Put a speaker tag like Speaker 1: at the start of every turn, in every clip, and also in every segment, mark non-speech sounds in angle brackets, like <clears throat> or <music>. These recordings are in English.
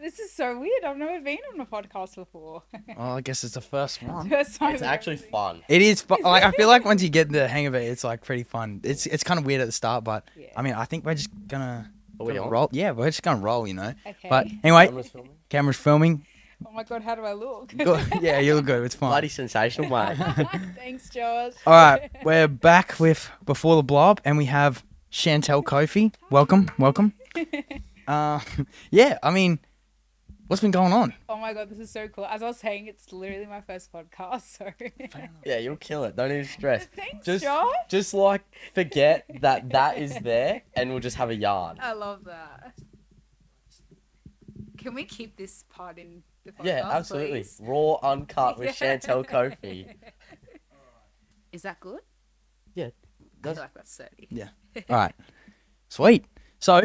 Speaker 1: This is so weird. I've never been on a podcast before. <laughs>
Speaker 2: Well, I guess it's the first one.
Speaker 1: First time
Speaker 3: It's
Speaker 1: I've
Speaker 3: actually
Speaker 1: ever been-
Speaker 3: fun.
Speaker 2: It Um, is fun. Like I feel like once you get the hang of it, it's like pretty fun. It's it's kind of weird at the start, but
Speaker 1: Yeah.
Speaker 2: I mean, I think we're just gonna,
Speaker 3: Are we
Speaker 2: gonna
Speaker 3: on?
Speaker 2: roll. Yeah, we're just gonna roll, you know.
Speaker 1: Okay.
Speaker 2: But anyway,
Speaker 3: Cameras filming?
Speaker 2: camera's filming.
Speaker 1: oh my god, how do I look?
Speaker 2: Go- <laughs>
Speaker 1: <laughs>
Speaker 2: yeah, you look good. It's fine.
Speaker 3: Bloody sensational, mate.
Speaker 1: Thanks, George.
Speaker 2: <laughs> All right, we're back with Before the Blob, and we have Chantel Kofi. Welcome, welcome. Uh, <laughs> yeah, I mean, what's been going <laughs> on?
Speaker 1: <laughs> Oh my god, this is so cool. As I was saying, it's literally my first podcast, so <laughs>
Speaker 3: yeah, you'll kill it. Don't even stress.
Speaker 1: thanks,
Speaker 3: Just-
Speaker 1: George.
Speaker 3: Just like forget that that is there, and we'll just have a yarn.
Speaker 1: I love that. Can we keep this part in the podcast?
Speaker 3: Yeah, absolutely.
Speaker 1: please?
Speaker 3: Raw, uncut with
Speaker 1: Yeah.
Speaker 3: Chantel Kofi.
Speaker 1: Is that good?
Speaker 3: Yeah,
Speaker 1: I
Speaker 3: that's-
Speaker 1: feel like that's dirty.
Speaker 2: All right, sweet. So,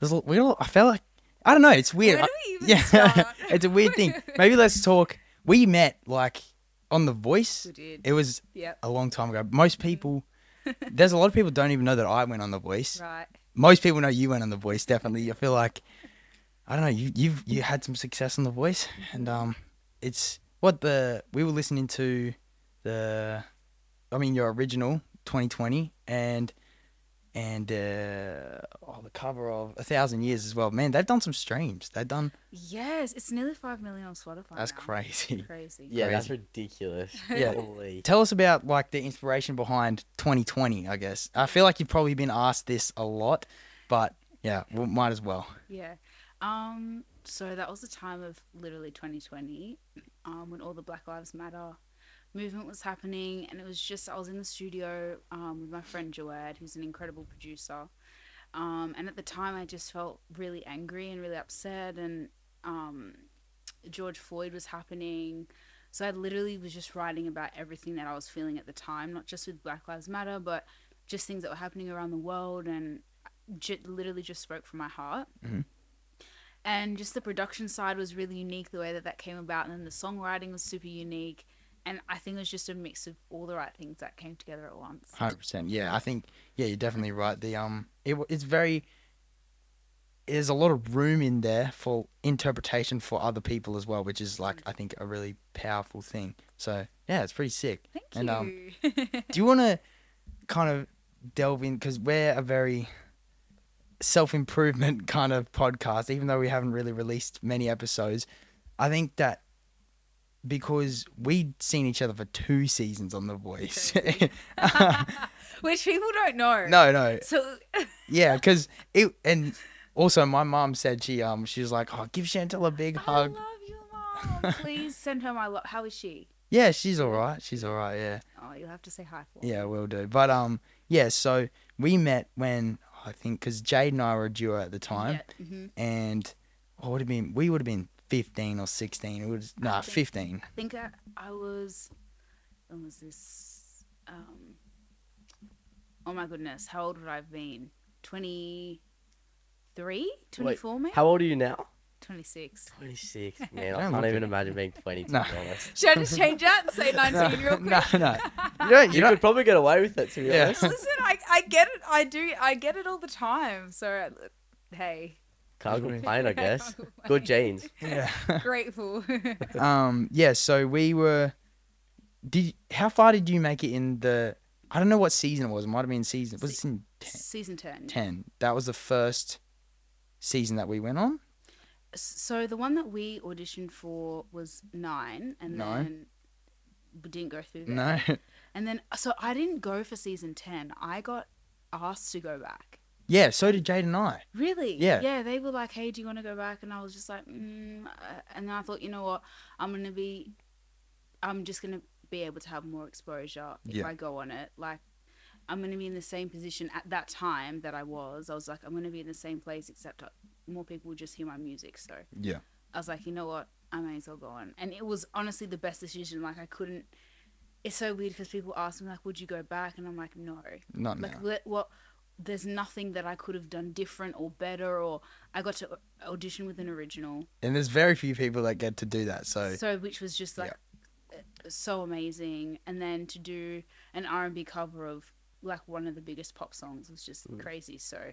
Speaker 2: there's a, we all, I felt like I don't know. It's weird.
Speaker 1: Where do
Speaker 2: I-
Speaker 1: <laughs> we even
Speaker 2: <laughs> yeah,
Speaker 1: start?
Speaker 2: it's a weird thing. Maybe let's talk. We met like on The Voice.
Speaker 1: <laughs> We did.
Speaker 2: It was
Speaker 1: Yep.
Speaker 2: a long time ago. Most people, there's a lot of people don't even know that I went on The Voice.
Speaker 1: Right.
Speaker 2: most people know you went on the voice definitely i feel like i don't know you you've you had some success on the voice and um it's what the we were listening to the i mean your original 2020 and and uh oh, the cover of a thousand years as well man they've done some streams they've done
Speaker 1: Yes, it's nearly five million on Spotify.
Speaker 2: that's
Speaker 1: now.
Speaker 2: crazy <laughs>
Speaker 1: Crazy.
Speaker 3: Yeah, that's ridiculous.
Speaker 2: Yeah.
Speaker 3: Holy.
Speaker 2: tell us about like the inspiration behind 2020 i guess i feel like you've probably been asked this a lot but yeah we might as well
Speaker 1: Yeah. Um, so that was the time of literally 2020, um, when all the Black Lives Matter movement was happening. And it was just, I was in the studio um, with my friend Joad, who's an incredible producer. Um, and at the time, I just felt really angry and really upset. And um, George Floyd was happening. So I literally was just writing about everything that I was feeling at the time, not just with Black Lives Matter, but just things that were happening around the world. And j- literally just spoke from my heart
Speaker 2: Mm-hmm.
Speaker 1: and just the production side was really unique the way that that came about and then the songwriting was super unique and i think it was just a mix of all the right things that came together at once
Speaker 2: Hundred percent. Yeah, I think yeah, you're definitely right. The um, it, w- it's very. There's a lot of room in there for interpretation for other people as well, which is like I think a really powerful thing. So yeah, it's pretty sick.
Speaker 1: thank you <laughs>
Speaker 2: And, um, <laughs> Do you want to kind of delve in because we're a very self improvement <laughs> kind of podcast, even though we haven't really released many episodes. I think that because we'd seen each other for two seasons on The Voice.
Speaker 1: Crazy. which people don't know
Speaker 2: <laughs> no, no,
Speaker 1: so
Speaker 2: Yeah, because it and also my mom said she um she was like, oh, give Chantel a big
Speaker 1: i love
Speaker 2: hug.
Speaker 1: you mom please send her my love how is she
Speaker 2: Yeah, she's all right. She's all right. Yeah,
Speaker 1: oh you'll have to say hi for her.
Speaker 2: yeah, we'll do. But um, yeah. So we met when I think because Jade and I were a duo at the time,
Speaker 1: yeah. hmm
Speaker 2: and I would have been we would have been fifteen or sixteen. It was
Speaker 1: I
Speaker 2: nah,
Speaker 1: think-
Speaker 2: fifteen.
Speaker 1: i think i, I was when was this um oh my goodness how old would i have been 23 24 maybe
Speaker 3: How old are you now?
Speaker 1: 26.
Speaker 3: 26. Man,
Speaker 2: Don't
Speaker 3: I
Speaker 2: look
Speaker 3: can't even
Speaker 2: it.
Speaker 3: imagine being 20, to
Speaker 2: No.
Speaker 3: be honest.
Speaker 1: Should I just change that and
Speaker 2: <laughs>
Speaker 1: say 19 real
Speaker 2: No,
Speaker 1: quick?
Speaker 2: no, no.
Speaker 1: <laughs>
Speaker 2: You don't. You
Speaker 3: You
Speaker 2: don't.
Speaker 3: could probably get away with it, to be
Speaker 2: Yeah.
Speaker 3: honest.
Speaker 1: Listen, I, I get it. I do. I get it all the time. So, hey.
Speaker 3: Can't complain, I
Speaker 1: <laughs>
Speaker 3: guess. Good
Speaker 1: Jay.
Speaker 3: genes.
Speaker 2: Yeah.
Speaker 1: Grateful.
Speaker 2: um. Yeah. So we were. Did how far did you make it in the? I don't know what season it was. It might have been season. Was it in ten?
Speaker 1: Season 10.
Speaker 2: 10. That was the first season that we went on.
Speaker 1: So, the one that we auditioned for was 9, and
Speaker 2: Nine.
Speaker 1: then we didn't go through that.
Speaker 2: No. <laughs>
Speaker 1: And then, so I didn't go for season 10. I got asked to go back.
Speaker 2: Yeah, so did Jade and I.
Speaker 1: Really?
Speaker 2: Yeah.
Speaker 1: Yeah, they were like, hey, do you want to go back? And I was just like, mm. uh, And then I thought, you know what? I'm going to be, I'm just going to be able to have more exposure if
Speaker 2: Yeah.
Speaker 1: I go on it. Like, I'm going to be in the same position at that time that I was. I was like, I'm going to be in the same place, except uh, more people just hear my music. So
Speaker 2: Yeah.
Speaker 1: I was like, you know what? I may as well go on. And it was honestly the best decision. Like, I couldn't. It's so weird because people ask me, like, would you go back? And I'm like, no
Speaker 2: Not
Speaker 1: like
Speaker 2: now.
Speaker 1: let, well there's nothing that i could have done different or better or i got to audition with an original
Speaker 2: And there's very few people that get to do that. So,
Speaker 1: so which was just like uh, so amazing and then to do an r&b cover of like one of the biggest pop songs was just
Speaker 3: Mm.
Speaker 1: crazy so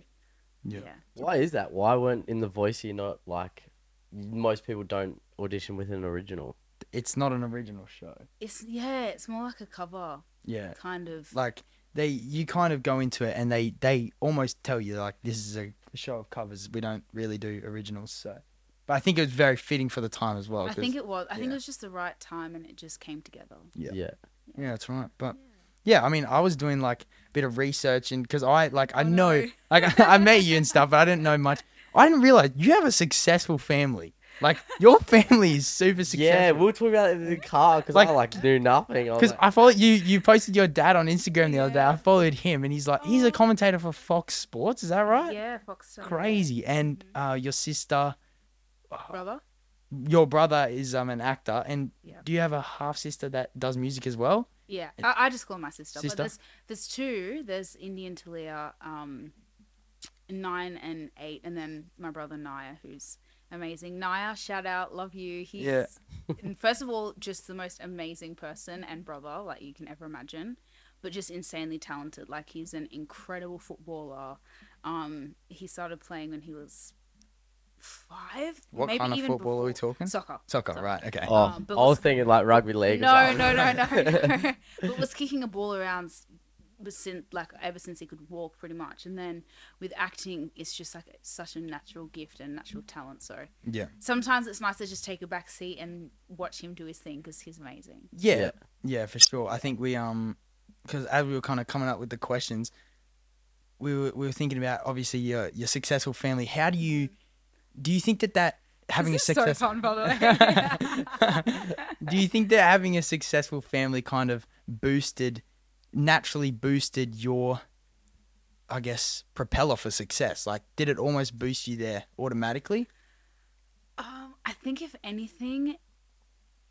Speaker 2: Yeah.
Speaker 1: yeah
Speaker 3: Why is that? Why weren't in the voice you not like most people don't audition with an original.
Speaker 2: It's not an original show.
Speaker 1: It's yeah, it's more like a cover
Speaker 2: Yeah.
Speaker 1: kind of.
Speaker 2: Like they you kind of go into it and they they almost tell you like this is a show of covers. We don't really do originals, so but I think it was very fitting for the time as well.
Speaker 1: I
Speaker 2: 'cause-
Speaker 1: think it was. I think
Speaker 2: yeah.
Speaker 1: it was just the right time, and it just came together.
Speaker 2: Yeah.
Speaker 3: yeah.
Speaker 2: Yeah, that's right. But yeah, I mean, I was doing like a bit of research and because I like I
Speaker 1: Oh,
Speaker 2: know
Speaker 1: no.
Speaker 2: <laughs> like I met you and stuff, but I didn't know much. I didn't realize you have a successful family. Like your family is super
Speaker 3: Yeah,
Speaker 2: successful.
Speaker 3: we were talking about it in the car because
Speaker 2: Like-
Speaker 3: I like knew nothing. I
Speaker 2: <laughs>
Speaker 3: was
Speaker 2: because
Speaker 3: like,
Speaker 2: I followed you. You posted your dad on Instagram the other day.
Speaker 1: Yeah.
Speaker 2: I followed him, and he's like, he's a
Speaker 1: Oh.
Speaker 2: commentator for Fox Sports. Is that right?
Speaker 1: Yeah, Fox. Sunday.
Speaker 2: Crazy. And
Speaker 1: Mm-hmm.
Speaker 2: uh, your sister,
Speaker 1: brother.
Speaker 2: your brother is um an actor, and
Speaker 1: Yeah.
Speaker 2: do you have a half sister that does music as well?
Speaker 1: Yeah, I, I just call her my sister.
Speaker 2: Sister?
Speaker 1: But there's there's two. There's Indian Talia, um, nine and eight, and then my brother Naya, who's amazing. Naya, shout out, love you. He's
Speaker 2: Yeah.
Speaker 1: <laughs> and first of all, just the most amazing person and brother like you can ever imagine, but just insanely talented. Like he's an incredible footballer. Um, he started playing when he was five.
Speaker 2: What
Speaker 1: maybe
Speaker 2: kind of
Speaker 1: even
Speaker 2: football are we
Speaker 1: before.
Speaker 2: talking?
Speaker 1: Soccer.
Speaker 2: Soccer,
Speaker 1: Soccer.
Speaker 2: right? Okay.
Speaker 3: oh,
Speaker 1: um, but
Speaker 3: I was
Speaker 1: was-
Speaker 3: thinking like rugby league. or
Speaker 1: No,
Speaker 3: something.
Speaker 1: no, no, no,
Speaker 3: <laughs>
Speaker 1: no.
Speaker 2: <laughs>
Speaker 1: but was kicking a ball around s- was since like ever since he could walk, pretty much. And then with acting, it's just like such a natural gift and natural talent. So
Speaker 2: Yeah.
Speaker 1: sometimes it's nice to just take a back seat and watch him do his thing because he's amazing.
Speaker 2: Yeah, yeah,
Speaker 3: Yeah.
Speaker 2: for sure. I think we um, because as we were kind of coming up with the questions, we were we were thinking about obviously your your successful family. How do you do you think that that
Speaker 1: Mm-hmm.
Speaker 2: having
Speaker 1: This
Speaker 2: a
Speaker 1: is
Speaker 2: success
Speaker 1: so fun, <laughs> by the
Speaker 2: <laughs>
Speaker 1: way.
Speaker 2: do you think that having a successful family kind of boosted naturally boosted your I guess propeller for success? Like, did it almost boost you there automatically?
Speaker 1: Um, I think if anything,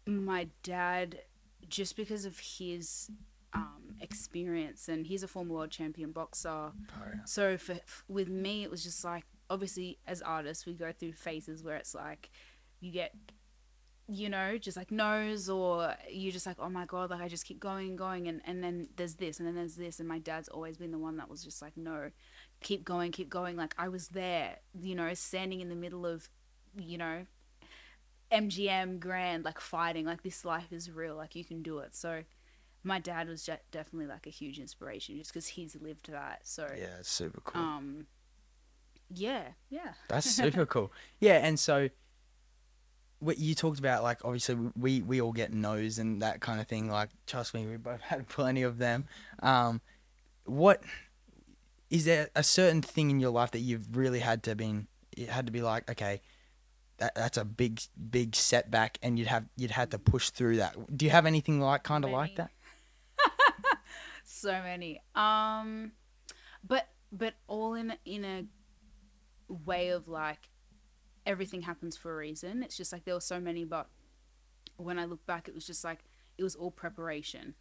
Speaker 1: my dad, just because of his um, experience, and he's a former world champion boxer. So for f- with me, it was just like obviously as artists, we go through phases where it's like you get, you know, just like no's, or you just like oh my god, like I just keep going and going, and and then there's this, and then there's this, and my dad's always been the one that was just like no, keep going, keep going. Like I was there, you know, standing in the middle of, you know, MGM Grand, like fighting, like this life is real, like you can do it. So. My dad was de- definitely like a huge inspiration, just because he's lived that. So
Speaker 2: Yeah, it's super cool.
Speaker 1: um, yeah, yeah.
Speaker 2: That's super <laughs> cool. Yeah, and so what you talked about, like obviously we we all get no's and that kind of thing. Like trust me, we both <laughs> had plenty of them. Um, what is there a certain thing in your life that you've really had to been it had to be like okay. That, that's a big, big setback, and you'd have you'd had to push through that. Do you have anything like kind of
Speaker 1: Many.
Speaker 2: like that?
Speaker 1: So many. <laughs> Um, but but all in in a way of like everything happens for a reason. It's just like there were so many, but when I look back, it was just like it was all preparation.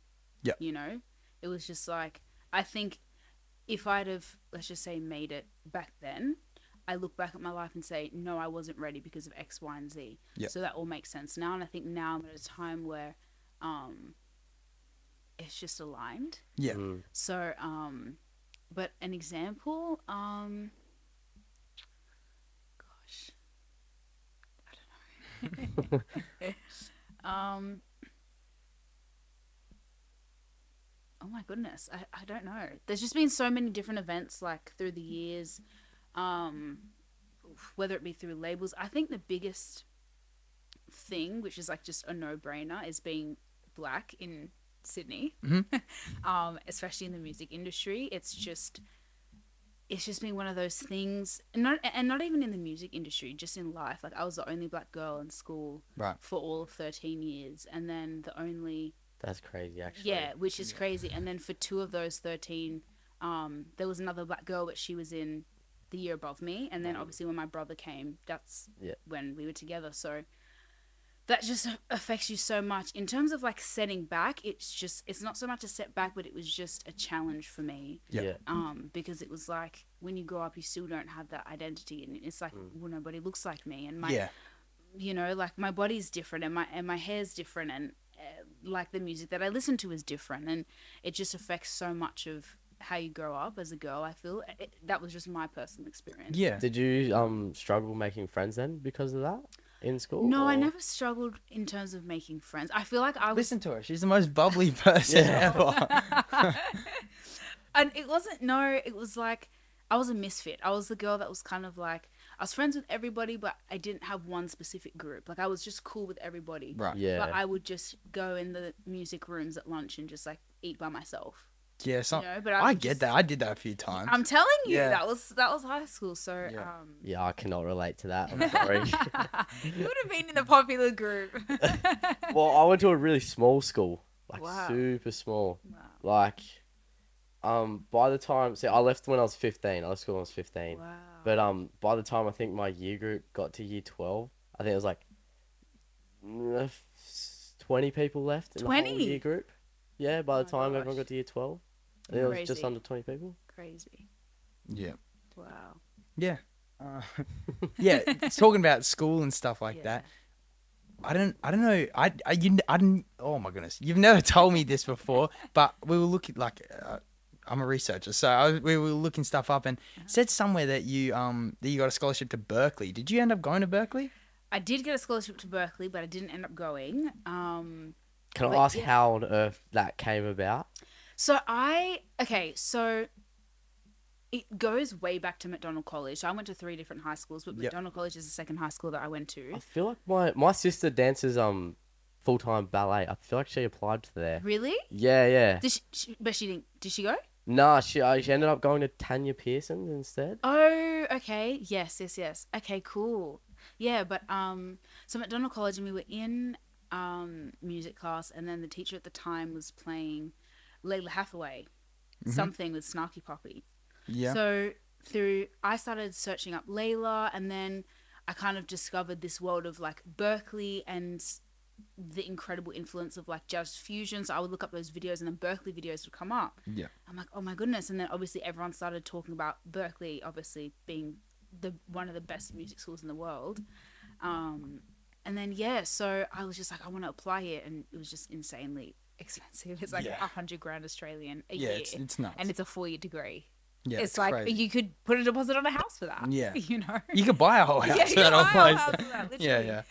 Speaker 2: Yep.
Speaker 1: You know, it was just like I think if I'd have let's just say made it back then. I look back at my life and say, no, I wasn't ready because of X, Y, and Z.
Speaker 2: Yep.
Speaker 1: So that all makes sense now. And I think now I'm at a time where um, it's just aligned.
Speaker 2: Yeah,
Speaker 3: Mm.
Speaker 1: So, um, but an example, um, gosh, I don't know. <laughs> um, oh my goodness, I, I don't know. There's just been so many different events like through the years, um, whether it be through labels. I think the biggest thing, which is like just a no brainer, is being black in Sydney um, especially in the music industry. It's just it's just been one of those things and not and not even in the music industry, just in life. Like I was the only black girl in school
Speaker 2: Right.
Speaker 1: for all of thirteen years and then the only
Speaker 3: That's crazy, actually.
Speaker 1: Yeah, which is crazy. And then for two of those thirteen, um, there was another black girl but she was in the year above me and then
Speaker 3: Mm.
Speaker 1: obviously when my brother came, that's
Speaker 3: Yeah.
Speaker 1: when we were together. So that just affects you so much in terms of like setting back it's just it's not so much a setback but it was just a challenge for me
Speaker 2: Yeah.
Speaker 3: Yeah.
Speaker 1: um because it was like when you grow up you still don't have that identity and it's like
Speaker 3: Mm.
Speaker 1: well nobody looks like me and my
Speaker 2: yeah,
Speaker 1: you know like my body's different and my and my hair's different and uh, like the music that i listen to is different and it just affects so much of how you grow up as a girl i feel it, that was just my personal experience
Speaker 2: yeah.
Speaker 3: Did you um struggle making friends then because of that? in school?
Speaker 1: No, I
Speaker 3: or-
Speaker 1: never struggled in terms of making friends. I feel like I was
Speaker 2: Listen to her. She's the most bubbly <laughs> person
Speaker 3: Yeah.
Speaker 1: <laughs>
Speaker 2: ever.
Speaker 1: and it wasn't no it was like i was a misfit i was the girl that was kind of like i was friends with everybody but i didn't have one specific group like i was just cool with everybody
Speaker 2: right.
Speaker 3: Yeah.
Speaker 1: but i would just go in the music rooms at lunch and just like eat by myself
Speaker 2: Yeah. So,
Speaker 1: you know but
Speaker 2: I
Speaker 1: was
Speaker 2: get
Speaker 1: just-
Speaker 2: that. I did that a few times.
Speaker 1: i'm telling you
Speaker 2: Yeah.
Speaker 1: that was that was high school so
Speaker 2: Yeah.
Speaker 1: um <laughs>
Speaker 3: yeah, I cannot relate to that. <laughs> I'm sorry.
Speaker 1: you would have been
Speaker 2: <laughs>
Speaker 1: in the popular group <laughs>
Speaker 3: well, I went to a really small school, like
Speaker 1: Wow.
Speaker 3: super small.
Speaker 1: wow.
Speaker 3: Like, um, by the time, see, I left when I was 15. I left school when I was 15.
Speaker 1: wow
Speaker 3: But um, by the time I think my year group got to year 12, I think it was like mm, uh, f- 20 people left in the whole
Speaker 1: 20?
Speaker 3: year group. Yeah, by the
Speaker 1: Oh my
Speaker 3: time everyone
Speaker 1: gosh.
Speaker 3: got to year 12, I think it was just
Speaker 1: Crazy.
Speaker 3: under 20 people.
Speaker 1: crazy
Speaker 2: yeah.
Speaker 1: wow
Speaker 2: Uh, <laughs> yeah. It's talking about school and stuff like that. I don't, I don't know. I, I, you, I didn't. Oh my goodness, you've never told me this before. But we were looking like, uh, I'm a researcher, so I, we were looking stuff up and
Speaker 1: Uh-huh.
Speaker 2: said somewhere that you, um, that you got a scholarship to Berkeley. Did you end up going to Berkeley?
Speaker 1: I did get a scholarship to Berkeley, but I didn't end up going. Um,
Speaker 3: Can
Speaker 1: But
Speaker 3: I ask
Speaker 1: yeah.
Speaker 3: how on earth that came about?
Speaker 1: So I okay, so it goes way back to McDonald College. So I went to three different high schools, but
Speaker 2: Yep.
Speaker 1: McDonald College is the second high school that I went to.
Speaker 3: I feel like my my sister dances um full time ballet. I feel like she applied to there.
Speaker 1: Really?
Speaker 3: Yeah, yeah.
Speaker 1: Did she, she, but she didn't. Did she go?
Speaker 3: Nah, she uh, she ended up going to Tanya Pearson's instead.
Speaker 1: Oh, okay. Yes, yes, yes. Okay, cool. Yeah, but um, so McDonald College, and we were in um music class, and then the teacher at the time was playing Layla Hathaway,
Speaker 2: Mhm.
Speaker 1: something with Snarky Poppy.
Speaker 2: Yeah.
Speaker 1: So through I started searching up Layla and then I kind of discovered this world of like Berkeley and the incredible influence of like jazz fusion. So I would look up those videos and then Berkeley videos would come up.
Speaker 2: Yeah.
Speaker 1: I'm like, oh my goodness. And then obviously everyone started talking about Berkeley obviously being the one of the best music schools in the world. Um and then yeah, so I was just like, I want to apply here and it was just insanely expensive. <laughs> It's like a
Speaker 2: Yeah.
Speaker 1: hundred grand Australian a
Speaker 2: yeah.
Speaker 1: year.
Speaker 2: It's it's nuts.
Speaker 1: and it's a four year degree
Speaker 2: yeah,
Speaker 1: it's, like
Speaker 2: crazy.
Speaker 1: you could put a deposit on a house for that.
Speaker 2: Yeah.
Speaker 1: <laughs> You know?
Speaker 2: You could buy a whole
Speaker 1: <laughs>
Speaker 2: house.
Speaker 1: yeah,
Speaker 2: for
Speaker 1: you buy
Speaker 2: that
Speaker 1: a
Speaker 2: almost.
Speaker 1: house for that,
Speaker 2: Yeah,
Speaker 1: literally.
Speaker 2: yeah.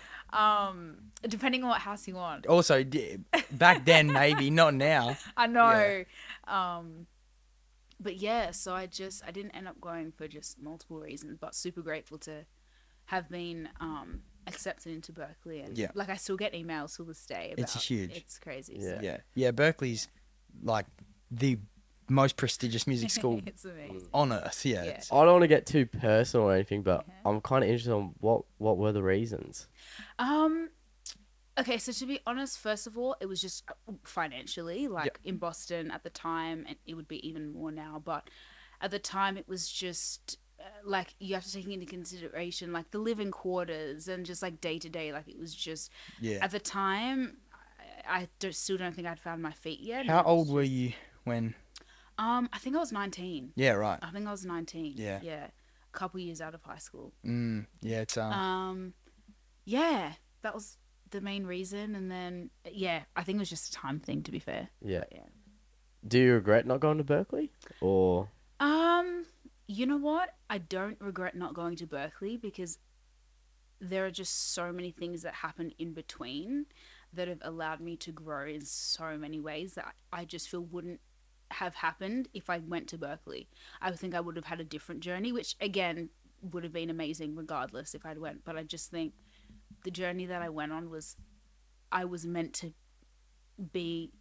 Speaker 1: Um, depending on what house you want.
Speaker 2: Also, d- back then maybe not now.
Speaker 1: I know. Um, but yeah, so I just I didn't end up going for just multiple reasons, but super grateful to have been um accepted into Berkeley and
Speaker 2: Yeah.
Speaker 1: like I still get emails till this day. About,
Speaker 2: It's huge.
Speaker 1: It's crazy.
Speaker 3: Yeah.
Speaker 2: Yeah. Yeah. Berkeley's like the most
Speaker 1: <laughs>
Speaker 2: prestigious music school
Speaker 1: it's amazing.
Speaker 2: on earth. Yeah.
Speaker 1: Yeah.
Speaker 2: it's-
Speaker 3: I don't want to get too personal or anything, but
Speaker 1: Okay.
Speaker 3: I'm kind of interested on what what were the reasons.
Speaker 1: Um. Okay, so to be honest, first of all, it was just uh, financially, like in Boston at the time, and it would be even more now. But at the time, it was just uh, like you have to take into consideration like the living quarters and just like day to day. Like it was just
Speaker 2: yeah.
Speaker 1: at the time, I, I don't, still don't think I'd found my feet yet. and
Speaker 2: How
Speaker 1: it was
Speaker 2: old were you when?
Speaker 1: just- Um, I think I was nineteen.
Speaker 2: Yeah. Right.
Speaker 1: I think I was nineteen.
Speaker 2: Yeah.
Speaker 1: yeah, a couple years out of high school.
Speaker 2: Mm, yeah, it's um,
Speaker 1: Um, yeah, that was the main reason, and then yeah, I think it was just a time thing. To be fair,
Speaker 3: Yeah.
Speaker 1: Yeah.
Speaker 3: Do you regret not going to Berkeley? Or
Speaker 1: um, you know what? I don't regret not going to Berkeley because there are just so many things that happened in between that have allowed me to grow in so many ways that I just feel wouldn't have happened if I went to Berkeley. I think I would have had a different journey, which again would have been amazing regardless if I'd went. But I just think the journey that I went on was I was meant to be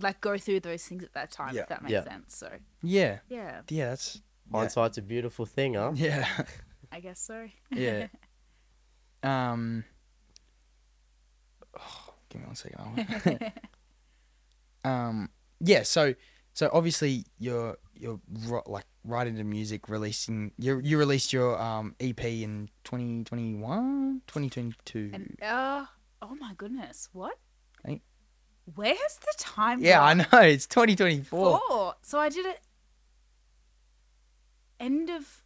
Speaker 1: like go through those things at that time,
Speaker 2: Yeah.
Speaker 1: if that makes
Speaker 3: Yeah.
Speaker 1: sense. So
Speaker 2: yeah,
Speaker 1: yeah,
Speaker 2: yeah, that's yeah,
Speaker 3: hindsight's a beautiful
Speaker 1: <laughs>
Speaker 3: thing, huh?
Speaker 2: yeah, <laughs>
Speaker 1: I guess so.
Speaker 2: yeah. um, <sighs> oh, give me one second. I want- um, yeah, so so obviously you're you're ro- like right into music, releasing you you released your um EP in 2021, 2022.
Speaker 1: and uh oh my goodness, what?
Speaker 2: Mm. Hey.
Speaker 1: Where's the time?
Speaker 2: yeah, I
Speaker 1: gone?
Speaker 2: know <laughs> it's 2024.
Speaker 1: Four. So I did it. End of.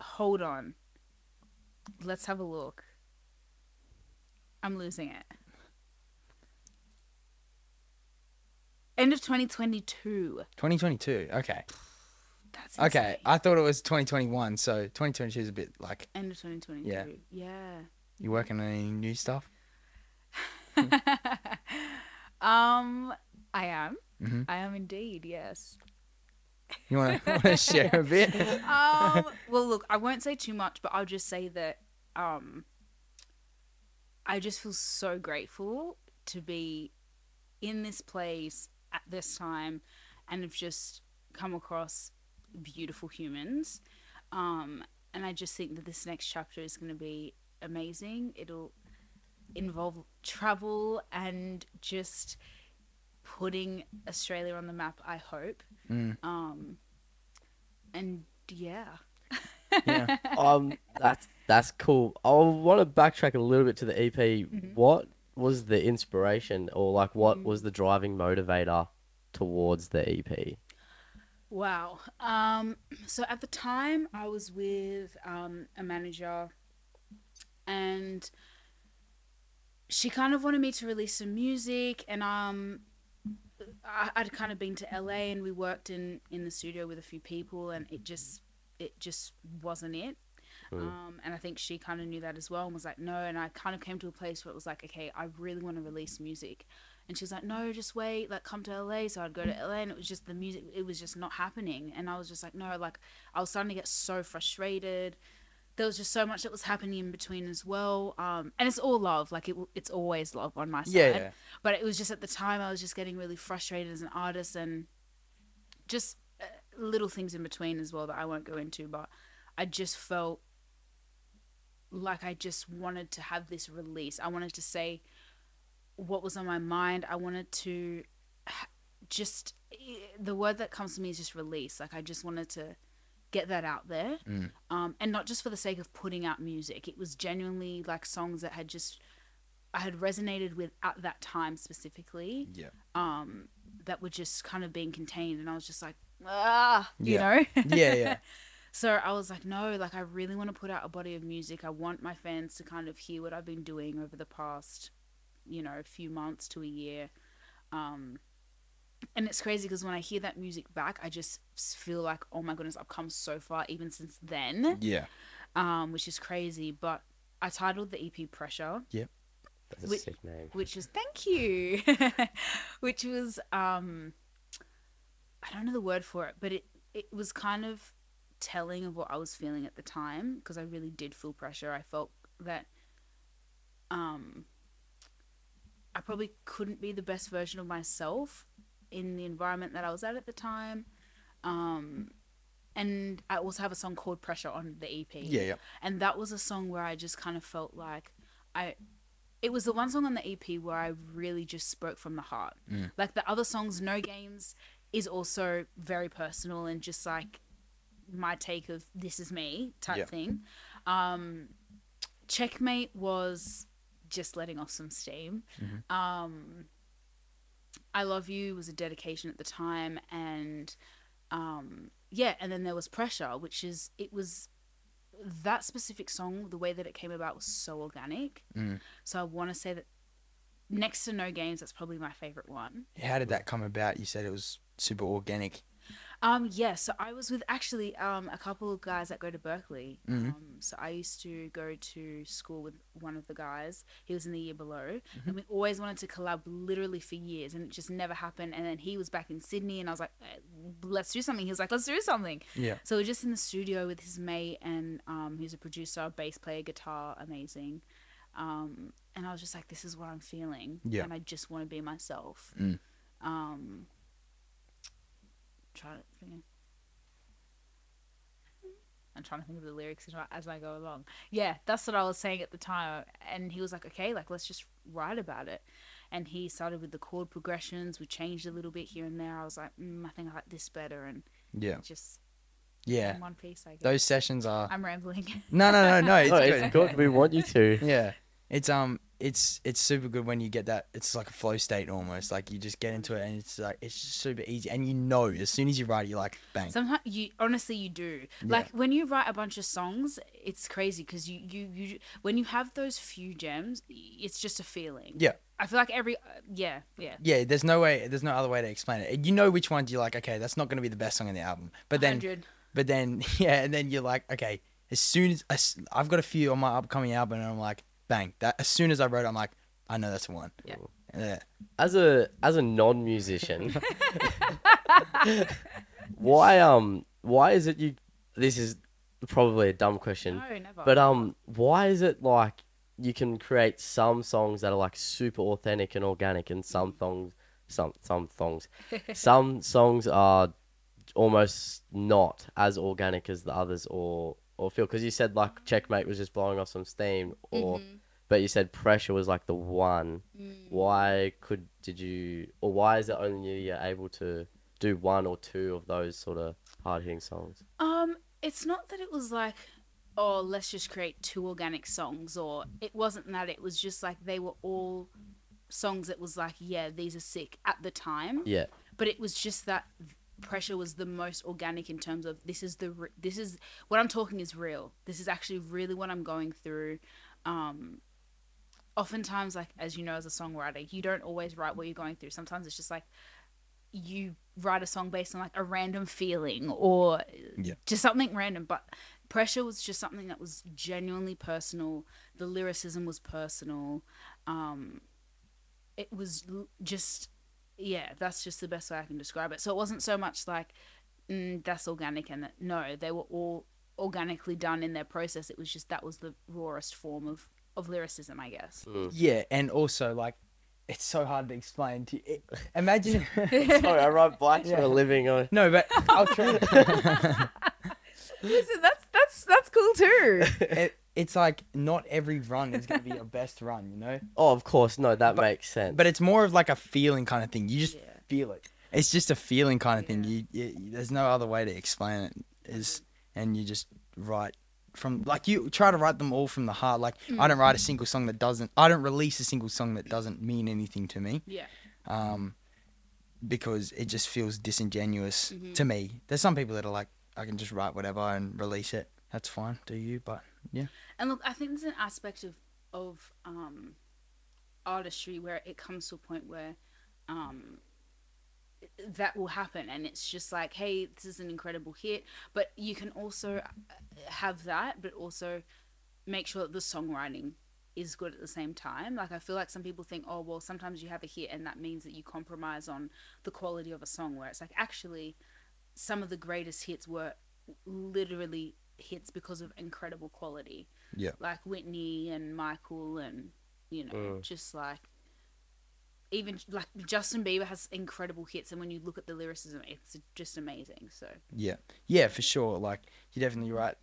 Speaker 1: Hold on. Let's have a look. I'm losing it. End of 2022.
Speaker 2: 2022. Okay,
Speaker 1: That's
Speaker 2: Okay,
Speaker 1: insane.
Speaker 2: I thought it was 2021, so 2022 is a bit like
Speaker 1: End of 2022.
Speaker 2: Yeah.
Speaker 1: Yeah.
Speaker 2: you working on any new stuff.
Speaker 1: <laughs> um, I am.
Speaker 2: Mhm.
Speaker 1: I am indeed. Yes.
Speaker 2: You <laughs> want to share a bit?
Speaker 1: um, well, look, I won't say too much, but I'll just say that um, I just feel so grateful to be in this place at this time and have just come across beautiful humans. Um, and I just think that this next chapter is going to be amazing. It'll involve travel and just putting Australia on the map, I hope.
Speaker 2: Mm,
Speaker 1: Um, and yeah.
Speaker 2: yeah.
Speaker 3: um, that's that's cool. I want to backtrack a little bit to the EP.
Speaker 1: Mhm.
Speaker 3: What was the inspiration, or like, what
Speaker 1: Mm.
Speaker 3: was the driving motivator towards the E EP?
Speaker 1: Wow. Um, so at the time, I was with um, a manager, and she kind of wanted me to release some music, and um, I, I'd kind of been to LA, and we worked in in the studio with a few people, and it just it just wasn't it.
Speaker 3: Mm.
Speaker 1: Um, and I think she kind of knew that as well and was like, no. And I kind of came to a place where it was like, okay, I really want to release music. And she was like, no, just wait, like come to LA. So I'd go to LA and it was just the music, it was just not happening. And I was just like, no, like I was starting to get so frustrated. There was just so much that was happening in between as well. Um, and it's all love. Like it, w- it's always love on my side
Speaker 2: Yeah.
Speaker 1: but it was just at the time I was just getting really frustrated as an artist and just uh, little things in between as well that I won't go into but I just felt like I just wanted to have this release I wanted to say what was on my mind I wanted to h- just eh, the word that comes to me is just release like I just wanted to get that out there
Speaker 2: Mm.
Speaker 1: um, and not just for the sake of putting out music it was genuinely like songs that had just I had resonated with at that time specifically
Speaker 2: Yeah.
Speaker 1: um, that were just kind of being contained. And I was just like, ah, you know? <laughs>
Speaker 2: Yeah, yeah.
Speaker 1: so I was like, no, like, I really want to put out a body of music. I want my fans to kind of hear what I've been doing over the past, you know, few months to a year. Um, and it's crazy because when I hear that music back, I just feel like, oh my goodness, I've come so far even since then
Speaker 2: Yeah.
Speaker 1: um, which is crazy. But I titled the EP Pressure,
Speaker 3: That's a
Speaker 1: Which-
Speaker 3: sick name. <laughs>
Speaker 1: which was thank you, <laughs> which was um, I don't know the word for it, but it it was kind of telling of what I was feeling at the time because I really did feel pressure. I felt that um, I probably couldn't be the best version of myself in the environment that I was at at the time. Um, and I also have a song called Pressure on the E EP
Speaker 2: Yeah, yeah.
Speaker 1: and that was a song where I just kind of felt like I it was the one song on the EP where I really just spoke from the heart.
Speaker 2: Mm.
Speaker 1: Like the other songs No Games is also very personal and just like my take of this is me type
Speaker 2: Yeah.
Speaker 1: thing. Um Checkmate was just letting off some steam.
Speaker 2: Mhm.
Speaker 1: Um I Love You was a dedication at the time and um yeah, and then there was Pressure, which is it was that specific song, the way that it came about was so organic.
Speaker 2: Mm.
Speaker 1: So I want to say that next to No Games, that's probably my favorite one.
Speaker 2: How did that come about? You said it was super organic.
Speaker 1: Um, yeah, so I was with actually um, a couple of guys that go to Berkeley.
Speaker 2: Mhm.
Speaker 1: Um, so I used to go to school with one of the guys. He was in the year below, and we always wanted to collab literally for years, and it just never happened. And then he was back in Sydney, and I was like, "Eh, "Let's do something." He was like, "Let's do something."
Speaker 2: Yeah.
Speaker 1: So we're just in the studio with his mate, and um, he's a producer, bass player, guitar, amazing. Um, and I was just like, this is what I'm feeling,
Speaker 2: Yeah.
Speaker 1: and I just want to be myself.
Speaker 2: Mm.
Speaker 1: Um, try to think. I'm trying to think of the lyrics as I- as I go along. Yeah, that's what I was saying at the time. And he was like, okay, like let's just write about it. And he started with the chord progressions. We changed a little bit here and there. I was like, mm, I think I like this better, and
Speaker 2: Yeah.
Speaker 1: just
Speaker 2: Yeah.
Speaker 1: in one piece, I guess.
Speaker 2: Those sessions are
Speaker 1: I'm rambling. <laughs>
Speaker 2: No, no, no, no. It's
Speaker 3: <laughs> oh,
Speaker 2: good.
Speaker 3: it's good. We want you to.
Speaker 2: Yeah. It's um it's it's super good when you get that. It's like a flow state almost. Like you just get into it, and it's like it's just super easy. And you know, as soon as you write, it, you're like, bang.
Speaker 1: Sometimes you honestly you do.
Speaker 2: Yeah.
Speaker 1: Like when you write a bunch of songs, it's crazy because you, you you when you have those few gems, it's just a feeling.
Speaker 2: Yeah.
Speaker 1: I feel like every uh, yeah yeah.
Speaker 2: yeah, there's no way. There's no other way to explain it. You know which ones you're like, okay, that's not going to be the best song in the album. But then
Speaker 1: 100.
Speaker 2: But then, <laughs> yeah, and then you're like, okay, as soon as I, have got a few on my upcoming album, and I'm like, bang, that as soon as I wrote, it, I'm like, I know that's the one.
Speaker 1: Yeah.
Speaker 2: Yeah.
Speaker 3: as a as a
Speaker 1: <laughs>
Speaker 3: non musician, <laughs> why um why is it you? This is probably a dumb question,
Speaker 1: no never.
Speaker 3: but um why is it like you can create some songs that are like super authentic and organic, and some songs some some songs some songs are almost not as organic as the others or or feel because you said like checkmate was just blowing off some steam or
Speaker 1: Mhm.
Speaker 3: but you said pressure was like the one
Speaker 1: Mm.
Speaker 3: why could did you or why is it only you're able to do one or two of those sort of hard hitting songs?
Speaker 1: Um, it's not that it was like, oh, let's just create two organic songs, or it wasn't that. It was just like they were all songs that was like, yeah, these are sick at the time.
Speaker 3: Yeah,
Speaker 1: But it was just that pressure was the most organic in terms of this is the re- this is what I'm talking is real. This is actually really what I'm going through. Um, oftentimes, like as you know, as a songwriter, you don't always write what you're going through. Sometimes it's just like you write a song based on like a random feeling or
Speaker 2: Yeah.
Speaker 1: just something random but pressure was just something that was genuinely personal the lyricism was personal um it was l- just yeah that's just the best way i can describe it so it wasn't so much like mm, that's organic and that no they were all organically done in their process it was just that was the rawest form of of lyricism i guess
Speaker 2: Yeah, and also like, it's so hard to explain. To it, imagine. <laughs>
Speaker 3: sorry, I write bikes for
Speaker 2: Yeah.
Speaker 3: a living. I
Speaker 2: no, but I'll try.
Speaker 1: <laughs> listen that's that's that's cool
Speaker 3: <laughs>
Speaker 1: too
Speaker 2: it, it's like not every run is going to be your best run, you know.
Speaker 3: oh, of course, no, that makes sense.
Speaker 2: But it's more of like a feeling kind of thing. You just
Speaker 1: Yeah.
Speaker 2: feel it. It's just a feeling kind of thing.
Speaker 1: Yeah.
Speaker 2: You, you there's no other way to explain it. Is and you just write from like you try to write them all from the heart. Like I don't write a single song that doesn't. I don't release a single song that doesn't mean anything to me.
Speaker 1: yeah
Speaker 2: Um, because it just feels disingenuous
Speaker 1: Mhm.
Speaker 2: to me. There's some people that are like, I can just write whatever and release it. That's fine. Do you? But
Speaker 1: And look, I think there's an aspect of of um, artistry where it comes to a point where um, that will happen, and it's just like, hey, this is an incredible hit, but you can also uh, have that, but also make sure that the songwriting is good at the same time. Like I feel like some people think, oh, well, sometimes you have a hit, and that means that you compromise on the quality of a song. Where it's like, actually, some of the greatest hits were literally hits because of incredible quality like Whitney and Michael and you know
Speaker 3: Mm.
Speaker 1: just like even like Justin Bieber has incredible hits and when you look at the lyricism it's just amazing so
Speaker 2: yeah, yeah, for sure. Like you're definitely right.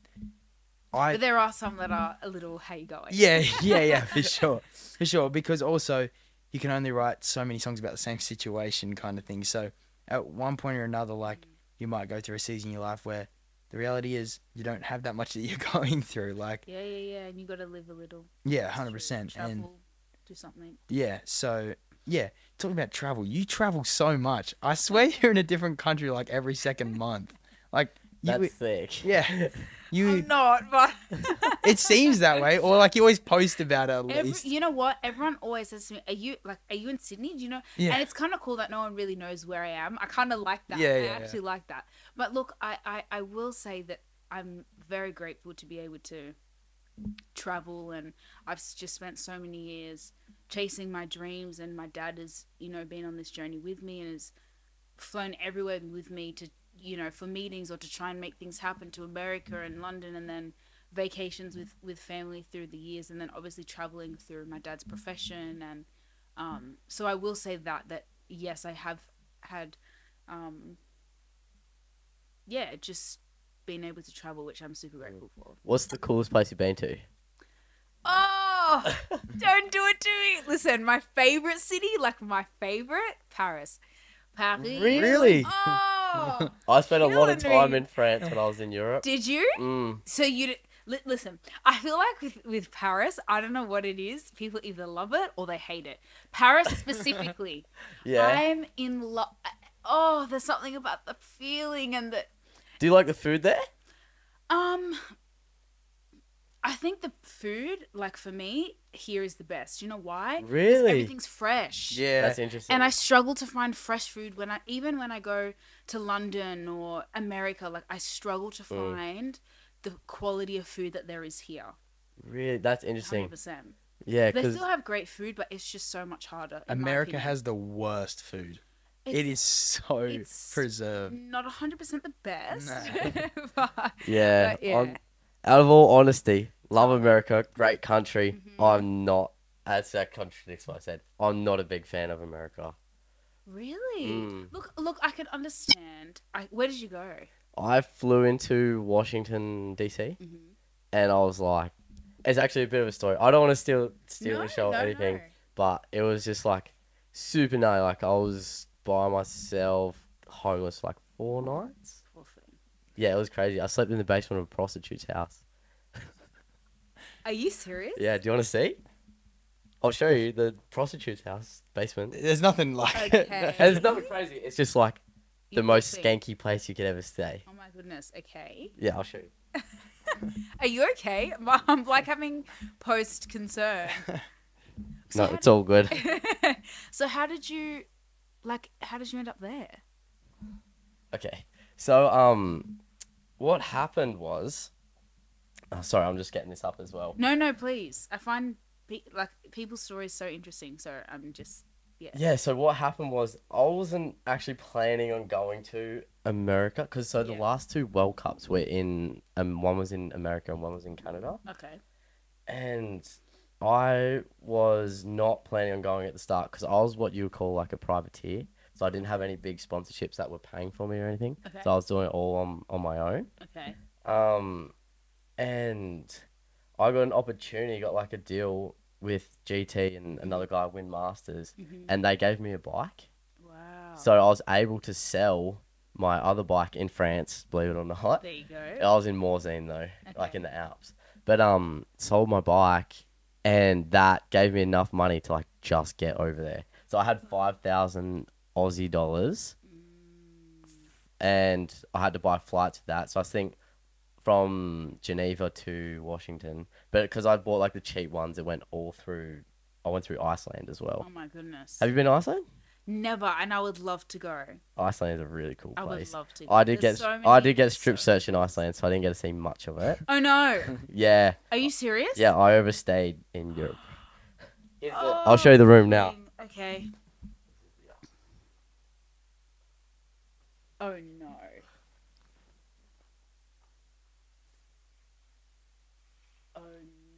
Speaker 2: I
Speaker 1: but there are some that are a little hey going <laughs>
Speaker 2: Yeah, <laughs> yeah, yeah, for sure. For sure. Because also, you can only write so many songs about the same situation kind of thing. So, at one point or another, like, you might go through a season in your life where the reality is you don't have that much that you're <laughs> going through. Like,
Speaker 1: yeah yeah yeah and you got to live a little
Speaker 2: yeah, 100%.
Speaker 1: travel
Speaker 2: And
Speaker 1: do something
Speaker 2: yeah, so, yeah, talking about travel, you travel so much. I swear <laughs> you're in a different country like
Speaker 1: <laughs>
Speaker 2: every second month. Like,
Speaker 3: That's
Speaker 2: you,
Speaker 3: thick.
Speaker 2: <laughs> yeah, you,
Speaker 1: I'm not but
Speaker 2: it seems that way. Or like you always post about it at
Speaker 1: Every,
Speaker 2: least.
Speaker 1: you know what? Everyone always says to me, "Are you like? Are you in Sydney? Do you know?"
Speaker 2: Yeah.
Speaker 1: And it's kind of cool that no one really knows where I am. I kind of like that.
Speaker 2: Yeah,
Speaker 1: I
Speaker 2: yeah,
Speaker 1: actually like that. But look, I, I I will say that I'm very grateful to be able to travel, and I've s- just spent so many years chasing my dreams, and my dad has you know been on this journey with me and has flown everywhere with me to you know for meetings or to try and make things happen to America and London, and then vacations with with family through the years and then obviously traveling through my dad's profession and um so I will say that that yes I have had um yeah just being able to travel which I'm super grateful for.
Speaker 3: What's the coolest place you've been to?
Speaker 1: <laughs> Oh, don't do it to me. Listen, my favorite city, like my favorite Paris. Paris.
Speaker 3: Really?
Speaker 1: Oh.
Speaker 3: I spent a lot of
Speaker 1: Killing
Speaker 3: time
Speaker 1: me.
Speaker 3: in France when I was in Europe.
Speaker 1: Did you?
Speaker 3: Mm.
Speaker 1: So you d- Li- listen, I feel like with, with Paris, I don't know what it is. People either love it or they hate it. Paris specifically,
Speaker 3: Yeah.
Speaker 1: I'm in love. Oh, there's something about the feeling and the
Speaker 3: Do you like the food there?
Speaker 1: um. I think the food, like for me, here is the best. You know why? 'Cause
Speaker 3: Really?
Speaker 1: Everything's fresh.
Speaker 2: Yeah.
Speaker 3: That's interesting.
Speaker 1: And I struggle to find fresh food when I even when I go to London or America, like I struggle to
Speaker 3: Mm.
Speaker 1: find the quality of food that there is here.
Speaker 3: really, that's interesting.
Speaker 1: Hundred percent.
Speaker 3: Yeah,
Speaker 1: They
Speaker 3: because
Speaker 1: still have great food, but it's just so much harder. in my
Speaker 2: America
Speaker 1: opinion.
Speaker 2: has the worst food. It
Speaker 1: It's
Speaker 2: is so
Speaker 1: it's-
Speaker 2: preserved.
Speaker 1: not hundred percent the best.
Speaker 2: No.
Speaker 1: <laughs> but,
Speaker 3: yeah,
Speaker 1: but yeah.
Speaker 3: I'm- out of all honesty, love America, great country.
Speaker 1: Mm-hmm.
Speaker 3: I'm not. As that contradicts what I said. I'm not a big fan of America.
Speaker 1: really?
Speaker 3: Mm.
Speaker 1: Look, look, I can understand. I, where did you go?
Speaker 3: I flew into Washington D.C.
Speaker 1: Mhm.
Speaker 3: and I was like, it's actually a bit of a story. I don't want to steal
Speaker 1: No,
Speaker 3: steal the show
Speaker 1: no,
Speaker 3: or anything,
Speaker 1: no.
Speaker 3: but it was just like super night. Like I was by myself, homeless for like four nights.
Speaker 1: Poor thing.
Speaker 3: Yeah, it was crazy. I slept in the basement of a prostitute's house.
Speaker 1: Are you serious?
Speaker 3: Yeah, do you want to see? I'll show you the prostitute's house basement.
Speaker 1: <laughs>
Speaker 2: There's nothing like <laughs>
Speaker 1: Okay.
Speaker 2: it.
Speaker 3: It's not crazy. It's just like
Speaker 1: You
Speaker 3: the
Speaker 1: poor
Speaker 3: most
Speaker 1: thing.
Speaker 3: skanky place you could ever stay.
Speaker 1: Oh my goodness. Okay.
Speaker 3: Yeah, I'll show you.
Speaker 1: Are you <laughs> okay? I'm like having post
Speaker 3: <laughs>
Speaker 1: concern. So
Speaker 3: No,
Speaker 1: how
Speaker 3: it's
Speaker 1: <laughs>
Speaker 3: all good.
Speaker 1: did- so how did you, like, how did you end up there?
Speaker 3: Okay. So, um, what happened was, oh, sorry, I'm just getting this up as well.
Speaker 1: No, no, please. I find pe- like people's stories so interesting. So I'm just yeah.
Speaker 3: Yeah. So what happened was, I wasn't actually planning on going to America because so the
Speaker 1: Yeah.
Speaker 3: last two World Cups were in, um, one was in America and one was in Canada,
Speaker 1: Okay.
Speaker 3: and I was not planning on going at the start because I was what you would call like a privateer. So I didn't have any big sponsorships that were paying for me or anything.
Speaker 1: Okay.
Speaker 3: So I was doing it all on on my own.
Speaker 1: Okay.
Speaker 3: Um, and I got an opportunity, got like a deal with GT and another guy, Win Masters,
Speaker 1: Mhm.
Speaker 3: and they gave me a bike.
Speaker 1: Wow.
Speaker 3: So I was able to sell my other bike in France, believe it or not.
Speaker 1: there you go.
Speaker 3: I was in Morzine though, like
Speaker 1: Okay.
Speaker 3: in the Alps. But um, sold my bike, and that gave me enough money to like just get over there. So I had five thousand Aussie dollars
Speaker 1: Mm,
Speaker 3: and I had to buy flights for that. So I think from Geneva to Washington, but because I bought like the cheap ones, it went all through. I went through Iceland as well.
Speaker 1: Oh my goodness.
Speaker 3: Have you been to Iceland?
Speaker 1: Never, and I would love to go.
Speaker 3: Iceland is a really cool
Speaker 1: I would
Speaker 3: place.
Speaker 1: love to. Go.
Speaker 3: I did get
Speaker 1: There's so
Speaker 3: I
Speaker 1: many-
Speaker 3: did get strip
Speaker 1: so-
Speaker 3: search in Iceland, so I didn't get to see much of it.
Speaker 1: Oh
Speaker 3: <laughs>
Speaker 1: no!
Speaker 3: Yeah,
Speaker 1: Are you serious?
Speaker 3: yeah, I overstayed in Europe.
Speaker 1: Oh,
Speaker 3: I'll show you the room now.
Speaker 1: dang. Okay. Oh no. Oh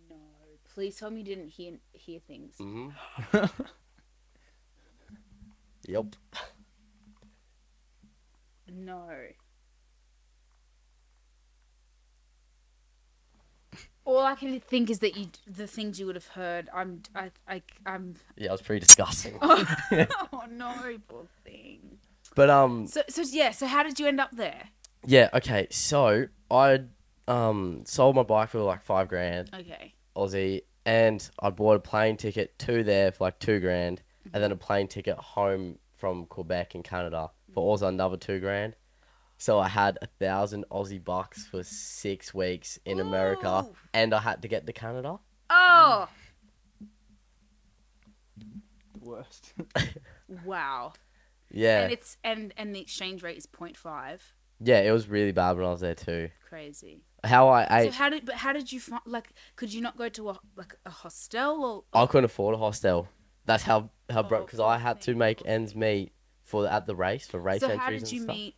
Speaker 1: no. Please tell me you didn't hear hear things.
Speaker 3: Mm-hmm. yep.
Speaker 1: No. All I can think is that you the things you would have heard. I'm I I I'm <laughs>
Speaker 3: Yeah, it was pretty disgusting.
Speaker 1: Oh, <laughs> no, poor thing.
Speaker 3: But um,
Speaker 1: So so yeah, so how did you end up there?
Speaker 3: Yeah, okay. So I um sold my bike for like five grand
Speaker 1: Okay.
Speaker 3: Aussie and I bought a plane ticket to there for like two grand and
Speaker 1: Mm-hmm.
Speaker 3: then a plane ticket home from Quebec in Canada for also another two grand. So I had a thousand Aussie bucks for six weeks in America
Speaker 1: Ooh.
Speaker 3: and I had to get to Canada.
Speaker 1: Oh,
Speaker 2: Worst.
Speaker 1: <laughs> Wow.
Speaker 3: Yeah.
Speaker 1: And it's and and the exchange rate is 0.5.
Speaker 3: Yeah, it was really bad when I was there too.
Speaker 1: Crazy.
Speaker 3: How I
Speaker 1: so
Speaker 3: ate
Speaker 1: how did but how did you find like could you not go to a like a hostel or
Speaker 3: I couldn't afford a hostel. That's how how broke because
Speaker 1: Oh,
Speaker 3: I had to
Speaker 1: thank
Speaker 3: make
Speaker 1: God.
Speaker 3: ends meet for the, at the race for race
Speaker 1: so
Speaker 3: entries
Speaker 1: how did
Speaker 3: and
Speaker 1: you
Speaker 3: stuff.
Speaker 1: meet?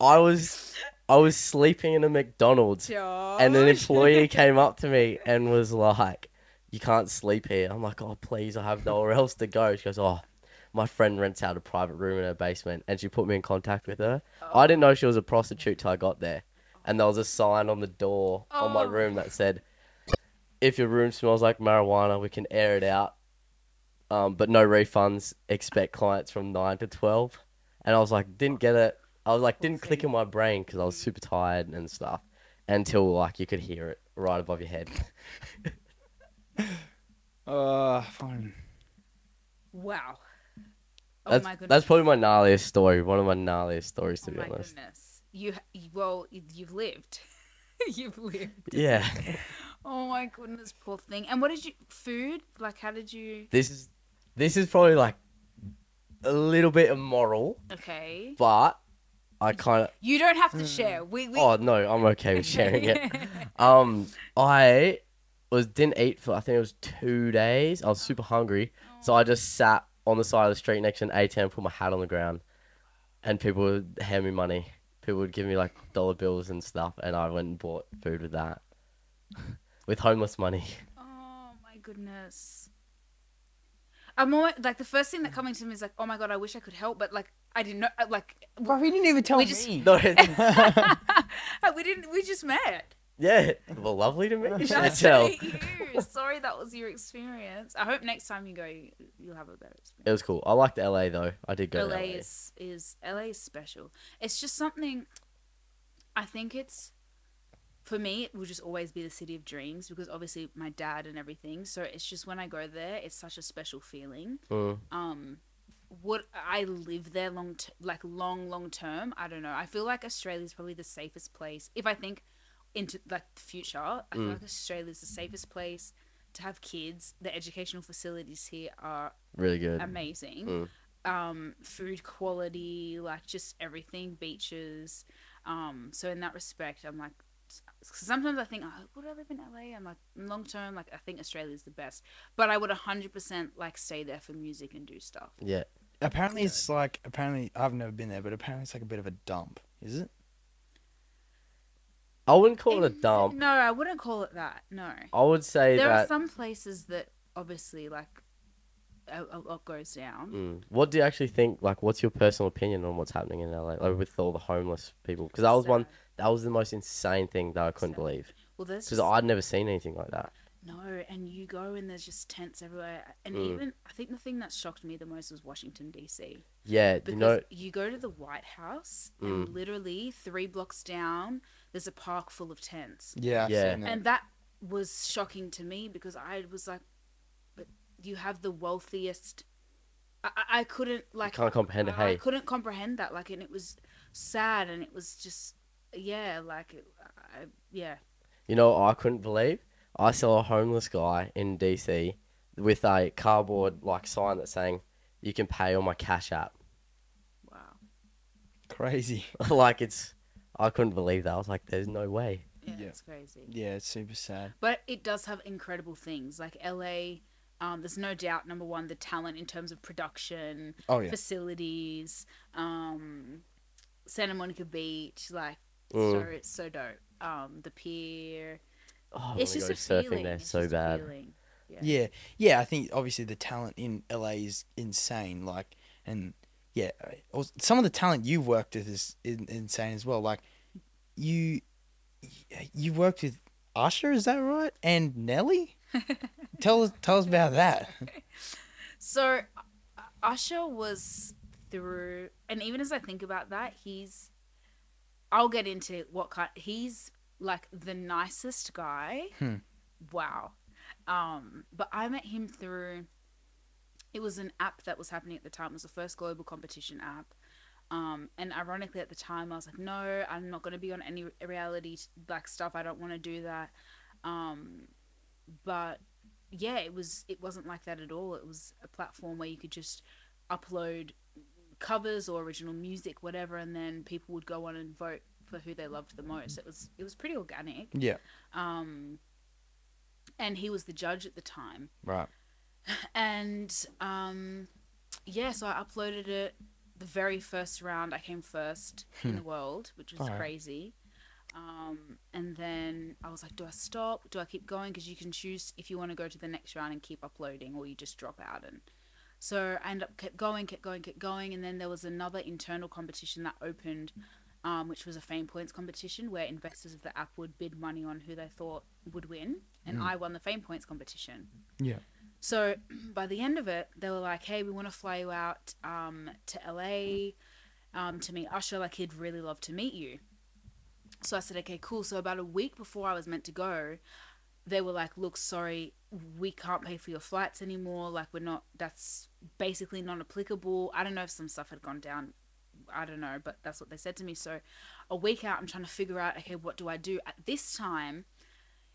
Speaker 3: I was I was sleeping in a McDonald's and
Speaker 1: Josh? <laughs>
Speaker 3: an employee came up to me and was like, "You can't sleep here." I'm like, "Oh, please, I have nowhere else to go." She goes, "Oh, my friend rents out a private room in her basement," and she put me in contact with her. I didn't know she was a prostitute till I got there, and there was a sign on the door on my
Speaker 1: Oh.
Speaker 3: room that said, "If your room smells like marijuana, we can air it out, um, but no refunds. Expect clients from nine to 12. And I was like, "Didn't get it." I was like,
Speaker 1: Poor
Speaker 3: didn't click in my brain because I was super tired and stuff until like you could hear it right above your head.
Speaker 2: Uh, fine.
Speaker 1: Wow. Oh
Speaker 3: that's,
Speaker 1: my goodness.
Speaker 3: that's probably my gnarliest story. One of my gnarliest stories, to
Speaker 1: oh
Speaker 3: be
Speaker 1: my
Speaker 3: honest.
Speaker 1: goodness. You you- well, you- you've lived. <laughs> you've lived.
Speaker 3: Yeah.
Speaker 1: Oh my goodness, poor thing. And what did you food? Like how did you
Speaker 3: This is this is probably like a little bit immoral,
Speaker 1: Okay.
Speaker 3: but I kind of
Speaker 1: You don't have to share. We we
Speaker 3: Hmm. oh no, I'm okay with
Speaker 1: <laughs>
Speaker 3: sharing it. Um, I was didn't eat for I think it was two days. I was super hungry, so I just sat on the side of the street next to an ATM, put my hat on the ground, and people would hand me money. People would give me like dollar bills and stuff, and I went and bought food with that, <laughs> with homeless money.
Speaker 1: Oh my goodness. I'm always, like the first thing that coming to me is like, oh my god, I wish I could help, but like I didn't know, I- like <laughs>
Speaker 2: Bro, he didn't even tell
Speaker 1: We
Speaker 2: me.
Speaker 1: just-
Speaker 3: <laughs> No, it's,
Speaker 1: <laughs> we didn't, we just met.
Speaker 3: yeah, well, lovely
Speaker 1: <laughs>
Speaker 3: to meet you,
Speaker 1: Nice
Speaker 3: Chantel.
Speaker 1: to meet you. Sorry that was your experience. I hope next time you go, you'll have a better experience.
Speaker 3: It was cool. I liked LA though. I did go
Speaker 1: LA,
Speaker 3: to LA.
Speaker 1: is is LA is special. It's just something. I think it's for me. It will just always be the city of dreams because obviously my dad and everything. So it's just when I go there, it's such a special feeling.
Speaker 3: Mm.
Speaker 1: Um, would I live there long, t- like long, long term? I don't know. I feel like Australia is probably the safest place if I think into like the future. I feel
Speaker 3: Mm.
Speaker 1: like Australia is the safest place to have kids. The educational facilities here are
Speaker 3: Really good. mm.
Speaker 1: amazing. Um, food quality, like just everything, beaches. Um, so in that respect, I'm like, cause sometimes I think, oh, would I live in LA? I'm like, long term, like I think Australia's the best, but I would 100% like stay there for music and do stuff.
Speaker 3: Yeah.
Speaker 2: Apparently, it's like apparently I've never been there, but apparently it's like a bit of a dump. Is it?
Speaker 3: I wouldn't call it a
Speaker 1: It's-
Speaker 3: dump.
Speaker 1: No, I wouldn't call it that. No,
Speaker 3: I would say
Speaker 1: there are
Speaker 3: that.
Speaker 1: some places that obviously like a, a lot goes down.
Speaker 3: Mm. What do you actually think? Like, what's your personal opinion on what's happening in LA, like with all the homeless people? Because that was one.
Speaker 1: Sad.
Speaker 3: That was the most insane thing that I couldn't
Speaker 1: Sad.
Speaker 3: believe.
Speaker 1: Well, there's
Speaker 3: Because
Speaker 1: just-
Speaker 3: I'd never seen anything like that.
Speaker 1: No, and you go and there's just tents everywhere. And
Speaker 3: Mm.
Speaker 1: even I think the thing that shocked me the most was Washington D.C.
Speaker 3: Yeah.
Speaker 1: because
Speaker 3: you know. Mm.
Speaker 1: you go to the White House and literally three blocks down there's a park full of tents.
Speaker 2: Yeah.
Speaker 3: I've Yeah. seen
Speaker 2: that.
Speaker 1: And that was shocking to me because I was like but you have the wealthiest I, I- I couldn't like
Speaker 3: can't comprehend it,
Speaker 1: I, I
Speaker 3: hey.
Speaker 1: couldn't comprehend that like and it was sad and it was just yeah like it, I, yeah
Speaker 3: You know. what I couldn't believe. I saw a homeless guy in DC with a cardboard like sign that's saying, "You can pay on my Cash App." <laughs>
Speaker 1: wow
Speaker 2: Crazy. <laughs>
Speaker 3: like it's. I couldn't believe that. I was like, "There's no way."
Speaker 1: yeah.
Speaker 2: Yeah.
Speaker 1: it's crazy
Speaker 2: Yeah, it's super sad.
Speaker 1: but it does have incredible things like LA. Um, there's no doubt number one the talent in terms of production,
Speaker 2: Oh yeah.
Speaker 1: facilities, um, Santa Monica Beach, like it's so
Speaker 3: Mm.
Speaker 1: it's so dope. Um, the pier,
Speaker 3: Oh, I
Speaker 1: it's
Speaker 3: wanna
Speaker 1: just
Speaker 3: go
Speaker 1: a
Speaker 3: surfing
Speaker 1: feeling.
Speaker 3: there
Speaker 1: It's
Speaker 3: so
Speaker 1: just a
Speaker 3: bad.
Speaker 1: feeling. Yeah.
Speaker 2: Yeah, yeah. I think obviously the talent in LA is insane. Like, and yeah, I- also- some of the talent you've worked with is in, insane as well. Like, you you worked with Usher, is that right? And <laughs> Nelly. tell us tell us about that. <laughs>
Speaker 1: So U- Usher was through, and even as I think about that, he's. I'll get into what kind. He's like the nicest guy.
Speaker 2: Hmm.
Speaker 1: Wow. Um, but I met him through. It was an app that was happening at the time. It was the first global competition app. Um, and ironically, at the time, I was like, no, I'm not going to be on any reality like stuff. I don't want to do that. Um, but yeah, it was. It wasn't like that at all. It was a platform where you could just upload covers or original music, whatever, and then people would go on and vote for who they loved the most. It was. It was pretty organic.
Speaker 2: Yeah.
Speaker 1: Um, and he was the judge at the time
Speaker 2: Right.
Speaker 1: and um, yeah, so I uploaded it the very first round. I came first in
Speaker 2: Hmm.
Speaker 1: the world, which was
Speaker 2: Alright.
Speaker 1: crazy. Um, and then I was like, do I stop? Do I keep going? Because you can choose if you want to go to the next round and keep uploading, or you just drop out. And so I ended up kept going, kept going, kept going. And then there was another internal competition that opened, um, which was a fame points competition where investors of the app would bid money on who they thought would win. And
Speaker 2: Hmm.
Speaker 1: I won the fame points competition.
Speaker 2: Yeah.
Speaker 1: So <clears throat> by the end of it, they were like, "Hey, we want to fly you out um, to LA, um, to me, Usher, like he'd really love to meet you. So I said, okay, cool. So about a week before I was meant to go, they were like, look, sorry, we can't pay for your flights anymore. Like we're not. That's basically non applicable. I don't know if some stuff had gone down. I don't know, but that's what they said to me. So a week out, I'm trying to figure out, okay, what do I do? At this time,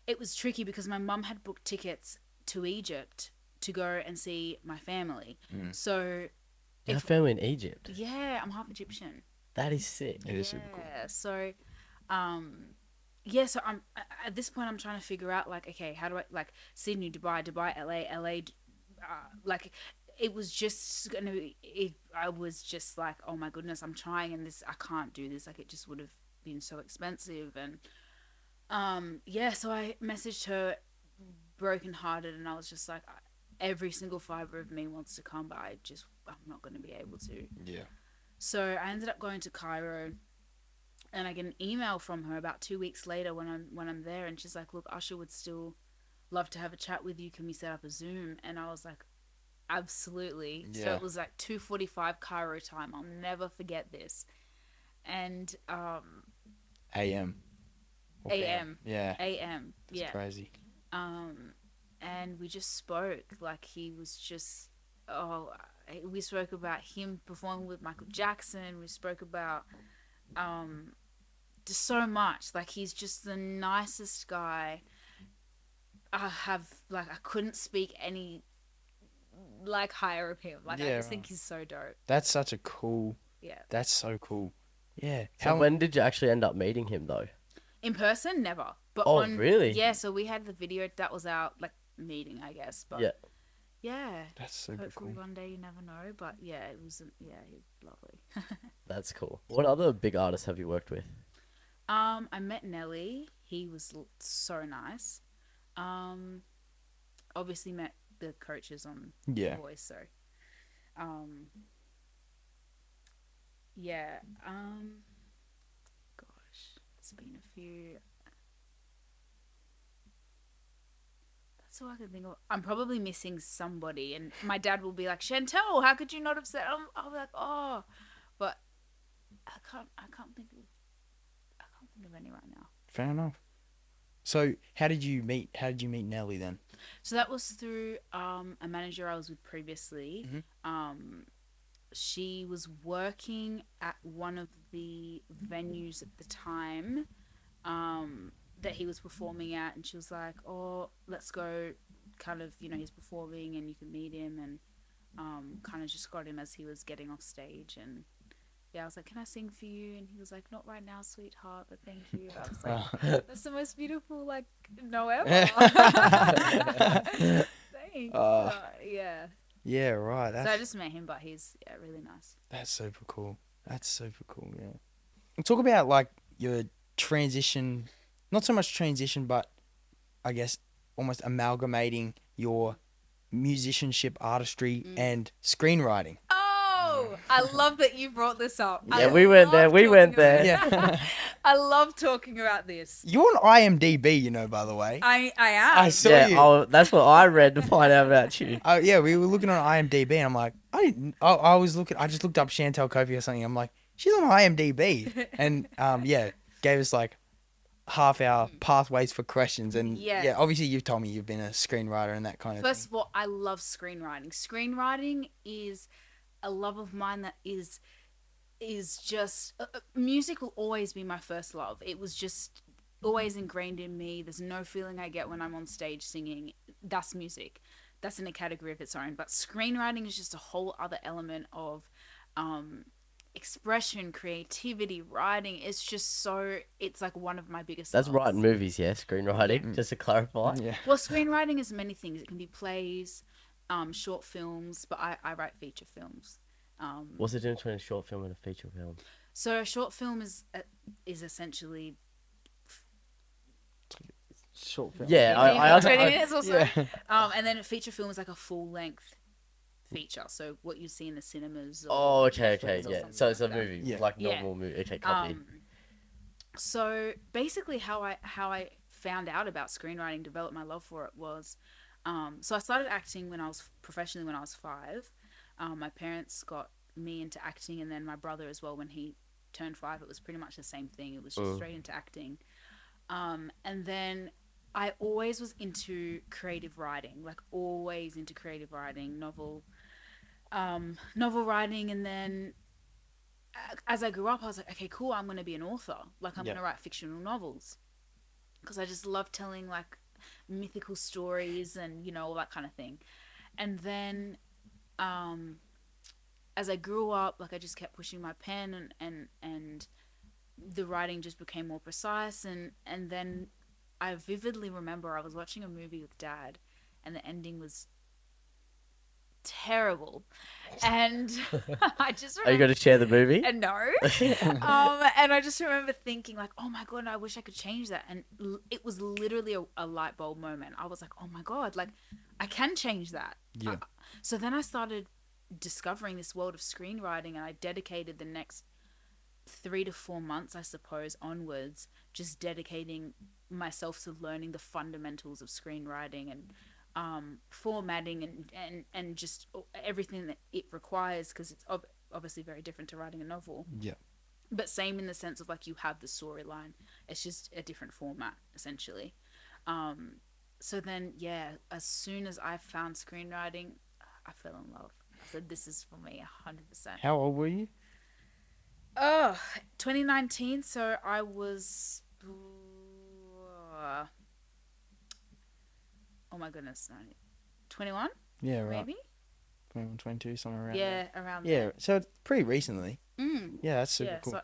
Speaker 1: it was tricky because my mum had booked tickets to Egypt to go and see my family.
Speaker 2: Mm.
Speaker 1: So
Speaker 3: You
Speaker 1: If-
Speaker 3: have family in Egypt.
Speaker 1: yeah, I'm half Egyptian.
Speaker 3: That is sick.
Speaker 2: It is super cool.
Speaker 1: Yeah, So, um, yeah. So I'm a- at this point. I'm trying to figure out like, okay, how do I like Sydney, Dubai, Dubai, LA, LA. Uh, like, it was just gonna. Be, it, I was just like, oh my goodness, I'm trying and this. I can't do this. Like, it just would have been so expensive and, um, yeah. So I messaged her, brokenhearted, and I was just like, I- every single fiber of me wants to come, but I just I'm not gonna be able to.
Speaker 2: Yeah.
Speaker 1: So I ended up going to Cairo, and I get an email from her about two weeks later when I'm when I'm there, and she's like, "Look, Usher would still love to have a chat with you. Can we set up a Zoom?" And I was like, "Absolutely." So
Speaker 2: Yeah.
Speaker 1: it was like two forty five Cairo time. I'll never forget this. And um,
Speaker 2: AM. Or
Speaker 1: AM.
Speaker 2: Yeah.
Speaker 1: AM,
Speaker 2: That's
Speaker 1: yeah.
Speaker 2: crazy.
Speaker 1: um, and we just spoke. Like he was just oh, I- we spoke about him performing with Michael Jackson. We spoke about um, just so much. Like he's just the nicest guy. I have like I couldn't speak any like higher of him. Like I
Speaker 2: Yeah,
Speaker 1: just
Speaker 2: right.
Speaker 1: think he's so dope.
Speaker 2: That's such a cool.
Speaker 1: Yeah.
Speaker 2: That's so cool. Yeah.
Speaker 3: So when did you actually end up meeting him though?
Speaker 1: In person, never. But
Speaker 3: Oh,
Speaker 1: on,
Speaker 3: really?
Speaker 1: Yeah. So we had the video. That was our like meeting, I guess. But
Speaker 3: Yeah.
Speaker 1: yeah.
Speaker 2: that's super
Speaker 1: Hopefully
Speaker 2: cool.
Speaker 1: one day you never know, but yeah, it was yeah, he was lovely.
Speaker 3: That's cool. What other big artists have you worked with?
Speaker 1: Um, I met Nelly. He was l- so nice. Um, obviously met the coaches on
Speaker 2: Yeah.
Speaker 1: Voice, so um, yeah. Um, gosh, it's been a few. That's all I can think of. I'm probably missing somebody, and my dad will be like, "Chantel, how could you not have said?" I'm, I'll be like, "Oh," but I can't. I can't think of. I can't think of any right now.
Speaker 2: Fair enough. So how did you meet? How did you meet Nelly then?
Speaker 1: So that was through um, a manager I was with previously.
Speaker 2: Mhm.
Speaker 1: Um, she was working at one of the venues at the time um, that he was performing at, and she was like, "Oh, let's go." Kind of, you know, he's performing, and you can meet him, and um, kind of just got him as he was getting off stage, and yeah, I was like, "Can I sing for you?" And he was like, "Not right now, sweetheart, but thank you." I was like, "That's the most beautiful like no <laughs>
Speaker 3: <laughs>
Speaker 1: ever." Thanks.
Speaker 2: Uh,
Speaker 1: Uh, yeah.
Speaker 2: <laughs> yeah. Right.
Speaker 1: So I
Speaker 2: That's
Speaker 1: just met him, but he's yeah, really nice.
Speaker 2: that's super cool. That's super cool. Yeah. And talk about like your transition, not so much transition, but I guess almost amalgamating your musicianship, artistry,
Speaker 1: Mm.
Speaker 2: and screenwriting.
Speaker 1: Oh, I love that you brought this up. I
Speaker 3: Yeah, we went there,
Speaker 1: love
Speaker 3: we
Speaker 1: talking
Speaker 3: went there.
Speaker 1: about-
Speaker 2: Yeah.
Speaker 1: <laughs>
Speaker 2: <laughs>
Speaker 1: I love talking about this.
Speaker 2: You're on IMDb, you know, by the way.
Speaker 1: I I am.
Speaker 2: I
Speaker 1: <laughs>
Speaker 2: saw
Speaker 3: yeah,
Speaker 2: you.
Speaker 3: I'll, that's what I read to find out about you.
Speaker 2: Oh yeah, we were looking on IMDb, and I'm like, I didn't. I, I was looking. I just looked up Chantel Kofi or something. I'm like, she's on
Speaker 1: <laughs>
Speaker 2: IMDb, and um, yeah, gave us like half hour pathways for questions, and
Speaker 1: Yes.
Speaker 2: yeah, obviously you've told me you've been a screenwriter and that kind of
Speaker 1: First of all, I love screenwriting. Screenwriting is a love of mine that is is just uh, uh, music will always be my first love. It was just always
Speaker 2: Mm-hmm.
Speaker 1: ingrained in me. There's no feeling I get when I'm on stage singing. That's music. That's in a category of its own. But screenwriting is just a whole other element of um, expression, creativity, writing. It's just so. It's like one of my biggest.
Speaker 3: That's
Speaker 1: loves.
Speaker 3: writing movies, yeah, screenwriting,
Speaker 2: Mm.
Speaker 3: just to clarify.
Speaker 2: thing. Yeah,
Speaker 1: Well, screenwriting is many things. It can be plays, um, short films, but I, I write feature films. Um,
Speaker 3: What's the difference between a short film and a feature film?
Speaker 1: so a short film is uh, is essentially
Speaker 2: short
Speaker 3: Yeah, I, I, I,
Speaker 1: twenty
Speaker 3: I-
Speaker 1: minutes or so,
Speaker 3: <laughs>
Speaker 2: yeah.
Speaker 1: um, and then a feature film is like a full length feature. So what you see in the cinemas. Or,
Speaker 3: Oh, okay, okay,
Speaker 1: Netflix or
Speaker 3: yeah.
Speaker 1: something
Speaker 3: So it's a
Speaker 1: like that.
Speaker 3: movie,
Speaker 2: Yeah.
Speaker 3: like
Speaker 1: Yeah.
Speaker 3: normal movie. Okay, copy.
Speaker 1: Um, so basically, how I how I found out about screenwriting, developed my love for it was, um, so I started acting when I was professionally when I was five. Um, my parents got me into acting, and then my brother as well. When he turned five, it was pretty much the same thing. It was just
Speaker 3: Mm.
Speaker 1: straight into acting. Um, and then I always was into creative writing, like always into creative writing, novel, um, novel writing, and then a- as I grew up, I was like, okay, cool, I'm gonna be an author. Like I'm
Speaker 2: Yeah.
Speaker 1: gonna write fictional novels because I just love telling like mythical stories and you know all that kind of thing. And then um, as I grew up, like I just kept pushing my pen and and and the writing just became more precise and and then I vividly remember I was watching a movie with dad and the ending was terrible
Speaker 3: <laughs>
Speaker 1: and <laughs> I just
Speaker 3: Are you going
Speaker 1: remember
Speaker 3: to share the movie?
Speaker 1: <laughs> and no um, and I just remember thinking, like, oh my god, I wish I could change that. And l- it was literally a, a light bulb moment. I was like, oh my god, like, I can change that.
Speaker 2: Yeah.
Speaker 1: I- so then I started discovering this world of screenwriting, and I dedicated the next three to four months, I suppose, onwards, just dedicating myself to learning the fundamentals of screenwriting and um, formatting and, and, and just everything that it requires because it's ob- obviously very different to writing a novel
Speaker 2: yeah.
Speaker 1: but same in the sense of like you have the storyline it's just a different format essentially um so then yeah as soon as i found screenwriting i fell in love i said this is for me 100%
Speaker 2: How old were you?
Speaker 1: oh 2019 so i was uh, oh my goodness 21
Speaker 2: Yeah, right.
Speaker 1: maybe
Speaker 2: 21, 22, somewhere around.
Speaker 1: yeah around
Speaker 2: There. Yeah.
Speaker 1: there.
Speaker 2: So it's pretty recently.
Speaker 1: Mm,
Speaker 2: Yeah, that's super
Speaker 1: yeah
Speaker 2: cool.
Speaker 1: so,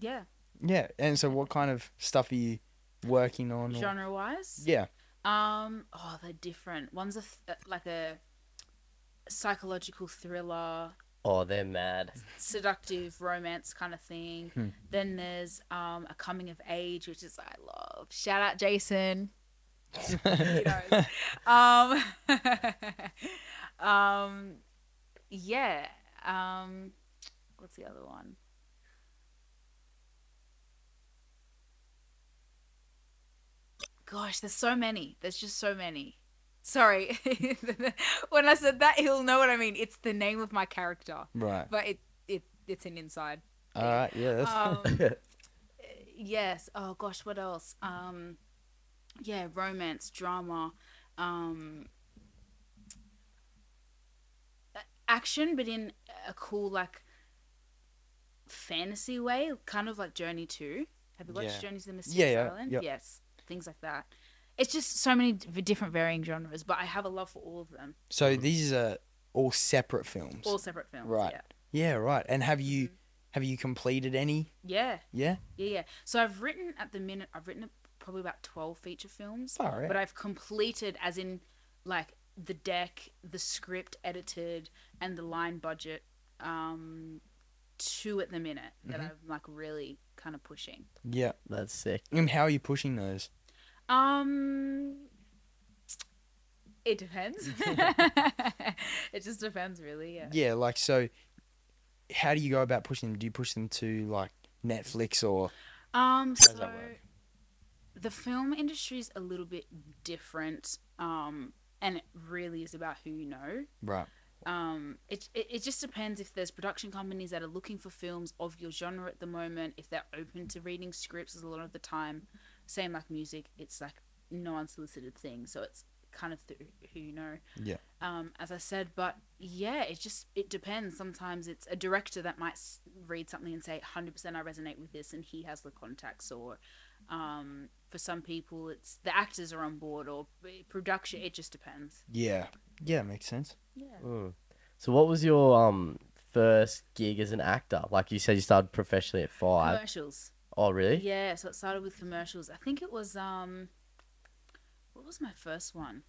Speaker 1: yeah
Speaker 2: Yeah. And so, what kind of stuff are you working on? or-
Speaker 1: genre wise <laughs>
Speaker 2: Yeah.
Speaker 1: Um, oh, they're different. One's a th- uh, like a psychological thriller,
Speaker 3: <laughs> Oh, they're mad.
Speaker 1: seductive romance kind of thing.
Speaker 2: Hmm.
Speaker 1: Then there's um a coming of age, which is I love. Shout out Jason. He knows. um, <laughs> um, yeah. Um, what's the other one? Gosh, there's so many. There's just so many. Sorry, <laughs> when I said that, he'll know what I mean. It's the name of my character,
Speaker 2: <laughs> right.
Speaker 1: but it it it's an inside.
Speaker 2: All right. <laughs> Yeah. That's
Speaker 1: Um, yes oh gosh what else um yeah romance drama um a- action but in a cool like fantasy way kind of like journey 2 have you watched
Speaker 2: Yeah.
Speaker 1: journey to the mysterious
Speaker 2: Yeah, yeah,
Speaker 1: island
Speaker 2: yep.
Speaker 1: yes things like that it's just so many d- different varying genres but i have a love for all of them
Speaker 2: so
Speaker 3: Mm-hmm.
Speaker 2: these are all separate films.
Speaker 1: all separate films
Speaker 2: Right.
Speaker 1: yeah
Speaker 2: yeah. Right. And have you
Speaker 1: Mm-hmm.
Speaker 2: have you completed any?
Speaker 1: yeah
Speaker 2: Yeah.
Speaker 1: yeah yeah so i've written at the minute i've written probably about 12 feature films
Speaker 2: All right.
Speaker 1: but I've completed as in like the deck, the script edited, and the line budget. Um, two at the minute that I'm like really kind of pushing.
Speaker 2: yeah.
Speaker 3: That's sick.
Speaker 2: And how are you pushing those?
Speaker 1: Um, it depends. <laughs> it just depends, really. Yeah.
Speaker 2: Yeah, like so. How do you go about pushing them? Do you push them to like Netflix or?
Speaker 1: Um,
Speaker 2: does
Speaker 1: so
Speaker 2: that work?
Speaker 1: the film industry is a little bit different. Um, and it really is about who you know.
Speaker 2: Right.
Speaker 1: um it, it it just depends if there's production companies that are looking for films of your genre at the moment if they're open to reading scripts as a lot of the time same like music it's like no unsolicited thing so it's kind of through who you know
Speaker 2: Yeah.
Speaker 1: um as i said but yeah it just it depends sometimes it's a director that might s- read something and say 100% i resonate with this and he has the contacts or um for some people it's the actors are on board or p- production it just depends
Speaker 2: Yeah. Yeah, makes sense.
Speaker 1: yeah
Speaker 3: Mm. So, what was your um first gig as an actor? Like you said, you started professionally at five.
Speaker 1: commercials
Speaker 3: Oh, really?
Speaker 1: Yeah, so it started with commercials. I think it was um what was my first one?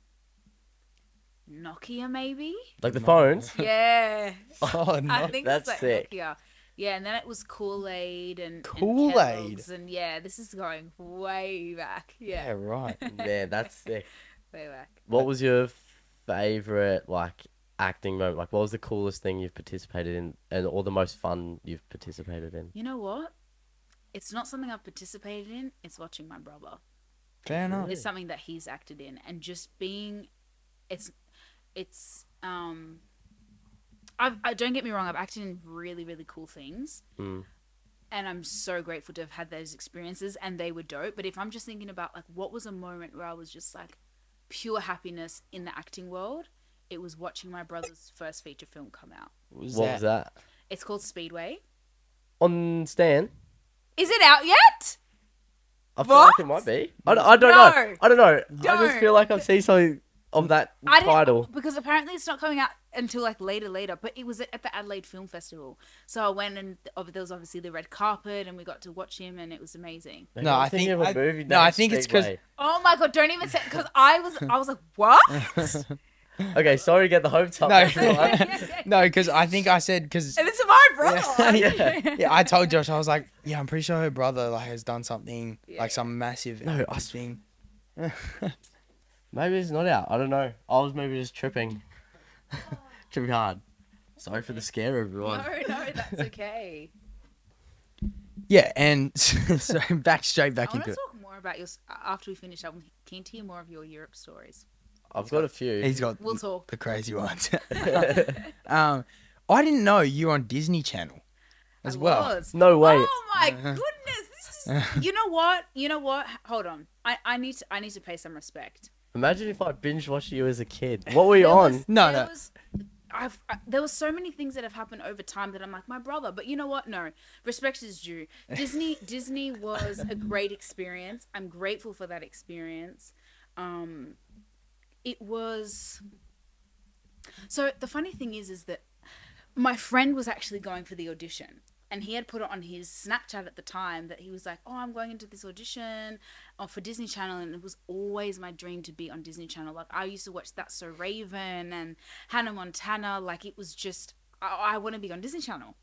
Speaker 1: Nokia
Speaker 3: <laughs>
Speaker 1: maybe?
Speaker 3: Like the
Speaker 1: <laughs>
Speaker 2: No.
Speaker 3: phones?
Speaker 1: Yeah.
Speaker 2: <laughs> Oh no.
Speaker 1: I think it was
Speaker 3: that's
Speaker 1: like
Speaker 3: sick.
Speaker 1: Nokia. Yeah, and then it was Kool-Aid and and
Speaker 2: Kool-Aid.
Speaker 1: Kellogg's and yeah, this is going way back.
Speaker 2: yeah.
Speaker 1: Yeah. <laughs>
Speaker 2: Right.
Speaker 3: yeah, that's sick.
Speaker 1: Way back.
Speaker 3: What was your favorite like acting moment? Like, what was the coolest thing you've participated in, and or the most fun you've participated in?
Speaker 1: You know what? It's not something I've participated in, it's watching my brother.
Speaker 2: Fair enough.
Speaker 1: It's something that he's acted in and just being it's it's um I've, I don't get me wrong. I've acted in really really cool things,
Speaker 3: Mm.
Speaker 1: and I'm so grateful to have had those experiences, and they were dope. But if I'm just thinking about like what was a moment where I was just like pure happiness in the acting world, it was watching my brother's first feature film come out.
Speaker 2: What was
Speaker 3: What
Speaker 2: that?
Speaker 3: was that?
Speaker 1: It's called Speedway.
Speaker 3: On Stan?
Speaker 1: Is it out yet?
Speaker 3: I feel like it
Speaker 1: What?
Speaker 3: might be. I, don't- I don't
Speaker 1: No.
Speaker 3: know. I don't know. I just
Speaker 1: Don't.
Speaker 3: feel like I've seen something of that
Speaker 1: I didn't- <laughs>
Speaker 3: title.
Speaker 1: because apparently it's not coming out until like later later but it was at the adelaide film festival so i went and ob- there was obviously the red carpet and we got to watch him and it was amazing
Speaker 2: No, I think-
Speaker 3: of a
Speaker 2: I-
Speaker 3: movie
Speaker 2: no,
Speaker 3: named
Speaker 2: I think it's 'cause-
Speaker 3: Speedway.
Speaker 1: oh my god don't even say because i was i was like
Speaker 2: <laughs>
Speaker 1: what
Speaker 3: Okay, sorry to get the hopes up.
Speaker 2: No.
Speaker 3: that's all
Speaker 2: <laughs>
Speaker 3: right.
Speaker 2: no, because I think I said because
Speaker 1: and it's my brother
Speaker 2: <laughs> Yeah.
Speaker 1: <laughs>
Speaker 3: Yeah.
Speaker 2: yeah, I told Josh I was like, yeah, I'm pretty sure her brother like has done something
Speaker 1: Yeah.
Speaker 2: like some massive
Speaker 3: No, I
Speaker 2: acting
Speaker 3: sw-
Speaker 2: thing.
Speaker 3: <laughs>
Speaker 2: <laughs>
Speaker 3: Maybe it's not out. I don't know. I was maybe just
Speaker 1: <laughs>
Speaker 3: tripping. tripping hard. Sorry for the scare,
Speaker 1: no
Speaker 3: everyone.
Speaker 1: no that's okay
Speaker 2: <laughs> yeah, and <laughs> so back straight
Speaker 1: i
Speaker 2: back
Speaker 1: want
Speaker 2: into
Speaker 1: to
Speaker 2: it.
Speaker 1: talk more about your s- after we finish i'm keen to hear more of your europe stories
Speaker 3: I've got a few.
Speaker 2: He's got
Speaker 1: we'll talk <laughs>
Speaker 2: the crazy ones. <laughs> um, I didn't know you were on Disney Channel as
Speaker 1: I
Speaker 2: well.
Speaker 1: was.
Speaker 3: <laughs> no way.
Speaker 1: Oh
Speaker 2: <laughs>
Speaker 1: my goodness! This is. You know what? You know what? Hold on. I, I need to I need to pay some respect.
Speaker 3: Imagine if I binge watched you as a kid. What were you
Speaker 1: There
Speaker 3: on?
Speaker 1: was-
Speaker 2: No,
Speaker 1: there
Speaker 2: no.
Speaker 1: Was, I've, I, there were so many things that have happened over time that I'm like, my brother. But you know what? No, respect is
Speaker 2: <laughs>
Speaker 1: due. Disney, Disney was a great experience. I'm grateful for that experience. Um, it was. So the funny thing is, is that my friend was actually going for the audition. And he had put it on his Snapchat at the time that he was like, "Oh, I'm going into this audition uh, for Disney Channel, and it was always my dream to be on Disney Channel. Like I used to watch That's So Raven and Hannah Montana. Like it was just I, I want to be on Disney Channel.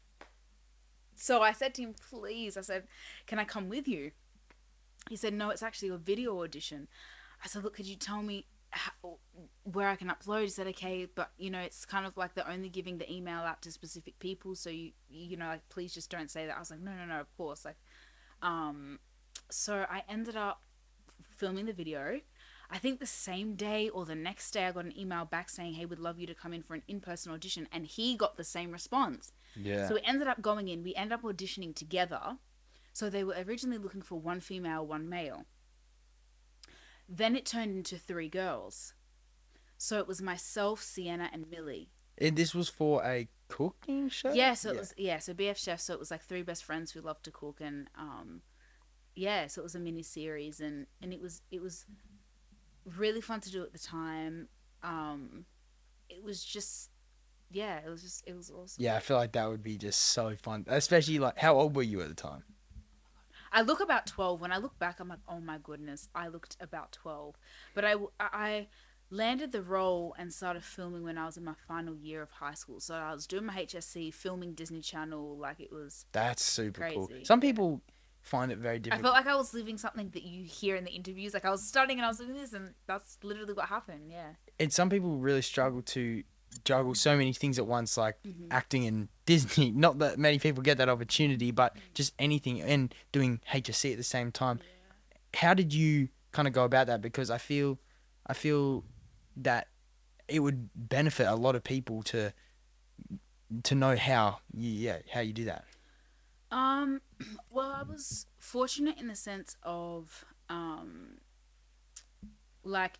Speaker 1: So I said to him, please, I said, can I come with you? He said, no, it's actually a video audition. I said, look, could you tell me how, where I can upload? He said, okay, but you know, it's kind of like they're only giving the email out to specific people, so you you know, like please just don't say that. I was like, no, no, no, of course, like, um, so I ended up filming the video. I think the same day or the next day, I got an email back saying, "Hey, we'd love you to come in for an in-person audition," and he got the same response.
Speaker 2: Yeah.
Speaker 1: So we ended up going in, we ended up auditioning together. So they were originally looking for one female, one male. Then it turned into three girls. So it was myself, Sienna, and Millie.
Speaker 2: And Eh, this was for a cooking show.
Speaker 1: Yeah, so it was yeah, so BF Chef, so it was like three best friends who love to cook and um yeah, so it was a mini series and and it was it was really fun to do at the time. Um it was just yeah, it was just it was awesome.
Speaker 2: Yeah, I feel like that would be just so fun, especially like how old were you at the time?
Speaker 1: I look about 12. When I look back, I'm like, oh my goodness, I looked about 12. But I, I landed the role and started filming when I was in my final year of high school. So I was doing my HSC, filming Disney Channel. Like it was,
Speaker 2: That's super cool.
Speaker 1: Crazy,
Speaker 2: Some
Speaker 1: yeah.
Speaker 2: people find it very
Speaker 1: I
Speaker 2: difficult.
Speaker 1: felt like I was living something that you hear in the interviews. Like I was studying and I was doing this, and that's literally what happened. Yeah.
Speaker 2: and some people really struggle to juggle so many things at once, like
Speaker 1: Mhm.
Speaker 2: acting in <laughs> Disney. Not that many people get that opportunity, but just anything and doing HSC at the same time. How did you kind of go about that? Because I feel, I feel that it would benefit a lot of people to to know how you yeah how you do that.
Speaker 1: Um, <clears throat> well, I was fortunate in the sense of um, like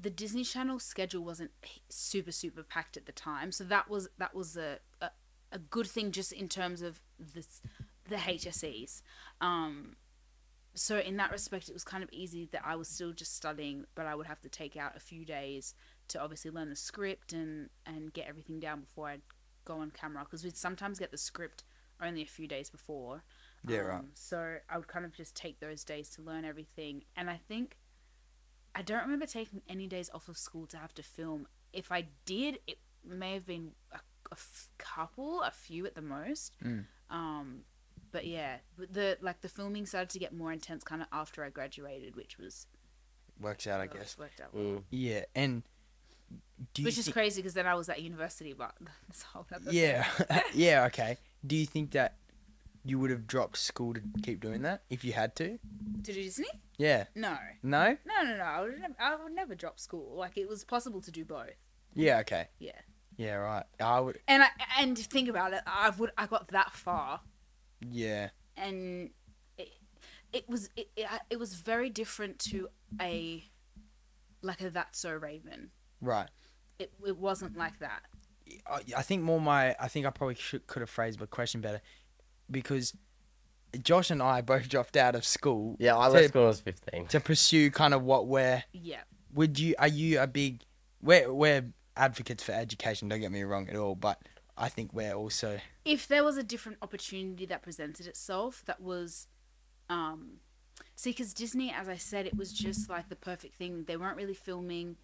Speaker 1: the Disney Channel schedule wasn't h- super super packed at the time, so that was that was a a, a good thing just in terms of this the HSEs. Um, so in that respect, it was kind of easy that I was still just studying, but I would have to take out a few days to obviously learn the script and and get everything down before I'd go on camera because we'd sometimes get the script only a few days before. Um,
Speaker 2: Yeah, right.
Speaker 1: So I would kind of just take those days to learn everything. And I think I don't remember taking any days off of school to have to film. If I did, it may have been a, a f- couple, a few at the most.
Speaker 2: Mm.
Speaker 1: Um, but yeah, but the like the filming started to get more intense kind of after I graduated, which was
Speaker 2: Works out, I
Speaker 1: well,
Speaker 2: guess.
Speaker 1: worked out. well.
Speaker 3: Mm.
Speaker 2: Yeah, and do you
Speaker 1: Which is
Speaker 2: thi-
Speaker 1: crazy because then I was at university, but <laughs> that's a whole other
Speaker 2: yeah <laughs> yeah okay. Do you think that you would have dropped school to keep doing that if you had to?
Speaker 1: To do Disney?
Speaker 2: Yeah.
Speaker 1: No.
Speaker 2: No.
Speaker 1: No, no, no. I would, nev- I would never drop school. Like, it was possible to do both.
Speaker 2: Yeah. Okay.
Speaker 1: Yeah.
Speaker 2: Yeah, right. I would.
Speaker 1: And I, and think about it, I would I got that far,
Speaker 2: Yeah,
Speaker 1: and it, it was it, it, it was very different to a like a That's So Raven.
Speaker 2: right.
Speaker 1: It it wasn't like that.
Speaker 2: I, I think more my. I think I probably should, could have phrased my question better, because Josh and I <laughs> both dropped out of school
Speaker 3: Yeah, I
Speaker 2: So-
Speaker 3: left when I was 15.
Speaker 2: to pursue kind of what we're
Speaker 1: Yeah,
Speaker 2: would you are you a big we're we're advocates for education don't get me wrong at all but i think we're also
Speaker 1: if there was a different opportunity that presented itself that was um see because disney as i said it was just like the perfect thing they weren't really filming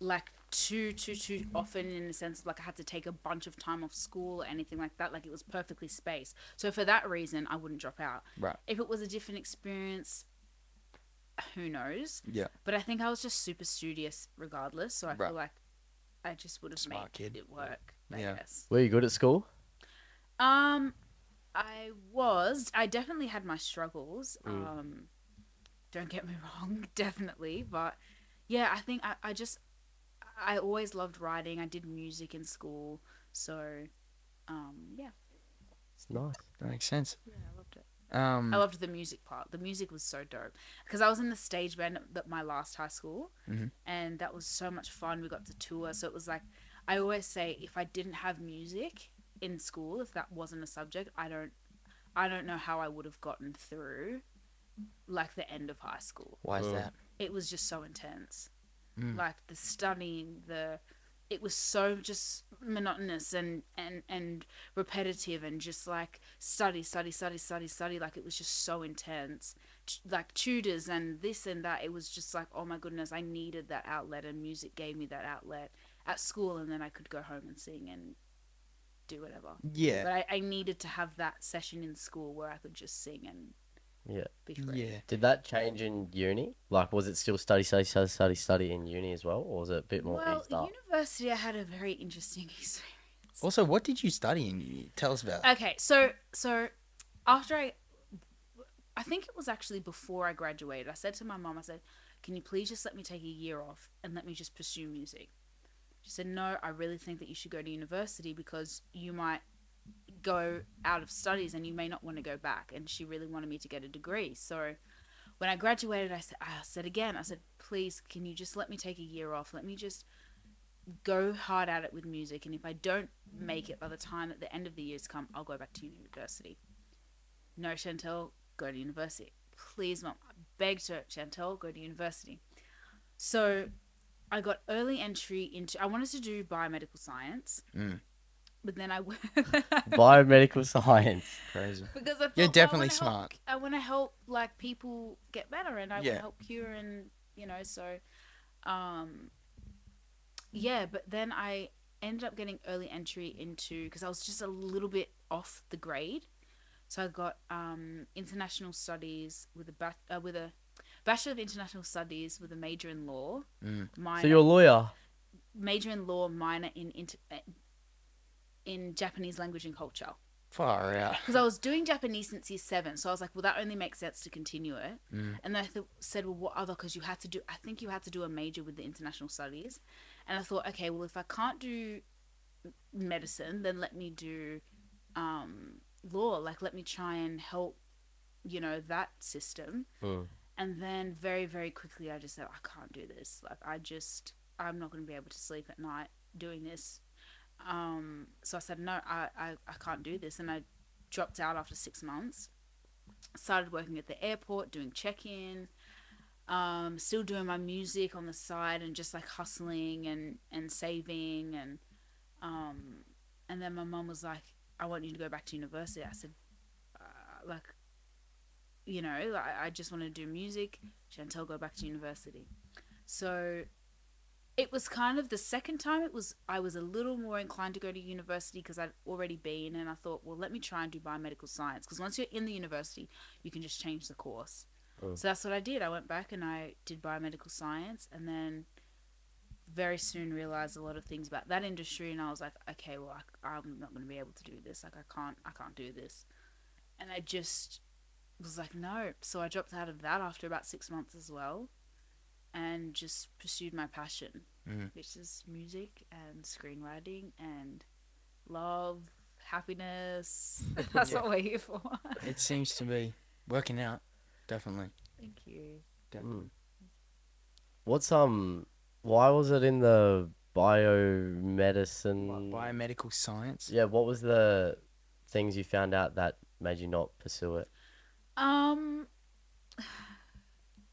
Speaker 1: like too too too often in the sense of like i had to take a bunch of time off school or anything like that like it was perfectly spaced so for that reason i wouldn't drop out
Speaker 2: Right.
Speaker 1: if it was a different experience who knows
Speaker 2: Yeah.
Speaker 1: but i think i was just super studious regardless so i
Speaker 2: Right.
Speaker 1: feel like i just would have made
Speaker 2: Smart kid.
Speaker 1: it work i
Speaker 2: Yeah.
Speaker 1: guess
Speaker 3: Were you good at school?
Speaker 1: um, I was. I definitely had my struggles.
Speaker 3: Mm.
Speaker 1: Um, don't get me <laughs> wrong, definitely. But yeah, I think I, I just I always loved writing. I did music in school, so um, yeah,
Speaker 3: It's nice.
Speaker 2: that makes sense
Speaker 1: yeah, I loved it.
Speaker 2: um
Speaker 1: I loved the music part. The music was so dope because I was in the stage band at my last high school,
Speaker 2: Mhm.
Speaker 1: and that was so much fun. We got to tour, so it was like I always say, if I didn't have music in school, if that wasn't a subject, I don't, I don't know how I would have gotten through, like the end of high school.
Speaker 2: why is
Speaker 3: Mm.
Speaker 2: that
Speaker 1: It was just so intense,
Speaker 2: Mm.
Speaker 1: like the studying, the, it was so just monotonous and and and repetitive and just like study, study, study, study, study. Like it was just so intense, T- like tutors and this and that. It was just like, oh my goodness, I needed that outlet, and music gave me that outlet at school, and then I could go home and sing and do whatever.
Speaker 2: yeah
Speaker 1: But I, I needed to have that session in school where I could just sing and
Speaker 3: Yeah.
Speaker 1: be free.
Speaker 2: yeah
Speaker 3: Did that change in uni? Like, was it still study, study, study, study, study in uni as well, or was it a bit more
Speaker 1: Well,
Speaker 3: eased up?
Speaker 1: university, I had a very interesting <laughs> experience.
Speaker 2: also what did you study in uni tell us about that.
Speaker 1: Okay, so so after I, I think it was actually before I graduated. I said to my mom, I said, "Can you please just let me take a year off and let me just pursue music?" She said, "No, I really think that you should go to university because you might go out of studies and you may not want to go back." And she really wanted me to get a degree. So when I graduated, I said, I said again, I said, "Please, can you just let me take a year off? Let me just." go hard at it with music and if i don't make it by the time that the end of the year's come i'll go back to university no chantel go to university please mom i beg to chantel go to university so i got early entry into i wanted to do biomedical science
Speaker 2: Mm.
Speaker 1: but then i <laughs> w-
Speaker 3: Biomedical <laughs> science.
Speaker 2: crazy
Speaker 1: because I thought,
Speaker 2: You're
Speaker 1: well, I
Speaker 2: definitely
Speaker 1: wanna help-
Speaker 2: smart.
Speaker 1: I want to help like people get better, and I want
Speaker 2: Yeah.
Speaker 1: to help cure, and you know, so, um, yeah. But then I ended up getting early entry into because I was just a little bit off the grade, so I got um international studies with a bat- uh, with a bachelor of international studies with a major in law.
Speaker 2: Mm.
Speaker 1: Minor,
Speaker 3: So you're a lawyer.
Speaker 1: major in law, minor in inter- uh, in Japanese language and culture <laughs>
Speaker 2: far out
Speaker 1: because I was doing Japanese since year seven, so I was like, well, that only makes sense to continue it.
Speaker 2: Mm.
Speaker 1: And then I th- said, well, what other? Because you had to do, I think you had to do a major with the international studies, and I thought, okay, well, if I can't do m- medicine, then let me do um, law. Like, let me try and help, you know, that system.
Speaker 2: Hmm.
Speaker 3: Mm.
Speaker 1: And then very, very quickly, I just said, I can't do this. Like, I just, I'm not going to be able to sleep at night doing this. Um, so I said, no, I, I, I can't do this. And I dropped out after six months, started working at the airport, doing check in, um, still doing my music on the side and just like hustling and, and saving. And, um, and then my mom was like, I want you to go back to university. I said, uh, like, you know, I, I just want to do music. Chantel, go back to university. So it was kind of the second time it was I was a little more inclined to go to university because I'd already been and I thought, well, let me try and do biomedical science because once you're in the university, you can just change the course.
Speaker 3: Mm.
Speaker 1: So that's what I did. I went back and I did biomedical science and then very soon realized a lot of things about that industry and I was like, okay, well, I, I'm not going to be able to do this. Like I can't I can't do this. And I just was like, no. So I dropped out of that after about six months as well and just pursued my passion,
Speaker 2: Mm.
Speaker 1: which is music and screenwriting and love, happiness. <laughs> That's
Speaker 2: Yeah.
Speaker 1: what we're here for.
Speaker 2: It seems to be working out. Definitely.
Speaker 1: Thank you.
Speaker 2: Definitely.
Speaker 3: Hmm. What's um? Why was it in the biomedicine?
Speaker 2: Like biomedical science.
Speaker 3: Mm. yeah. What was the things you found out that made you not pursue it?
Speaker 1: Um,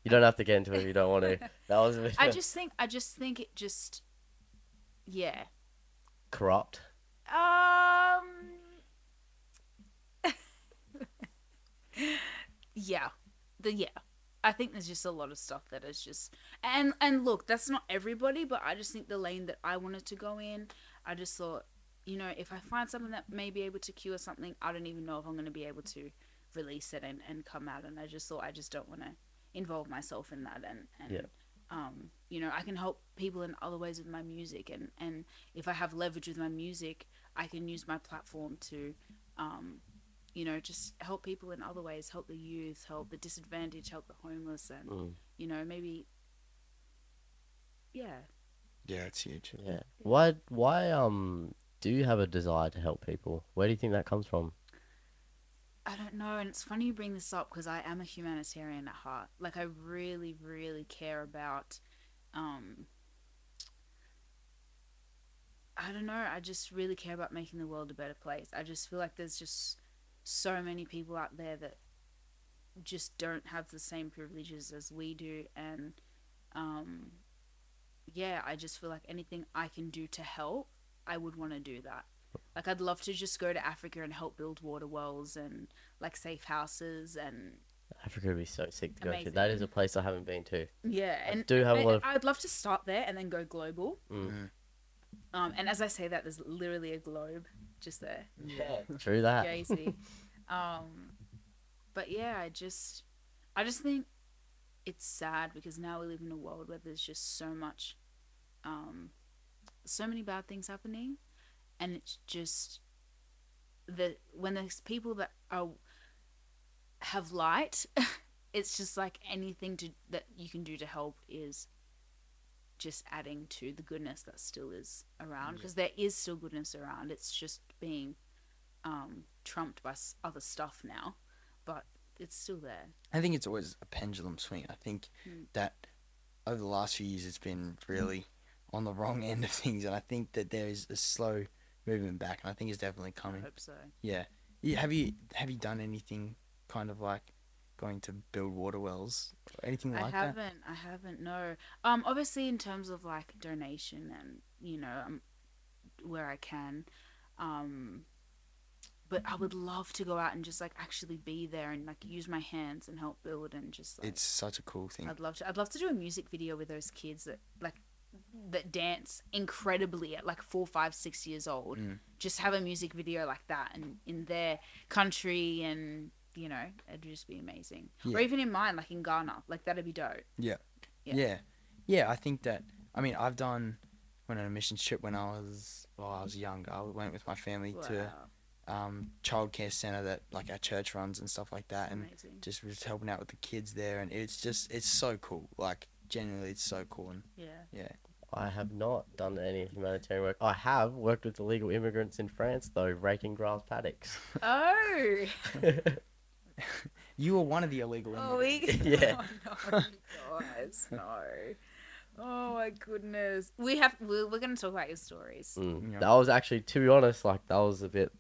Speaker 3: You don't have to get into it if you don't want to. That was a bit
Speaker 1: I just think I just think it just, yeah.
Speaker 3: corrupt.
Speaker 1: Um, <laughs> yeah, the yeah. I think there's just a lot of stuff that is just and and look, that's not everybody, but I just think the lane that I wanted to go in, I just thought, you know, if I find something that may be able to cure something, I don't even know if I'm going to be able to release it and, and come out. And I just thought, I just don't want to involve myself in that. And, and
Speaker 3: Yeah.
Speaker 1: um, you know, I can help people in other ways with my music. And, and if I have leverage with my music, I can use my platform to, um, you know, just help people in other ways, help the youth, help the disadvantaged, help the homeless, and,
Speaker 3: Mm,
Speaker 1: you know, maybe, yeah.
Speaker 2: Yeah, it's huge.
Speaker 3: yeah. Why? Why um? Do you have a desire to help people? Where do you think that comes from?
Speaker 1: I don't know, and it's funny you bring this up because I am a humanitarian at heart. Like I really, really care about. Um, I don't know. I just really care about making the world a better place. I just feel like there's just so many people out there that just don't have the same privileges as we do, and um, yeah, I just feel like anything I can do to help, I would want to do that. Like I'd love to just go to Africa and help build water wells and like safe houses and
Speaker 3: Africa would be so sick to go
Speaker 1: Amazing.
Speaker 3: to. That is a place I haven't been to.
Speaker 1: yeah,
Speaker 3: I
Speaker 1: and
Speaker 3: do have a lot of-
Speaker 1: I'd love to start there and then go global.
Speaker 3: Mm.
Speaker 1: Um, and as I say that, there's literally a globe just there.
Speaker 3: Yeah. True that.
Speaker 1: Crazy. um, but yeah, I just, I just think it's sad because now we live in a world where there's just so much, um, so many bad things happening, and it's just the when there's people that are have light, <laughs> it's just like anything to that you can do to help is just adding to the goodness that still is around because there is still goodness around. It's just being um, trumped by s- other stuff now, but it's still there.
Speaker 2: I think it's always a pendulum swing. I think
Speaker 1: Mm.
Speaker 2: that over the last few years, it's been really on the wrong end of things, and I think that there is a slow movement back, and I think it's definitely
Speaker 1: I
Speaker 2: coming.
Speaker 1: hope so.
Speaker 2: Yeah. yeah. Have you have you done anything kind of like going to build water wells or anything
Speaker 1: I
Speaker 2: like
Speaker 1: haven't.
Speaker 2: that?
Speaker 1: I haven't. No. Um. Obviously, in terms of like donation and you know, um, where I can, um, but I would love to go out and just like actually be there and like use my hands and help build and just like
Speaker 2: It's such a cool thing.
Speaker 1: I'd love to. I'd love to do a music video with those kids that like that dance incredibly at like four, five, six years old.
Speaker 2: Mm.
Speaker 1: Just have a music video like that and in their country and you know it'd just be amazing.
Speaker 2: Yeah.
Speaker 1: Or even in mine, like in Ghana, like that'd be dope.
Speaker 2: Yeah.
Speaker 1: Yeah.
Speaker 2: yeah. I think that I mean I've done went on a mission trip when I was well, I was young. I went with my family
Speaker 1: Wow,
Speaker 2: to a um childcare center that like our church runs and stuff like that and
Speaker 1: amazing.
Speaker 2: just was helping out with the kids there and it's just it's so cool. Like genuinely it's so cool and <laughs>
Speaker 1: Yeah.
Speaker 3: I have not done any humanitarian work. I have worked with illegal immigrants in France, though, raking grass
Speaker 2: <laughs>
Speaker 3: paddocks. Mm.
Speaker 1: Oh.
Speaker 2: you were one of the illegal
Speaker 1: <laughs> Oh,
Speaker 2: immigrants. <laughs>
Speaker 1: we.
Speaker 3: Yeah.
Speaker 1: Oh, no, <laughs> guys, no. Oh my goodness. We have. We're, we're gonna talk about your stories.
Speaker 3: Mm.
Speaker 2: Yeah.
Speaker 3: That was actually, to be honest, like that was a bit,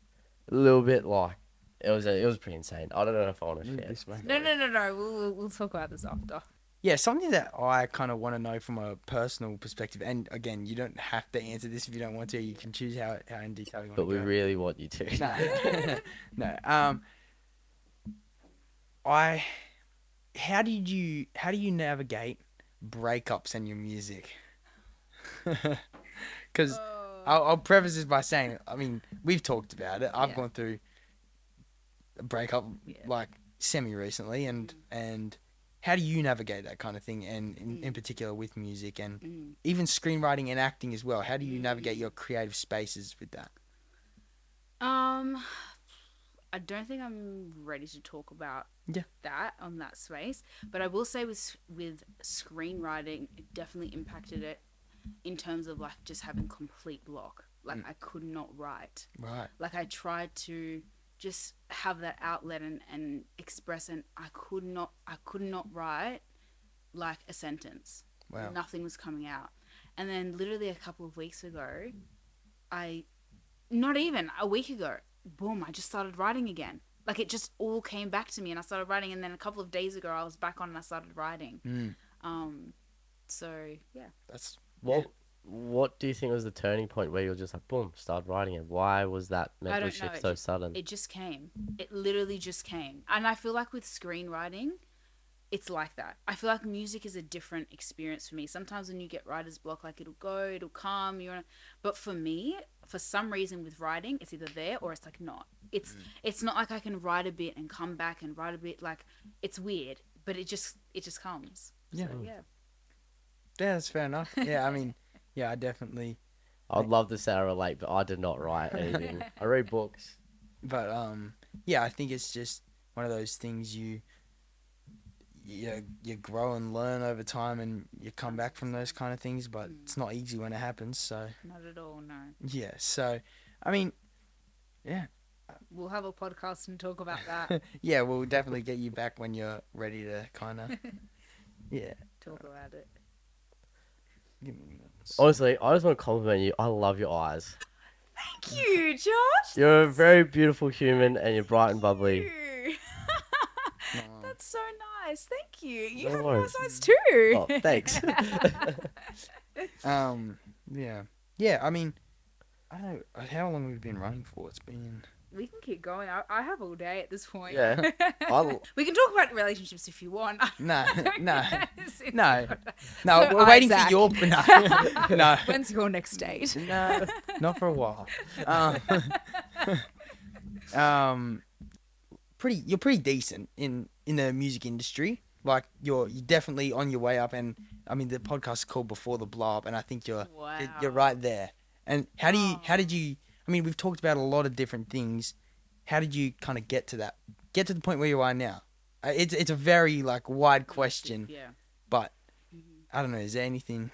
Speaker 3: a little bit like it was. it was pretty insane. I don't know if
Speaker 2: <laughs>
Speaker 3: I want to
Speaker 2: Move
Speaker 3: share.
Speaker 2: this way.
Speaker 1: No, no, no, no. We'll, we'll, we'll talk about this after.
Speaker 2: Yeah, something that I kind of want to know from a personal perspective, and again, you don't have to answer this if you don't want to. You can choose how, how in detail you want
Speaker 3: But
Speaker 2: to
Speaker 3: we
Speaker 2: go.
Speaker 3: really want you to.
Speaker 2: <laughs> no,
Speaker 3: <laughs>
Speaker 2: no. Um, I. How did you how do you navigate breakups and your music? <laughs> Because
Speaker 1: Oh.
Speaker 2: I'll, I'll preface this by saying, I mean, we've talked about it. I've
Speaker 1: Yeah.
Speaker 2: gone through a breakup
Speaker 1: Yeah.
Speaker 2: like semi recently, and and how do you navigate that kind of thing, and in, in particular with music and
Speaker 1: Mm.
Speaker 2: even screenwriting and acting as well? How do you
Speaker 1: Mm.
Speaker 2: navigate your creative spaces with that?
Speaker 1: Um, I don't think I'm ready to talk about
Speaker 2: Yeah.
Speaker 1: that on that space, but I will say with with screenwriting, it definitely impacted it in terms of like just having complete block. Like I could not write.
Speaker 2: Right.
Speaker 1: Like I tried to just have that outlet and, and express and I could not I could not write like a sentence.
Speaker 2: Wow.
Speaker 1: Nothing was coming out. And then literally a couple of weeks ago, I not even a week ago, boom, I just started writing again. Like it just all came back to me and I started writing and then a couple of days ago I was back on and I started writing.
Speaker 2: Mm,
Speaker 1: Um so yeah.
Speaker 2: that's
Speaker 3: What What do you think was the turning point where you're just like, boom, start writing it? Why was that mental
Speaker 1: don't know,
Speaker 3: shift
Speaker 1: it
Speaker 3: so
Speaker 1: just-
Speaker 3: sudden?
Speaker 1: It just came. It literally just came. And I feel like with screenwriting, it's like that. I feel like music is a different experience for me. Sometimes when you get writer's block, like it'll go, it'll come, you're on. But for me, for some reason with writing, it's either there or it's like not. It's it's not like I can write a bit and come back and write a bit. Like it's weird, but it just it just comes.
Speaker 2: yeah.
Speaker 1: So, yeah.
Speaker 2: Yeah, that's fair enough. Yeah, I mean, yeah, I definitely.
Speaker 3: I'd love to say I relate, but I did not
Speaker 1: <laughs>
Speaker 3: write anything. I read books.
Speaker 2: But um, yeah, I think it's just one of those things you you you grow and learn over time, and you come back from those kind of things. But
Speaker 1: Mm.
Speaker 2: it's not easy when it happens. So
Speaker 1: Not at all. No.
Speaker 2: yeah, so I mean,
Speaker 1: We'll have a podcast and talk about that.
Speaker 2: yeah, we'll definitely get you back when you're ready to kind of yeah.
Speaker 1: talk about it.
Speaker 2: Give me minutes.
Speaker 3: Honestly, I just want to compliment you. I love your eyes.
Speaker 1: Thank you, Josh.
Speaker 3: You're a very beautiful human, and you're bright
Speaker 1: <laughs>
Speaker 3: and bubbly.
Speaker 1: Thank you.
Speaker 2: No.
Speaker 1: That's so nice. Thank you. You
Speaker 3: No
Speaker 1: have
Speaker 3: worries.
Speaker 1: nice eyes too.
Speaker 3: Oh, thanks.
Speaker 1: <laughs>
Speaker 3: <laughs>
Speaker 2: Um. Yeah. Yeah. I mean, I don't know how long we've been running for. It's been.
Speaker 1: we can keep going. I, I have all day at this point. <laughs>
Speaker 3: Yeah. I'll-
Speaker 1: we can talk about relationships if you want. <laughs>
Speaker 2: Nah, <laughs>
Speaker 3: <laughs>
Speaker 2: nah,
Speaker 1: It's-
Speaker 2: No. No,
Speaker 1: So,
Speaker 2: we're waiting for
Speaker 1: Isaac. <laughs>
Speaker 2: your. <laughs> No. no.
Speaker 1: When's your next date?
Speaker 2: no. <laughs> Not for a while. Um. <laughs> um, pretty. You're pretty decent in in the music industry. Like you're you're definitely on your way up. And I mean, the podcast is called Before the Blow Up, and I think you're
Speaker 1: Wow.
Speaker 2: You're- You're right there. And how do you? How did you? I mean, we've talked about a lot of different things. How did you kind of get to that? Get to the point where you are now. Uh, It's it's a very like wide question,
Speaker 1: Yeah. Mm-hmm.
Speaker 2: but I don't know. Is there anything?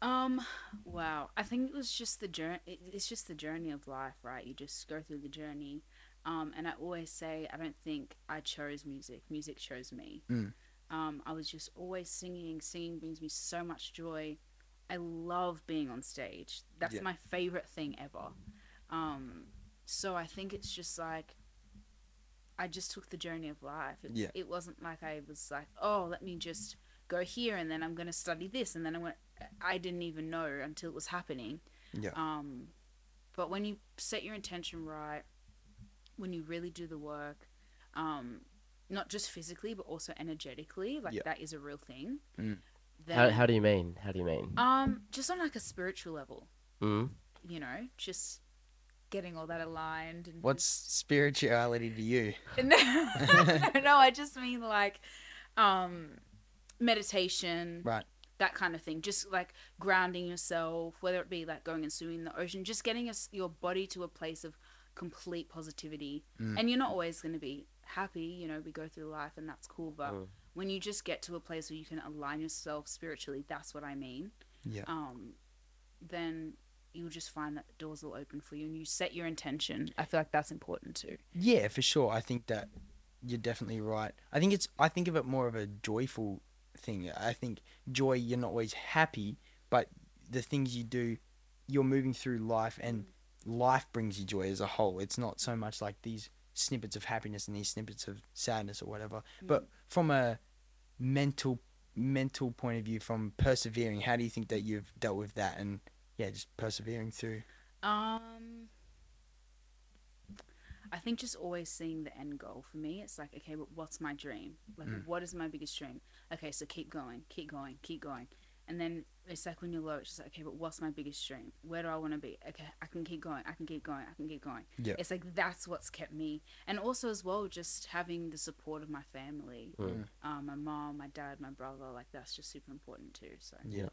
Speaker 1: Um. Wow. I think it was just the journey. It's just the journey of life, right? You just go through the journey. Um. And I always say, I don't think I chose music. Music chose me.
Speaker 2: Mm.
Speaker 1: Um. I was just always singing. Singing brings me so much joy. I love being on stage. That's
Speaker 2: Yeah.
Speaker 1: my favorite thing ever. Um. So I think it's just like. I just took the journey of life. It,
Speaker 2: Yeah.
Speaker 1: it wasn't like I was like, oh, let me just go here and then I'm going to study this and then I'm going to I didn't even know until it was happening.
Speaker 2: Yeah.
Speaker 1: Um, but when you set your intention right, when you really do the work, um, not just physically but also energetically, like
Speaker 2: Yeah.
Speaker 1: that is a real thing.
Speaker 2: Mm.
Speaker 3: how, how do you mean? How do you mean?
Speaker 1: um, just on like a spiritual level,
Speaker 3: Mm?
Speaker 1: you know, just getting all that aligned. And <laughs>
Speaker 2: What's spirituality to you?
Speaker 1: no, <laughs> no, I just mean like um, meditation,
Speaker 2: Right.
Speaker 1: That kind of thing, just like grounding yourself, whether it be like going and swimming in the ocean, just getting us your body to a place of complete positivity.
Speaker 2: Mm.
Speaker 1: And you're not always going to be happy, you know. We go through life, and that's cool. But
Speaker 3: Mm.
Speaker 1: when you just get to a place where you can align yourself spiritually, that's what I mean.
Speaker 2: Yeah.
Speaker 1: Um, then you'll just find that the doors will open for you, and you set your intention. I feel like that's important too.
Speaker 2: Yeah, for sure. I think that you're definitely right. I think it's. I think of it more of a joyful thing. I think joy. You're not always happy, but the things you do, you're moving through life, and life brings you joy as a whole. It's not so much like these snippets of happiness and these snippets of sadness or whatever. But from a mental mental point of view, from persevering, how do you think that you've dealt with that? And yeah, just persevering through.
Speaker 1: Um, I think just always seeing the end goal for me. It's like, okay, but what's my dream? Like,
Speaker 2: Mm.
Speaker 1: what is my biggest dream? Okay, so keep going, keep going, keep going. And then it's like when you're low, it's just like, okay, but what's my biggest dream? Where do I want to be? Okay, I can keep going, I can keep going, I can keep going.
Speaker 2: Yeah.
Speaker 1: It's like that's what's kept me. And also, as well, just having the support of my family
Speaker 3: Mm.
Speaker 1: um, my mom, my dad, my brother like, that's just super important too. So,
Speaker 2: Yeah.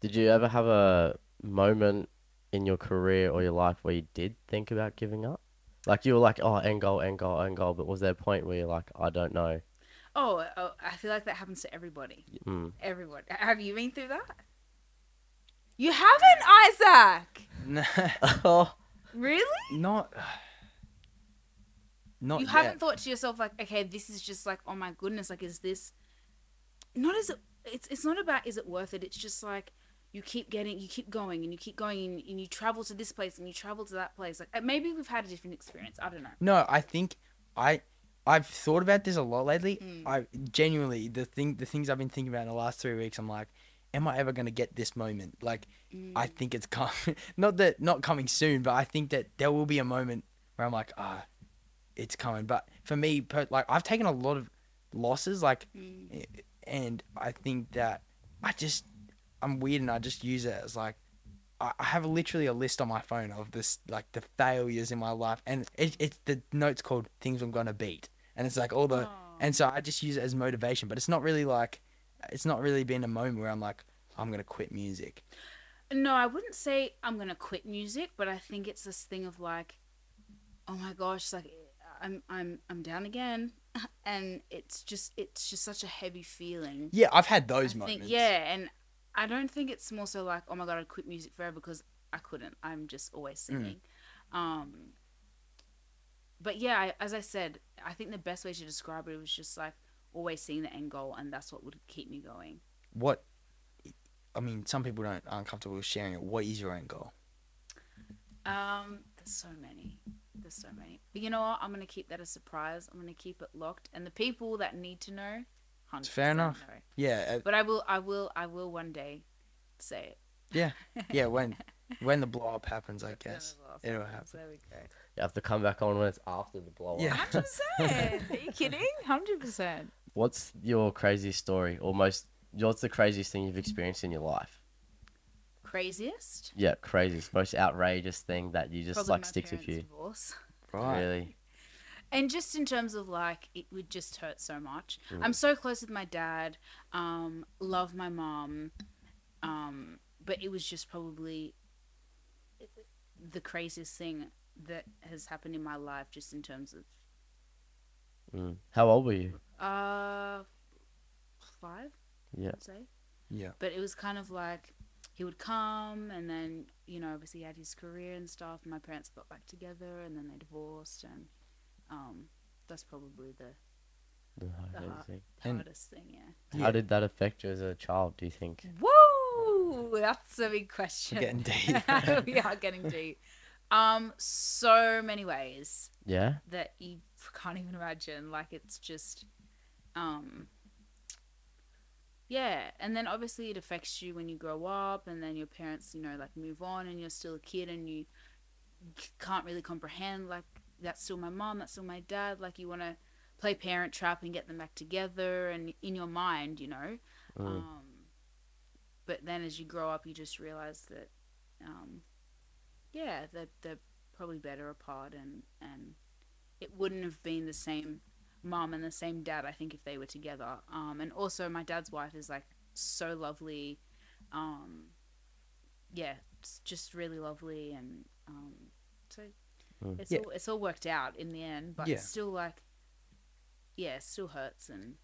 Speaker 3: Did you ever have a moment in your career or your life where you did think about giving up? Like you were like, oh, end goal, end goal, end goal, but was there a point where you're like, I don't know?
Speaker 1: oh, oh, I feel like that happens to everybody.
Speaker 3: Mm.
Speaker 1: Everyone. Have you been through that? You haven't, Isaac.
Speaker 2: No,
Speaker 3: oh,
Speaker 1: Really?
Speaker 2: not. Not
Speaker 1: you
Speaker 2: yet.
Speaker 1: haven't thought to yourself like, okay, this is just like, oh my goodness, like, is this not as it, it's it's not about is it worth it? It's just like you keep getting, you keep going, and you keep going, and, and you travel to this place, and you travel to that place. Like uh, maybe we've had a different experience. I don't know.
Speaker 2: No, I think I I've thought about this a lot lately.
Speaker 1: Mm.
Speaker 2: I genuinely the thing the things I've been thinking about in the last three weeks. I'm like, am I ever gonna get this moment? Like,
Speaker 1: Hmm.
Speaker 2: I think it's coming. <laughs> Not that not coming soon, but I think that there will be a moment where I'm like, ah, it's coming. But for me, per, like I've taken a lot of losses. Like
Speaker 1: Mm.
Speaker 2: and I think that I just I'm weird and I just use it as like I I have literally a list on my phone of this like the failures in my life and it, it's the notes called things I'm gonna beat and it's like all the
Speaker 1: Oh.
Speaker 2: and so I just use it as motivation but it's not really like it's not really been a moment where I'm like I'm gonna quit music
Speaker 1: No, I wouldn't say I'm gonna quit music, but I think it's this thing of like, oh my gosh, like I'm I'm I'm down again, <laughs> and it's just it's just such a heavy feeling.
Speaker 2: yeah I've had
Speaker 1: I
Speaker 2: those
Speaker 1: think
Speaker 2: moments
Speaker 1: yeah, and I don't think it's more so like oh my god I quit music forever because I couldn't. I'm just always
Speaker 2: Mm.
Speaker 1: singing. Um, but yeah, I, as I said, I think the best way to describe it was just like always seeing the end goal, and that's what would keep me going.
Speaker 2: what I mean some people don't aren't comfortable with sharing it what is your end goal
Speaker 1: Um, there's so many. There's so many. But you know what? I'm gonna keep that a surprise. I'm gonna keep it locked, and the people that need to know, 100%
Speaker 2: fair enough.
Speaker 1: know.
Speaker 2: yeah
Speaker 1: But I will, I will, I will one day say it.
Speaker 2: uh, yeah when when the blow up happens I
Speaker 1: <laughs>
Speaker 2: guess it'll happen.
Speaker 1: There we go.
Speaker 3: you have to come back on when it's after the blow up.
Speaker 2: Yeah.
Speaker 1: Hundred percent.
Speaker 2: <laughs>
Speaker 1: Are you kidding? Hundred percent.
Speaker 3: What's your craziest story? Almost, what's the craziest thing you've experienced in your life?
Speaker 1: Craziest.
Speaker 3: Yeah, craziest, most outrageous thing that you just
Speaker 1: Probably
Speaker 3: like
Speaker 1: my
Speaker 3: sticks with
Speaker 1: parents'
Speaker 3: you.
Speaker 1: Divorce.
Speaker 3: Really?
Speaker 1: And just in terms of like, it would just hurt so much. I'm so close with my dad. Um, love my mom. Um, but it was just probably the craziest thing that has happened in my life, just in terms of
Speaker 3: Mm. How old were you?
Speaker 1: uh, five.
Speaker 3: Yeah.
Speaker 1: I'd say.
Speaker 2: Yeah.
Speaker 1: but it was kind of like he would come and then you know obviously he had his career and stuff my parents got back together and then they divorced and um that's probably the
Speaker 2: And-
Speaker 1: hardest thing Uh, yeah
Speaker 3: How did that affect you as a child? Do you think?
Speaker 1: whoa that's a big question <laughs>
Speaker 2: We're getting deep.
Speaker 1: we are getting deep um so many ways
Speaker 3: Yeah.
Speaker 1: that you can't even imagine. Like it's just, um, yeah. And then obviously it affects you when you grow up, and then your parents, you know, like move on, and you're still a kid, and you c- can't really comprehend. Like that's still my mom, that's still my dad. Like you want to play parent trap and get them back together, and in your mind, you know.
Speaker 3: Mm.
Speaker 1: Um, but then as you grow up, you just realize that, um, yeah, that they're probably better apart, and and it wouldn't have been the same mom and the same dad. I think if they were together. Um, and also my dad's wife is like so lovely. Um, yeah, it's just really lovely, and um, so
Speaker 3: Mm.
Speaker 1: it's
Speaker 2: Yeah.
Speaker 1: all it's all worked out in the end, but
Speaker 2: Yeah.
Speaker 1: it's still like, yeah, it still hurts and.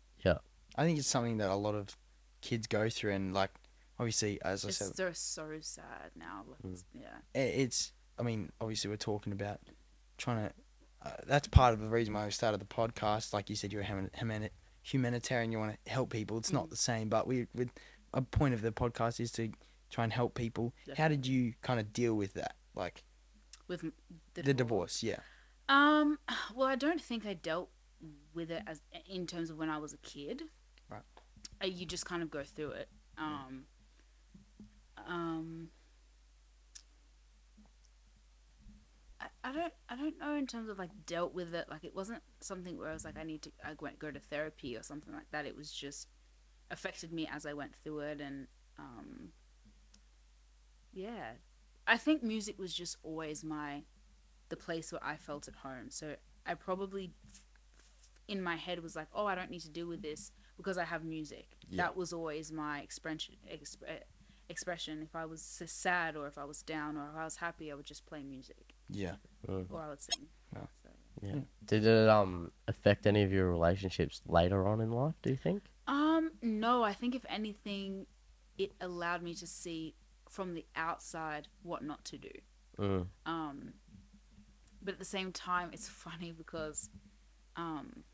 Speaker 2: I think it's something that a lot of kids go through, and like obviously, as I
Speaker 1: It's
Speaker 2: said,
Speaker 1: so, so sad now. Like,
Speaker 2: Mm.
Speaker 1: it's- Yeah.
Speaker 2: i- it's. I mean, obviously, we're talking about trying to. Uh, that's part of the reason why we started the podcast. Like you said, you're a human, humani- humanitarian. You want to help people. It's
Speaker 1: Mm.
Speaker 2: not the same, but we. With a point of the podcast is to try and help people. How did you kind of deal with that? Like
Speaker 1: with m-
Speaker 2: the, divorce. Yeah.
Speaker 1: Um, well, I don't think I dealt with it as in terms of when I was a kid.
Speaker 2: Right.
Speaker 1: Uh, You just kind of go through it. Um, um, I, I don't I don't know in terms of like dealt with it. Like it wasn't something where I was like I need to I went go to therapy or something like that. It was just affected me as I went through it and um, yeah. I think music was just always my the place where I felt at home. So I probably f- in my head was like, oh, I don't need to deal with this because I have music.
Speaker 3: Yeah.
Speaker 1: That was always my expression. Exp- eh, expression. If I was s- sad or if I was down or if I was happy, I would just play music
Speaker 2: Yeah.
Speaker 3: Mm.
Speaker 1: or I would sing.
Speaker 2: Wow.
Speaker 1: So,
Speaker 3: Yeah. Mm. Did it um affect any of your relationships later on in life? Do you think?
Speaker 1: um, no, I think if anything, it allowed me to see from the outside what not to do.
Speaker 3: Mm.
Speaker 1: Um, but at the same time, it's <laughs> funny because um,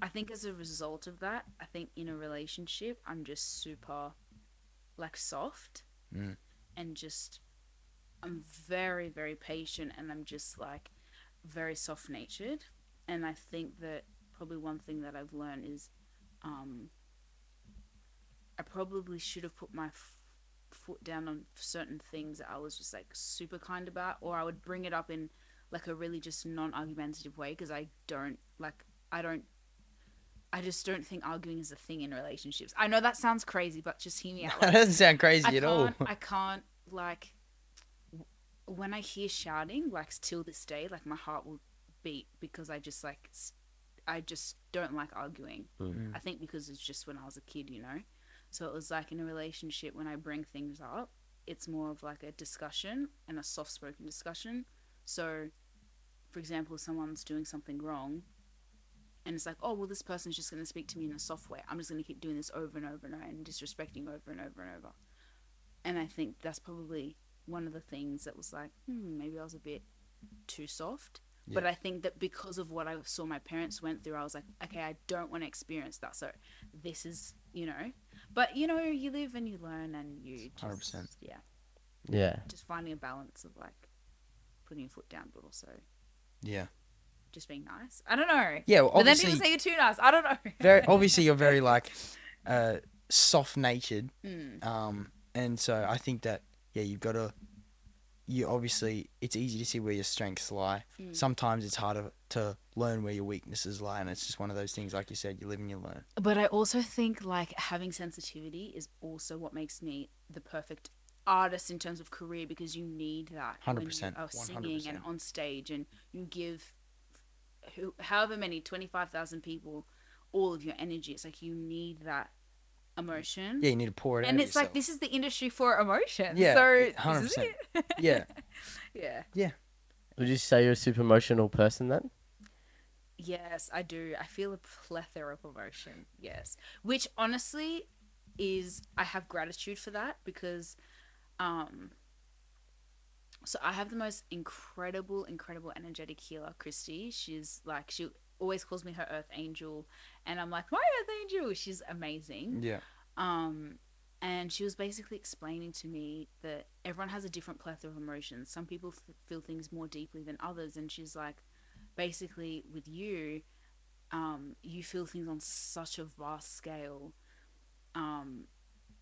Speaker 1: I think as a result of that, I think in a relationship, I'm just super like soft
Speaker 2: Mm.
Speaker 1: and just I'm very, very patient and I'm just like very soft natured. And I think that probably one thing that I've learned is um, I probably should have put my f- foot down on certain things that I was just like super kind about, or I would bring it up in like a really just non argumentative way because I don't like, I don't. I just don't think arguing is a thing in relationships. I know that sounds crazy, but just hear
Speaker 2: <laughs>
Speaker 1: me out.
Speaker 2: that
Speaker 1: like,
Speaker 2: doesn't sound crazy
Speaker 1: I
Speaker 2: at all.
Speaker 1: can't, I can't like w- when I hear shouting, like till this day, like my heart will beat because I just like s- I just don't like arguing.
Speaker 2: Mm.
Speaker 1: I think because it's just when I was a kid, you know. So it was like in a relationship when I bring things up, it's more of like a discussion and a soft spoken discussion. So, for example, someone's doing something wrong. And it's like, oh well, this person's just going to speak to me in a soft way. I'm just going to keep doing this over and over and over and disrespecting over and over and over and I think that's probably one of the things that was like, hmm, maybe I was a bit too soft. But I think that because of what I saw my parents went through, I was like, okay, I don't want to experience that. So this is, you know, but you know, you live and you learn and you just,
Speaker 2: 100%.
Speaker 1: yeah,
Speaker 3: Yeah.
Speaker 1: just finding a balance of like putting your foot down, but also
Speaker 2: Yeah.
Speaker 1: just being nice. I don't know.
Speaker 2: Yeah. Well,
Speaker 1: but then people
Speaker 2: obviously,
Speaker 1: say you're too nice. I don't know.
Speaker 2: <laughs>
Speaker 1: <laughs>
Speaker 2: very obviously you're very like uh, soft natured,
Speaker 1: Mm,
Speaker 2: um, and so I think that yeah, you've got to. You obviously, it's easy to see where your strengths lie.
Speaker 1: mm.
Speaker 2: Sometimes it's harder to learn where your weaknesses lie, and it's just one of those things. Like you said, you live and you learn.
Speaker 1: But I also think like having sensitivity is also what makes me the perfect artist in terms of career because you need that when
Speaker 2: 100%,
Speaker 1: you are singing and
Speaker 2: 100%.
Speaker 1: on stage and you give who, however many 25,000 people all of your energy. It's like you need that emotion.
Speaker 2: Yeah, you need to pour it out.
Speaker 1: and
Speaker 2: of
Speaker 1: it's like
Speaker 2: yourself.
Speaker 1: this is the industry for emotion.
Speaker 2: Yeah,
Speaker 1: so
Speaker 2: it-
Speaker 1: this is
Speaker 2: 100%.
Speaker 1: it.
Speaker 2: Yeah,
Speaker 1: <laughs> yeah.
Speaker 3: Would you say you're a super emotional person then?
Speaker 1: Yes, I do. I feel a plethora of emotion. Yes. Which honestly is I have gratitude for that because um so I have the most incredible incredible energetic healer, Christy. She's like she always calls me her earth angel and I'm like, "My earth angel." She's amazing.
Speaker 2: yeah,
Speaker 1: Um, and she was basically explaining to me that everyone has a different plethora of emotions. Some people f- feel things more deeply than others. And she's like, basically, with you, um, you feel things on such a vast scale um,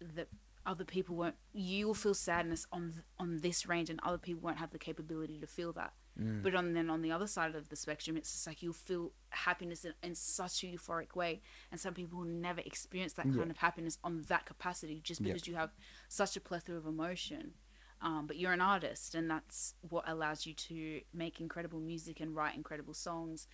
Speaker 1: that other people won't. You will feel sadness on th- on this range, and other people won't have the capability to feel that.
Speaker 2: Mm.
Speaker 1: But on then on the other side of the spectrum, it's just like you'll feel happiness in, in such a euphoric way, and some people will never experience that
Speaker 2: Yeah.
Speaker 1: kind of happiness on that capacity just
Speaker 2: Yeah.
Speaker 1: because you have such a plethora of emotion. Um, but you're an artist, and that's what allows you to make incredible music and write incredible songs.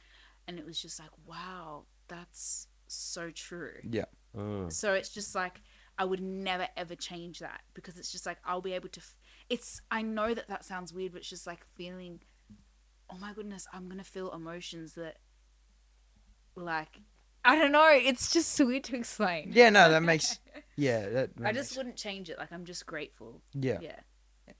Speaker 1: And it was just like, wow, that's so true.
Speaker 2: yeah.
Speaker 3: Mm.
Speaker 1: So it's just like I would never ever change that because it's just like I'll be able to. F- it's I know that that sounds weird, but it's just like feeling, oh my goodness, I'm gonna feel emotions that, like, I don't know. It's just weird to explain.
Speaker 2: Yeah, no,
Speaker 1: <laughs>
Speaker 2: that makes yeah. That, that
Speaker 1: I just
Speaker 2: makes-
Speaker 1: wouldn't change it. Like I'm just grateful.
Speaker 2: yeah,
Speaker 1: Yeah.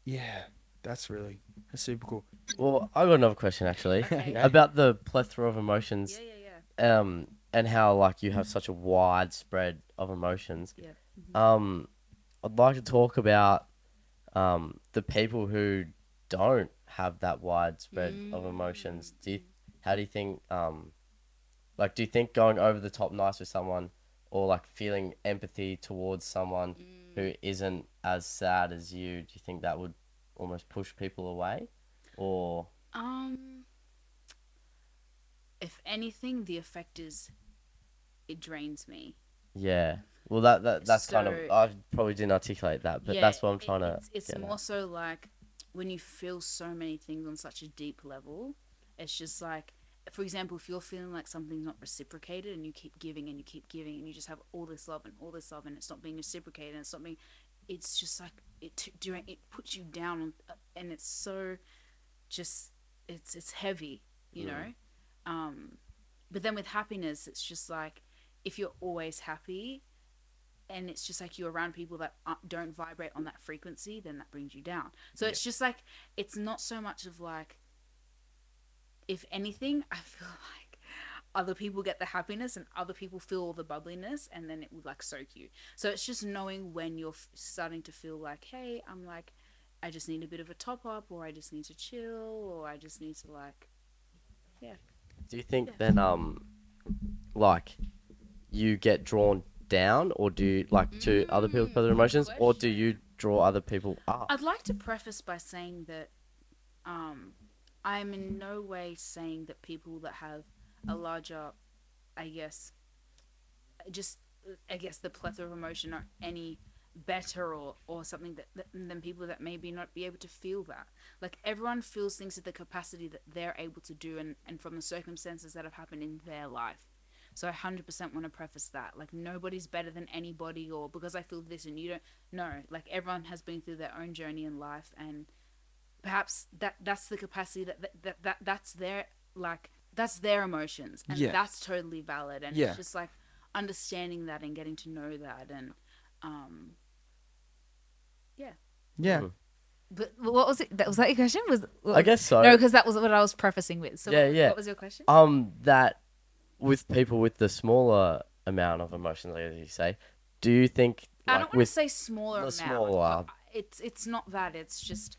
Speaker 2: yeah. That's really that's super cool.
Speaker 3: Well, I got another question actually
Speaker 1: Okay.
Speaker 2: <laughs> Yeah.
Speaker 3: about the plethora of
Speaker 1: Yeah.
Speaker 3: emotions.
Speaker 1: Yeah. Yeah.
Speaker 3: um, and how like you have such a wide spread of emotions.
Speaker 1: Yeah.
Speaker 3: Um, I'd like to talk about um, the people who don't have that wide spread of emotions. Do you, how do you think um, like do you think going over the top nice with someone or like feeling empathy towards someone
Speaker 1: Mm.
Speaker 3: who isn't as sad as you? Do you think that would almost push people away, or
Speaker 1: Um. If anything, the effect is, it drains me.
Speaker 3: Yeah. Well, that, that that's kind of
Speaker 1: So-
Speaker 3: I probably didn't articulate that, but
Speaker 1: Yeah,
Speaker 3: that's what I'm
Speaker 1: it-
Speaker 3: trying to.
Speaker 1: It's, it's
Speaker 3: get at.
Speaker 1: more so like when you feel so many things on such a deep level, it's just like, for example, if you're feeling like something's not reciprocated and you keep giving and you keep giving and you just have all this love and all this love and it's not being reciprocated and it's not being, it's just like it t- dra- it puts you down on- and it's so, just it's it's heavy, you know. Um, but then with happiness, it's just like if you're always happy, and it's just like you're around people that uh, don't vibrate on that frequency, then that brings you down. So it's just like it's not so much of like, if anything, I feel <laughs> like other people get the happiness and other people feel all the bubbliness, and then it would like soak you. So it's just knowing when you're f- starting to feel like, hey, I'm like, I just need a bit of a top up, or I just need to chill, or I just need to like,
Speaker 3: Do you think
Speaker 1: Yeah.
Speaker 3: that um, like, you get drawn down, or do you, like to other people's
Speaker 1: Mm,
Speaker 3: positive
Speaker 1: good
Speaker 3: emotions, or do you draw other people up?
Speaker 1: I'd like to preface by saying that um, I'm in no way saying that people that have a larger, I guess, just I guess the plethora of emotion are any better or or something that, that than people that maybe not be able to feel that. Like everyone feels things to the capacity that they're able to do and and from the circumstances that have happened in their life. So I hundred percent want to preface that. Like nobody's better than anybody or because I feel this and you don't no like everyone has been through their own journey in life and perhaps that that's the capacity that that, that, that that's their like that's their emotions and
Speaker 2: Yeah.
Speaker 1: that's totally valid and
Speaker 2: Yeah.
Speaker 1: it's just like understanding that and getting to know that and um
Speaker 2: Yeah.
Speaker 3: Mhm.
Speaker 4: But what was it? That was that your question? Was
Speaker 3: I guess so.
Speaker 4: no, because that was what I was prefacing with. So
Speaker 3: Yeah,
Speaker 4: what,
Speaker 3: yeah.
Speaker 4: What was your question?
Speaker 3: um that with people with the smaller amount of emotions like as you say do you think
Speaker 1: I don't
Speaker 3: like
Speaker 1: want to
Speaker 3: with
Speaker 1: say smaller
Speaker 3: the
Speaker 1: amount
Speaker 3: smaller-
Speaker 1: but it's it's not that it's just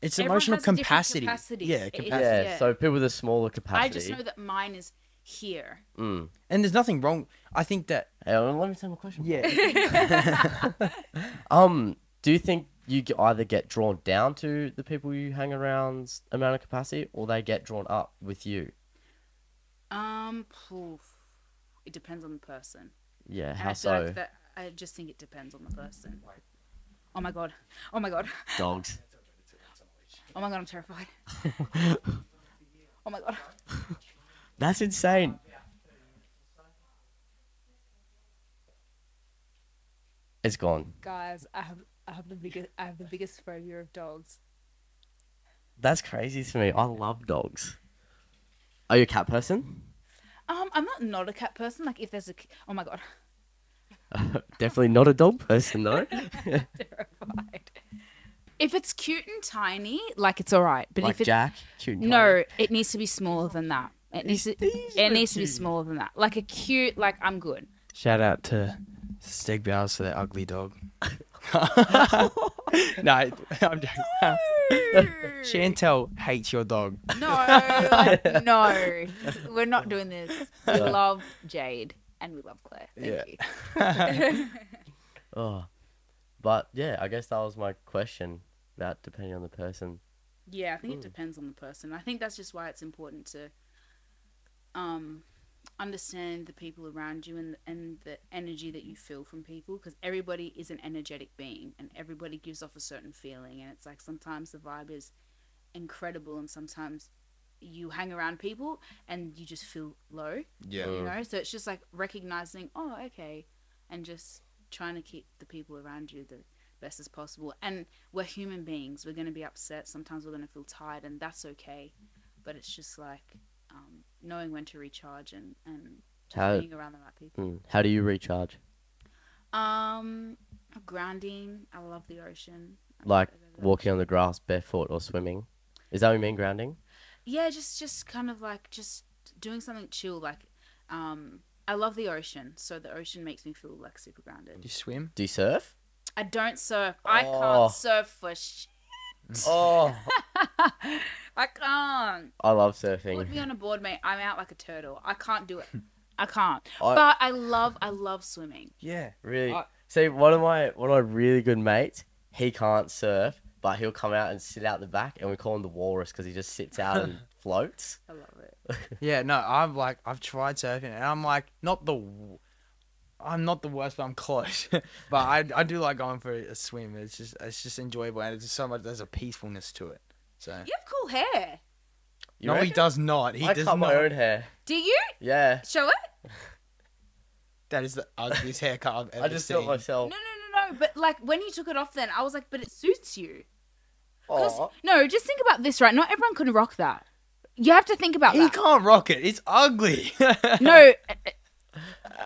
Speaker 2: It's
Speaker 1: Everyone
Speaker 2: emotional
Speaker 1: has different
Speaker 2: capacity.
Speaker 1: capacity.
Speaker 2: Yeah,
Speaker 1: It-
Speaker 2: capacity.
Speaker 3: yeah,
Speaker 1: yeah.
Speaker 3: so people with a smaller capacity
Speaker 1: I just know that mine is here
Speaker 3: mm.
Speaker 2: And there's nothing wrong. I think that
Speaker 3: Hey, well, let me tell my question
Speaker 2: yeah,
Speaker 1: <laughs>
Speaker 2: <laughs>
Speaker 3: um do you think you g- either get drawn down to the people you hang around's amount of capacity or they get drawn up with you
Speaker 1: um poof. it depends on the person
Speaker 3: yeah
Speaker 1: And
Speaker 3: how
Speaker 1: I feel
Speaker 3: so
Speaker 1: like that I just think it depends on the person oh my god oh my god <laughs>
Speaker 3: dogs
Speaker 1: oh my god I'm
Speaker 3: <laughs>
Speaker 1: terrified oh my god
Speaker 3: that's insane it's gone
Speaker 4: Guys, I have I have the biggest I have the biggest phobia of dogs.
Speaker 3: That's crazy to me. I love dogs. Are you a cat person?
Speaker 1: um I'm not not a cat person like if there's a c- oh my god
Speaker 3: Definitely not a dog person
Speaker 1: <laughs>
Speaker 3: though.
Speaker 4: Terrified.
Speaker 1: if it's cute and tiny like it's all right but
Speaker 3: like
Speaker 1: if it's
Speaker 3: Jack, cute. and
Speaker 1: No, it needs to be smaller than that. It needs to,
Speaker 3: These
Speaker 1: it
Speaker 3: are
Speaker 1: needs to be
Speaker 3: cute.
Speaker 1: smaller than that. Like a cute, like I'm
Speaker 3: <laughs>
Speaker 1: good.
Speaker 2: shout out to Steg Bowers for that ugly dog.
Speaker 3: <laughs>
Speaker 2: no, <laughs> I'm joking. Chantel hates your dog. <laughs>
Speaker 1: No, I-
Speaker 3: <laughs>
Speaker 1: no, we're not doing this. We
Speaker 3: Yeah.
Speaker 1: love Jade and we love Claire. Thank
Speaker 2: Yeah.
Speaker 1: you. <laughs>
Speaker 3: cuddly. Oh. But yeah, I guess that was my question about depending on the person.
Speaker 1: Yeah, I think it
Speaker 3: Mm.
Speaker 1: depends on the person. I think that's just why it's important to um understand the people around you and and the energy that you feel from people because everybody is an energetic being and everybody gives off a certain feeling and it's like sometimes the vibe is incredible and sometimes you hang around people and you just feel low,
Speaker 2: Yeah.
Speaker 1: you
Speaker 3: Mm.
Speaker 1: know? So it's just like recognizing, oh, okay, and just trying to keep the people around you the best as possible. And we're human beings. We're going to be upset. Sometimes we're going to feel tired, and that's okay. But it's just like um, knowing when to recharge and and just
Speaker 3: How-
Speaker 1: being around the right people.
Speaker 3: Mm. How do you recharge?
Speaker 1: Um, grounding. I love the ocean. I
Speaker 3: Like
Speaker 1: love the
Speaker 3: walking on the grass barefoot or swimming? Is that what you mean grounding?
Speaker 1: yeah just just kind of like just doing something chill like um i love the ocean so the ocean makes me feel like super grounded
Speaker 2: You swim?
Speaker 3: Do you surf?
Speaker 1: i don't surf i
Speaker 3: Oh.
Speaker 1: can't surf for sh- <laughs>
Speaker 3: Oh,
Speaker 1: i can't
Speaker 3: <laughs> I love
Speaker 1: put
Speaker 3: surfing.
Speaker 1: me on a board mate i'm out like a turtle i can't
Speaker 3: <laughs>
Speaker 1: do it i can't
Speaker 3: I-
Speaker 1: but i love i love swimming
Speaker 2: Yeah.
Speaker 3: Really?
Speaker 2: I-
Speaker 3: See, one of my one of my really good mates, he can't surf, but he'll come out and sit out the back, and we call him the walrus because he just sits out
Speaker 2: <laughs>
Speaker 3: and floats.
Speaker 1: i love it
Speaker 2: Yeah, no, I'm like I've tried surfing and I'm like not the w- I'm not the worst, but I'm close. <laughs> but I, I do like going for a swim. It's just it's just enjoyable and it's just so much there's a peacefulness to it. So
Speaker 1: you have cool hair
Speaker 3: You
Speaker 2: No, he
Speaker 3: reckon?
Speaker 2: does not. He
Speaker 3: I
Speaker 2: does
Speaker 3: cut
Speaker 2: not.
Speaker 3: my own hair.
Speaker 1: do you
Speaker 3: Yeah,
Speaker 1: show it
Speaker 2: That is the ugliest haircut I've ever
Speaker 3: I just
Speaker 2: seen.
Speaker 3: felt myself.
Speaker 1: no no no no but like when you took it off then i was like but it suits you 'Cause-
Speaker 3: Aw.
Speaker 1: no, just think about this, right? Not everyone can rock that. You have to think about
Speaker 2: He
Speaker 1: that.
Speaker 2: <laughs> can't rock it. It's ugly.
Speaker 1: No,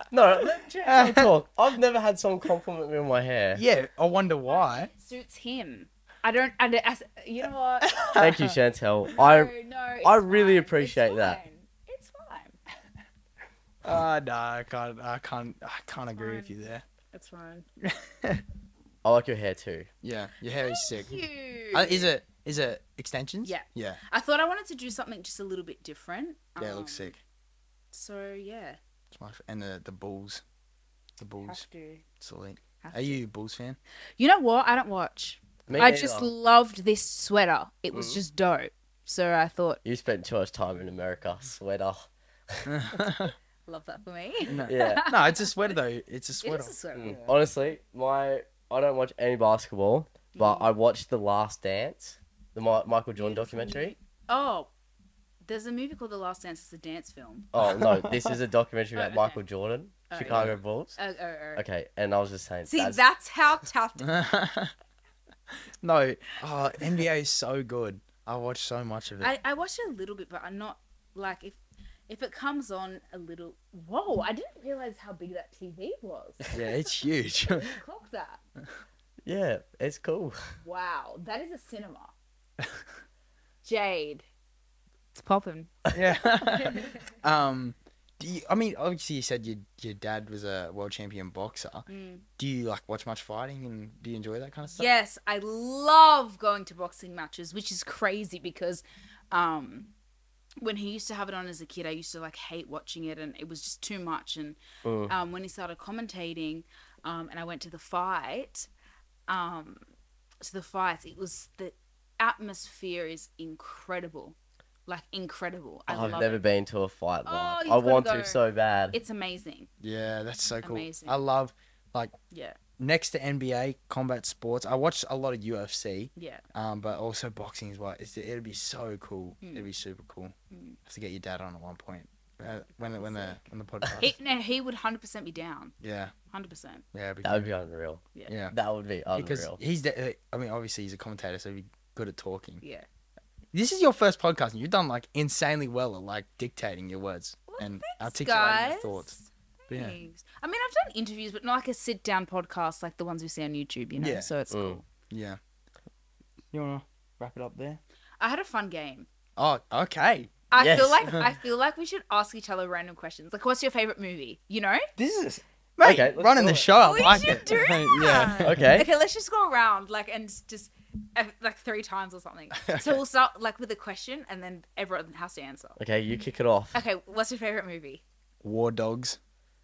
Speaker 3: No,
Speaker 1: <laughs>
Speaker 3: let Jay talk. I've never had someone compliment me on my hair.
Speaker 2: Yeah, I wonder
Speaker 3: <laughs>
Speaker 2: why.
Speaker 1: Suits him. I don't. I, don't- I s- you know what? <laughs>
Speaker 3: Thank you, Chantel.
Speaker 1: No,
Speaker 3: I
Speaker 1: no, it's
Speaker 3: I really
Speaker 1: fine.
Speaker 3: appreciate
Speaker 1: it's
Speaker 3: that.
Speaker 1: Fine. It's fine.
Speaker 2: Uh, no, I can't. I can't. I can't agree with you there.
Speaker 1: It's fine.
Speaker 3: I like your hair too.
Speaker 2: Yeah, your hair is sick.
Speaker 1: Cute.
Speaker 2: Uh, is it? Is it extensions?
Speaker 1: Yeah.
Speaker 2: Yeah.
Speaker 1: I thought I wanted to do something just a little bit different.
Speaker 2: Yeah, it
Speaker 1: Um,
Speaker 2: looks sick.
Speaker 1: So yeah,
Speaker 2: It's my f- and the the Bulls, the Bulls,
Speaker 1: have to.
Speaker 2: it's elite.
Speaker 1: have
Speaker 2: Are
Speaker 1: to.
Speaker 2: you a Bulls
Speaker 1: <laughs>
Speaker 2: fan? <laughs>
Speaker 1: You know what? I don't watch.
Speaker 3: Me
Speaker 1: I
Speaker 3: neither.
Speaker 1: just loved this sweater. It was
Speaker 2: Mm.
Speaker 3: Mhm.
Speaker 1: just dope. So I thought,
Speaker 3: you spent too much time in America. Sweater.
Speaker 2: no.
Speaker 1: love that for me. <laughs>
Speaker 3: Yeah.
Speaker 2: no, it's a sweater though. It's a
Speaker 1: It
Speaker 2: sweater.
Speaker 1: is a sweater.
Speaker 3: Mm. Honestly, my I don't watch any basketball, but I watched The Last Dance, the Mi- Michael Jordan documentary.
Speaker 1: Oh, there's a movie called The Last Dance. It's a dance film.
Speaker 3: Oh no, this is a documentary
Speaker 1: Oh,
Speaker 3: about
Speaker 1: okay.
Speaker 3: Michael Jordan,
Speaker 1: Oh, yeah.
Speaker 3: Chicago Bulls.
Speaker 1: Uh, uh, uh,
Speaker 3: Okay, and I was just saying.
Speaker 1: See,
Speaker 3: that's-
Speaker 1: that's... how tough.
Speaker 2: <laughs> no, oh, NBA is so good. I watch so much of it.
Speaker 1: I, I watched it a little bit, but I'm not like if if it comes on a little. Whoa! I didn't realize how big that TV was.
Speaker 2: Yeah,
Speaker 1: <laughs>
Speaker 2: it's huge. <laughs>
Speaker 1: I didn't clock that.
Speaker 3: yeah,
Speaker 1: <laughs>
Speaker 3: it's cool.
Speaker 1: Wow, that is a cinema. Jade, Mm. it's popping. <laughs>
Speaker 2: yeah. <laughs> um, do you, I mean, obviously, you said your your dad was a world champion boxer.
Speaker 1: Mm.
Speaker 2: Do you like watch much fighting and do you enjoy that kind of stuff?
Speaker 1: Yes, I love going to boxing matches, which is crazy because um when he used to have it on as a kid, I used to like hate watching it and it was just too much and
Speaker 3: Mm.
Speaker 1: um when he started commentating um and I went to the fight um to the fights, it was the atmosphere is incredible. Like incredible. I
Speaker 3: I've
Speaker 1: love
Speaker 3: never
Speaker 1: it.
Speaker 3: been to a fight
Speaker 1: Oh,
Speaker 3: live.
Speaker 1: you've
Speaker 3: I
Speaker 1: gotta
Speaker 3: want
Speaker 1: go.
Speaker 3: to so bad.
Speaker 1: It's amazing.
Speaker 2: Yeah, that's so cool.
Speaker 1: Amazing.
Speaker 2: I love
Speaker 1: Yeah.
Speaker 2: next to NBA combat sports. I watch a lot of UFC,
Speaker 1: Yeah.
Speaker 2: um, but also boxing as well. It's, it'd be so cool.
Speaker 1: Mm.
Speaker 2: It'd be super cool.
Speaker 1: Mm.
Speaker 2: Have to get your dad on at one point uh, when when the when the
Speaker 1: He, <laughs>
Speaker 2: podcast.
Speaker 1: no, he would 100% be down.
Speaker 2: yeah,
Speaker 1: 100%.
Speaker 2: yeah, it'd be
Speaker 3: that
Speaker 2: cool.
Speaker 3: would be unreal.
Speaker 2: yeah.
Speaker 3: That would be unreal.
Speaker 2: Because he's the, uh, I mean, obviously he's a commentator, so he'd be good at talking.
Speaker 1: Yeah.
Speaker 2: This is your first podcast, and you've done like insanely well at like dictating your words
Speaker 1: Well,
Speaker 2: and
Speaker 1: Thanks,
Speaker 2: articulating your
Speaker 1: guys.
Speaker 2: thoughts. But yeah.
Speaker 1: Thanks. I mean, I've done interviews, but not like a sit down podcast like the ones we see on YouTube, you know?
Speaker 2: Yeah.
Speaker 1: So it's
Speaker 3: Mm.
Speaker 1: cool.
Speaker 2: Yeah. You wanna wrap it up there?
Speaker 1: I had a fun game.
Speaker 2: Oh, okay.
Speaker 1: I
Speaker 3: Yes.
Speaker 1: feel like I feel like we should ask each other random questions. Like, what's your favorite movie? You know?
Speaker 2: This is
Speaker 3: Mate,
Speaker 2: okay,
Speaker 3: let's
Speaker 2: running
Speaker 3: do
Speaker 2: the
Speaker 3: it.
Speaker 2: show. I
Speaker 1: We
Speaker 2: like
Speaker 1: should
Speaker 2: it.
Speaker 1: do that.
Speaker 2: <laughs> yeah.
Speaker 1: <laughs>
Speaker 3: okay.
Speaker 1: Okay, let's just go around like and just uh, like three times or
Speaker 3: <laughs>
Speaker 1: something. So we'll start like with a question, and then everyone has to answer.
Speaker 3: Okay, you kick it off.
Speaker 1: Okay, what's your favorite movie?
Speaker 2: War Dogs.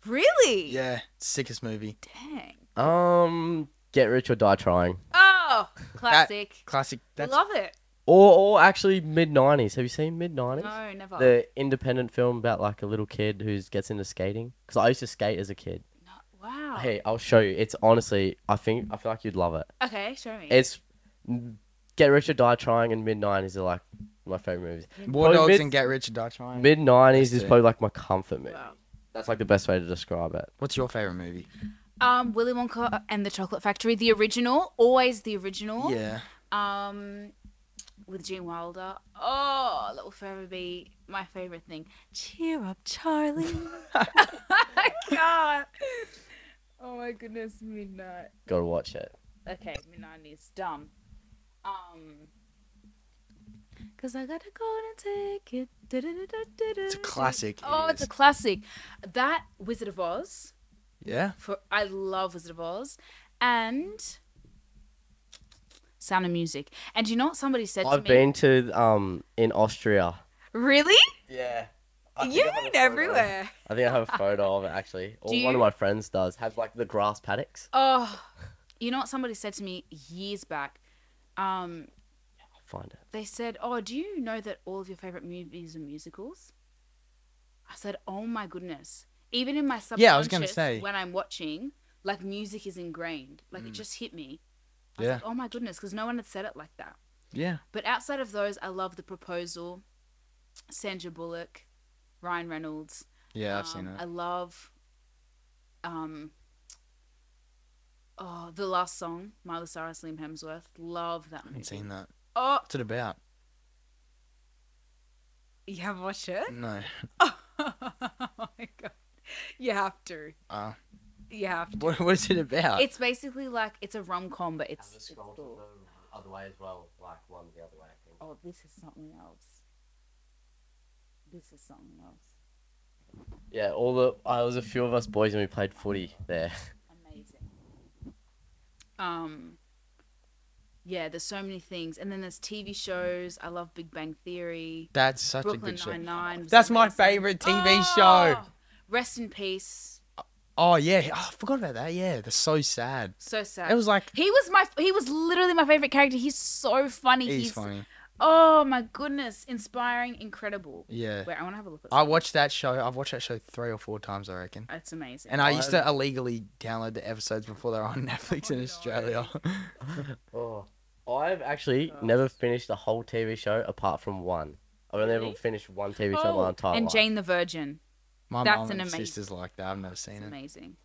Speaker 1: Really?
Speaker 2: Yeah, sickest movie.
Speaker 1: Dang.
Speaker 3: Um, get rich or die trying,
Speaker 1: Oh, classic.
Speaker 2: Classic. That's
Speaker 1: Love it.
Speaker 3: or or actually mid nineties. Have you seen mid nineties?
Speaker 1: No, never.
Speaker 3: The independent film about like a little kid who gets into skating. Because I used to skate as a kid.
Speaker 1: No, wow.
Speaker 3: Hey, I'll show you. It's honestly, I think I feel like you'd love it.
Speaker 1: Okay, show me.
Speaker 3: It's Get Rich or Die Trying and Mid Nineties are like my favorite movies.
Speaker 2: War
Speaker 3: Probably
Speaker 2: Dogs
Speaker 3: mid-
Speaker 2: and Get Rich or Die Trying.
Speaker 3: Mid nineties
Speaker 2: That's
Speaker 3: is
Speaker 2: it.
Speaker 3: probably like my comfort movie.
Speaker 1: Wow.
Speaker 3: That's like the best way to describe it.
Speaker 2: What's your favorite movie?
Speaker 1: Um, Willy Wonka and the Chocolate Factory, the original, always the original.
Speaker 2: Yeah.
Speaker 1: Um, with Gene Wilder. Oh, that will forever be my favorite thing. Cheer up, Charlie. <laughs> I can't. Oh my goodness, midnight.
Speaker 3: Gotta watch it.
Speaker 1: Okay, midnight is dumb. Um, cause I gotta go and take it.
Speaker 2: It's a classic.
Speaker 1: Oh,
Speaker 2: It
Speaker 1: it's a
Speaker 2: is.
Speaker 1: classic. That Wizard of Oz.
Speaker 2: Yeah.
Speaker 1: For I love Wizard of Oz and Sound of Music. And you know what somebody said to
Speaker 3: I've
Speaker 1: me?
Speaker 3: been to um in Austria.
Speaker 1: Really?
Speaker 3: Yeah.
Speaker 1: You've been everywhere.
Speaker 3: I think I have a photo of it <laughs> actually. Or
Speaker 1: Do
Speaker 3: one
Speaker 1: you-
Speaker 3: of my friends does. Have like the grass paddocks.
Speaker 1: Oh, you know what somebody said to me years back? Um,
Speaker 3: I'll find it.
Speaker 1: they said, "Oh, do you know that all of your favorite movies are musicals?" I said, "Oh my goodness!" Even in my subconscious,
Speaker 2: Yeah, I was gonna say. Mm.
Speaker 1: when I'm watching, like music is ingrained. Like it just hit me. I was
Speaker 2: Yeah.
Speaker 1: like, oh my goodness, because no one had said it like that.
Speaker 2: Yeah.
Speaker 1: But outside of those, I love The Proposal, Sandra Bullock, Ryan Reynolds.
Speaker 2: Yeah, I've
Speaker 1: Um,
Speaker 2: seen
Speaker 1: I
Speaker 2: that.
Speaker 1: love um oh, The Last Song, Miley Cyrus, Liam Hemsworth. Love that
Speaker 2: I
Speaker 1: movie.
Speaker 2: haven't seen that.
Speaker 1: Oh,
Speaker 2: What's it about? Mm.
Speaker 1: you haven't watched it?
Speaker 2: No.
Speaker 1: <laughs>
Speaker 2: <laughs>
Speaker 1: oh my god. You have to.
Speaker 2: Uh, <laughs>
Speaker 1: You have to.
Speaker 2: what, what is it about?
Speaker 1: It's basically like it's a rom com, but it's. it's cool.
Speaker 3: the other way as well, like one the other way. I think.
Speaker 1: Oh, this is something else. This is something else.
Speaker 3: Yeah, all the I was a few of us boys and we played footy there.
Speaker 1: Amazing. Um. Yeah, there's so many things, and then there's TV shows. I love Big Bang Theory.
Speaker 2: That's such a
Speaker 1: Brooklyn Oh!
Speaker 2: good show.
Speaker 1: Nine Nine.
Speaker 2: That's my favorite TV show.
Speaker 1: Rest in peace.
Speaker 2: Oh yeah, oh, I forgot about that. Yeah, that's so sad.
Speaker 1: So sad.
Speaker 2: It was like
Speaker 1: He was my. He was literally my favorite character. He's so funny.
Speaker 2: he's funny.
Speaker 1: Oh my goodness! Inspiring, incredible.
Speaker 2: Yeah,
Speaker 1: Wait, I want to have a look at.
Speaker 2: I
Speaker 1: That.
Speaker 2: watched that show. I've watched that show three or four times, I reckon.
Speaker 1: It's amazing.
Speaker 2: And I used to illegally download the episodes before they were on <laughs> Netflix in
Speaker 1: no.
Speaker 2: Australia.
Speaker 3: <laughs> Oh, I've actually
Speaker 1: Oh.
Speaker 3: never finished a whole TV show apart from one. I've only ever
Speaker 1: Really? Oh,
Speaker 3: finished one TV show in my entire
Speaker 1: and
Speaker 3: life,
Speaker 1: Jane the Virgin.
Speaker 2: My
Speaker 1: That's
Speaker 2: mum
Speaker 1: an
Speaker 2: and
Speaker 1: amazing-
Speaker 2: sisters like that. I've never seen
Speaker 1: It's
Speaker 2: it.
Speaker 1: amazing.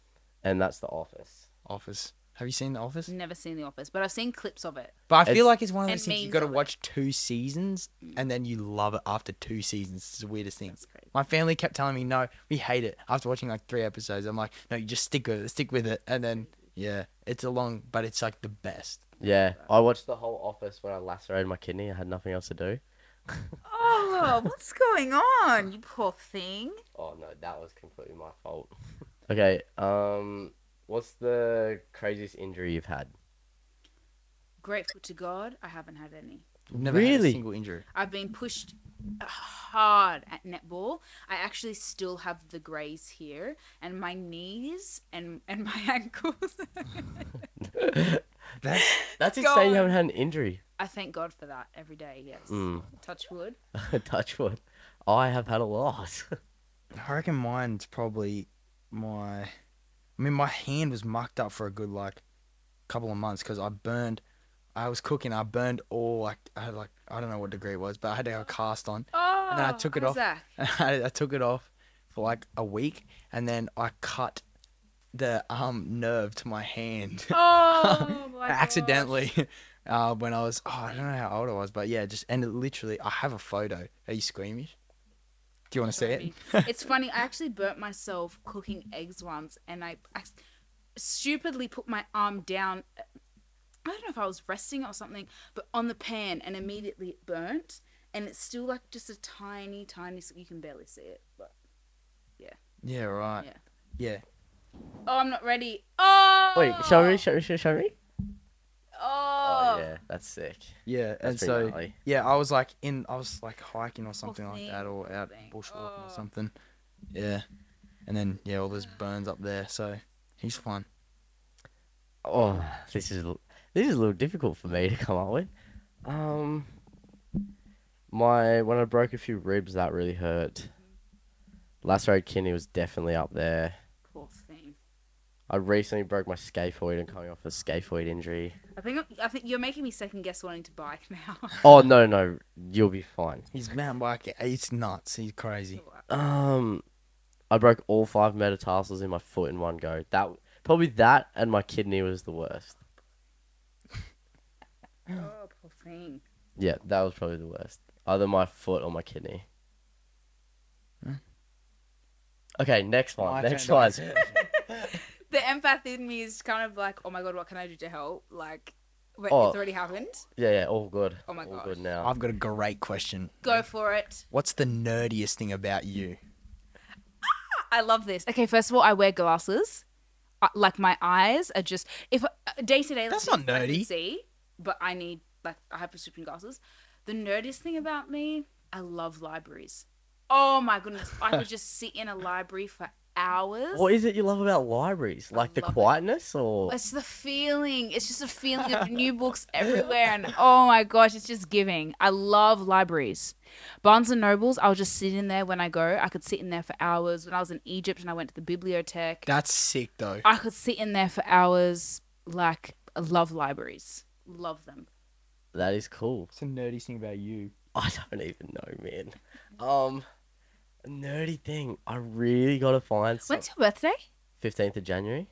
Speaker 3: and that's The Office.
Speaker 2: Office. Have you seen The Office?
Speaker 1: Never seen The Office, but I've seen clips of it.
Speaker 2: But I feel
Speaker 3: It's-
Speaker 2: like it's one of
Speaker 1: and
Speaker 2: those things you
Speaker 1: memes
Speaker 2: got to
Speaker 1: of Mm. it.
Speaker 2: watch two seasons and then you love it after two seasons. It's the weirdest thing.
Speaker 1: Mm. That's crazy.
Speaker 2: My family kept telling me no, we hate it. After watching like three episodes, I'm like, no, you just stick with it, stick with it, and then yeah, it's a long, but it's like the best.
Speaker 3: Yeah, I watched the whole Office when I lacerated my kidney. I had nothing else to do.
Speaker 1: Oh, what's going on, you poor thing?
Speaker 3: Oh no, that was completely my fault. <laughs> okay, um, what's the craziest injury you've <laughs> had?
Speaker 1: Grateful to God, I haven't had any.
Speaker 2: I've never had a
Speaker 3: Really?
Speaker 2: single injury.
Speaker 1: I've been pushed uh, hard at netball. I actually still have the grays here, and my knees and and my <laughs> ankles.
Speaker 2: That's
Speaker 3: That's
Speaker 1: Go
Speaker 3: insane.
Speaker 1: on.
Speaker 3: You haven't had an injury.
Speaker 1: I thank God for that every day. Yes,
Speaker 3: <laughs> Mm.
Speaker 1: touch wood.
Speaker 3: Touch wood. I have had a lot. <laughs>
Speaker 2: I reckon mine's probably my. I mean, my hand was mucked up for a good like couple of months because I burned. I was cooking. I burned all like I had like I don't know what degree it was, but I had a cast on. <laughs>
Speaker 1: Oh,
Speaker 2: then I took it off.
Speaker 1: Isaac.
Speaker 2: I, I took it off for like a week, and then I cut the um nerve to my hand
Speaker 1: <laughs>
Speaker 2: <laughs>
Speaker 1: Oh, <laughs> my gosh.
Speaker 2: accidentally. <laughs> Uh, when I was, oh, I don't know how old I was, but yeah, just and it literally, I have a photo. Are you squeamish? Do you want to see it?
Speaker 3: <laughs>
Speaker 1: it's funny. I actually burnt myself cooking eggs once, and I, I stupidly put my arm down. I don't know if I was resting or something, but on the pan, and immediately it burnt. And it's still like just a tiny, tiny. s- You can barely see it, but
Speaker 2: Yeah, right.
Speaker 1: Yeah.
Speaker 2: yeah.
Speaker 1: oh, I'm not ready. Oh,
Speaker 3: Wait, show me, show me, show show me.
Speaker 1: Oh,
Speaker 3: Oh, yeah, that's sick.
Speaker 2: Yeah,
Speaker 3: That's
Speaker 2: and
Speaker 3: pretty
Speaker 2: so
Speaker 3: gnarly.
Speaker 2: yeah, I was like in, I was like hiking or something like
Speaker 1: thing,
Speaker 2: that, or out
Speaker 1: thing.
Speaker 2: bushwalking
Speaker 1: Oh.
Speaker 2: or something. Yeah, and then yeah, all those burns up there. So he's fine.
Speaker 3: Oh, this is l- this is a little difficult for me to come up with. Um, my when I broke a few ribs, that really hurt. Lacerated kidney was definitely up there.
Speaker 1: poor thing.
Speaker 3: I recently broke my scaphoid and coming off a scaphoid injury.
Speaker 1: I think I think you're making me second guess wanting to bike <laughs>
Speaker 3: <laughs>
Speaker 1: now.
Speaker 3: Oh no, no, you'll be fine.
Speaker 2: He's mountain biking. It's nuts. He's crazy.
Speaker 3: Um, I broke all five metatarsals in my foot in one go. That probably that and my kidney was the worst.
Speaker 1: oh, poor thing.
Speaker 3: Yeah, that was probably the worst. Either my foot or my kidney.
Speaker 2: Hmm.
Speaker 3: Okay, next one.
Speaker 2: My
Speaker 3: next
Speaker 2: turn
Speaker 3: one.
Speaker 2: to
Speaker 1: The empath in me is kind of like, oh my god, what can I do to help? Like, wait,
Speaker 3: Oh.
Speaker 1: it's already happened.
Speaker 3: yeah, yeah, all good.
Speaker 1: Oh my
Speaker 3: all
Speaker 1: gosh.
Speaker 3: good now.
Speaker 2: <laughs> I've got a great question.
Speaker 1: Go for it.
Speaker 2: What's the nerdiest thing about you?
Speaker 1: I love this. Okay, first of all, I wear glasses. Uh, like my eyes are just if uh, day to day. like,
Speaker 2: That's not
Speaker 1: I can
Speaker 2: nerdy.
Speaker 1: See, but I need like I have prescription glasses. The nerdiest thing about me, I love libraries. Oh my goodness, I
Speaker 2: <laughs>
Speaker 1: could just sit in a library for hours.
Speaker 3: What is it you love about libraries? Like the
Speaker 1: love it.
Speaker 3: quietness or
Speaker 1: It's the feeling. It's just a feeling
Speaker 2: <laughs>
Speaker 1: of new books everywhere, and oh my gosh, it's just giving. I love libraries. Barnes and Nobles. I'll just sit in there when I go. I could sit in there for hours. When I was in Egypt and I went to the bibliothèque,
Speaker 2: That's sick though.
Speaker 1: I could sit in there for hours. Like, I love libraries. Love them.
Speaker 3: that is cool.
Speaker 2: What's the nerdiest thing about you?
Speaker 3: <laughs> I don't even know, man. Um nerdy thing. I really gotta find some
Speaker 1: When's your birthday?
Speaker 3: fifteenth of January.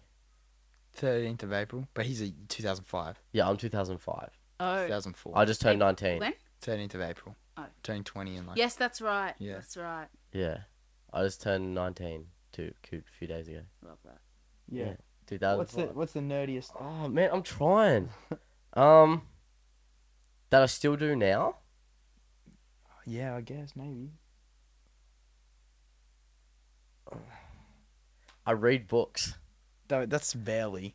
Speaker 2: Thirteenth of April, but he's a 2005,
Speaker 3: Yeah, I'm two thousand five.
Speaker 1: Oh,
Speaker 2: 2004.
Speaker 3: I just turned nineteen.
Speaker 1: when?
Speaker 2: 13th of April.
Speaker 1: Oh.
Speaker 2: Turning 20 in like
Speaker 1: Yes, that's right.
Speaker 2: Yeah.
Speaker 1: That's right.
Speaker 3: Yeah. I just turned nineteen. two cou- few days ago.
Speaker 1: Love that.
Speaker 3: Yeah.
Speaker 2: Yeah.
Speaker 3: Two thousand.
Speaker 2: What's the What's the nerdiest?
Speaker 3: Oh man,
Speaker 2: <laughs>
Speaker 3: I'm trying. um, that I still do now.
Speaker 2: Yeah, I guess maybe.
Speaker 3: I read books.
Speaker 2: Though that's barely.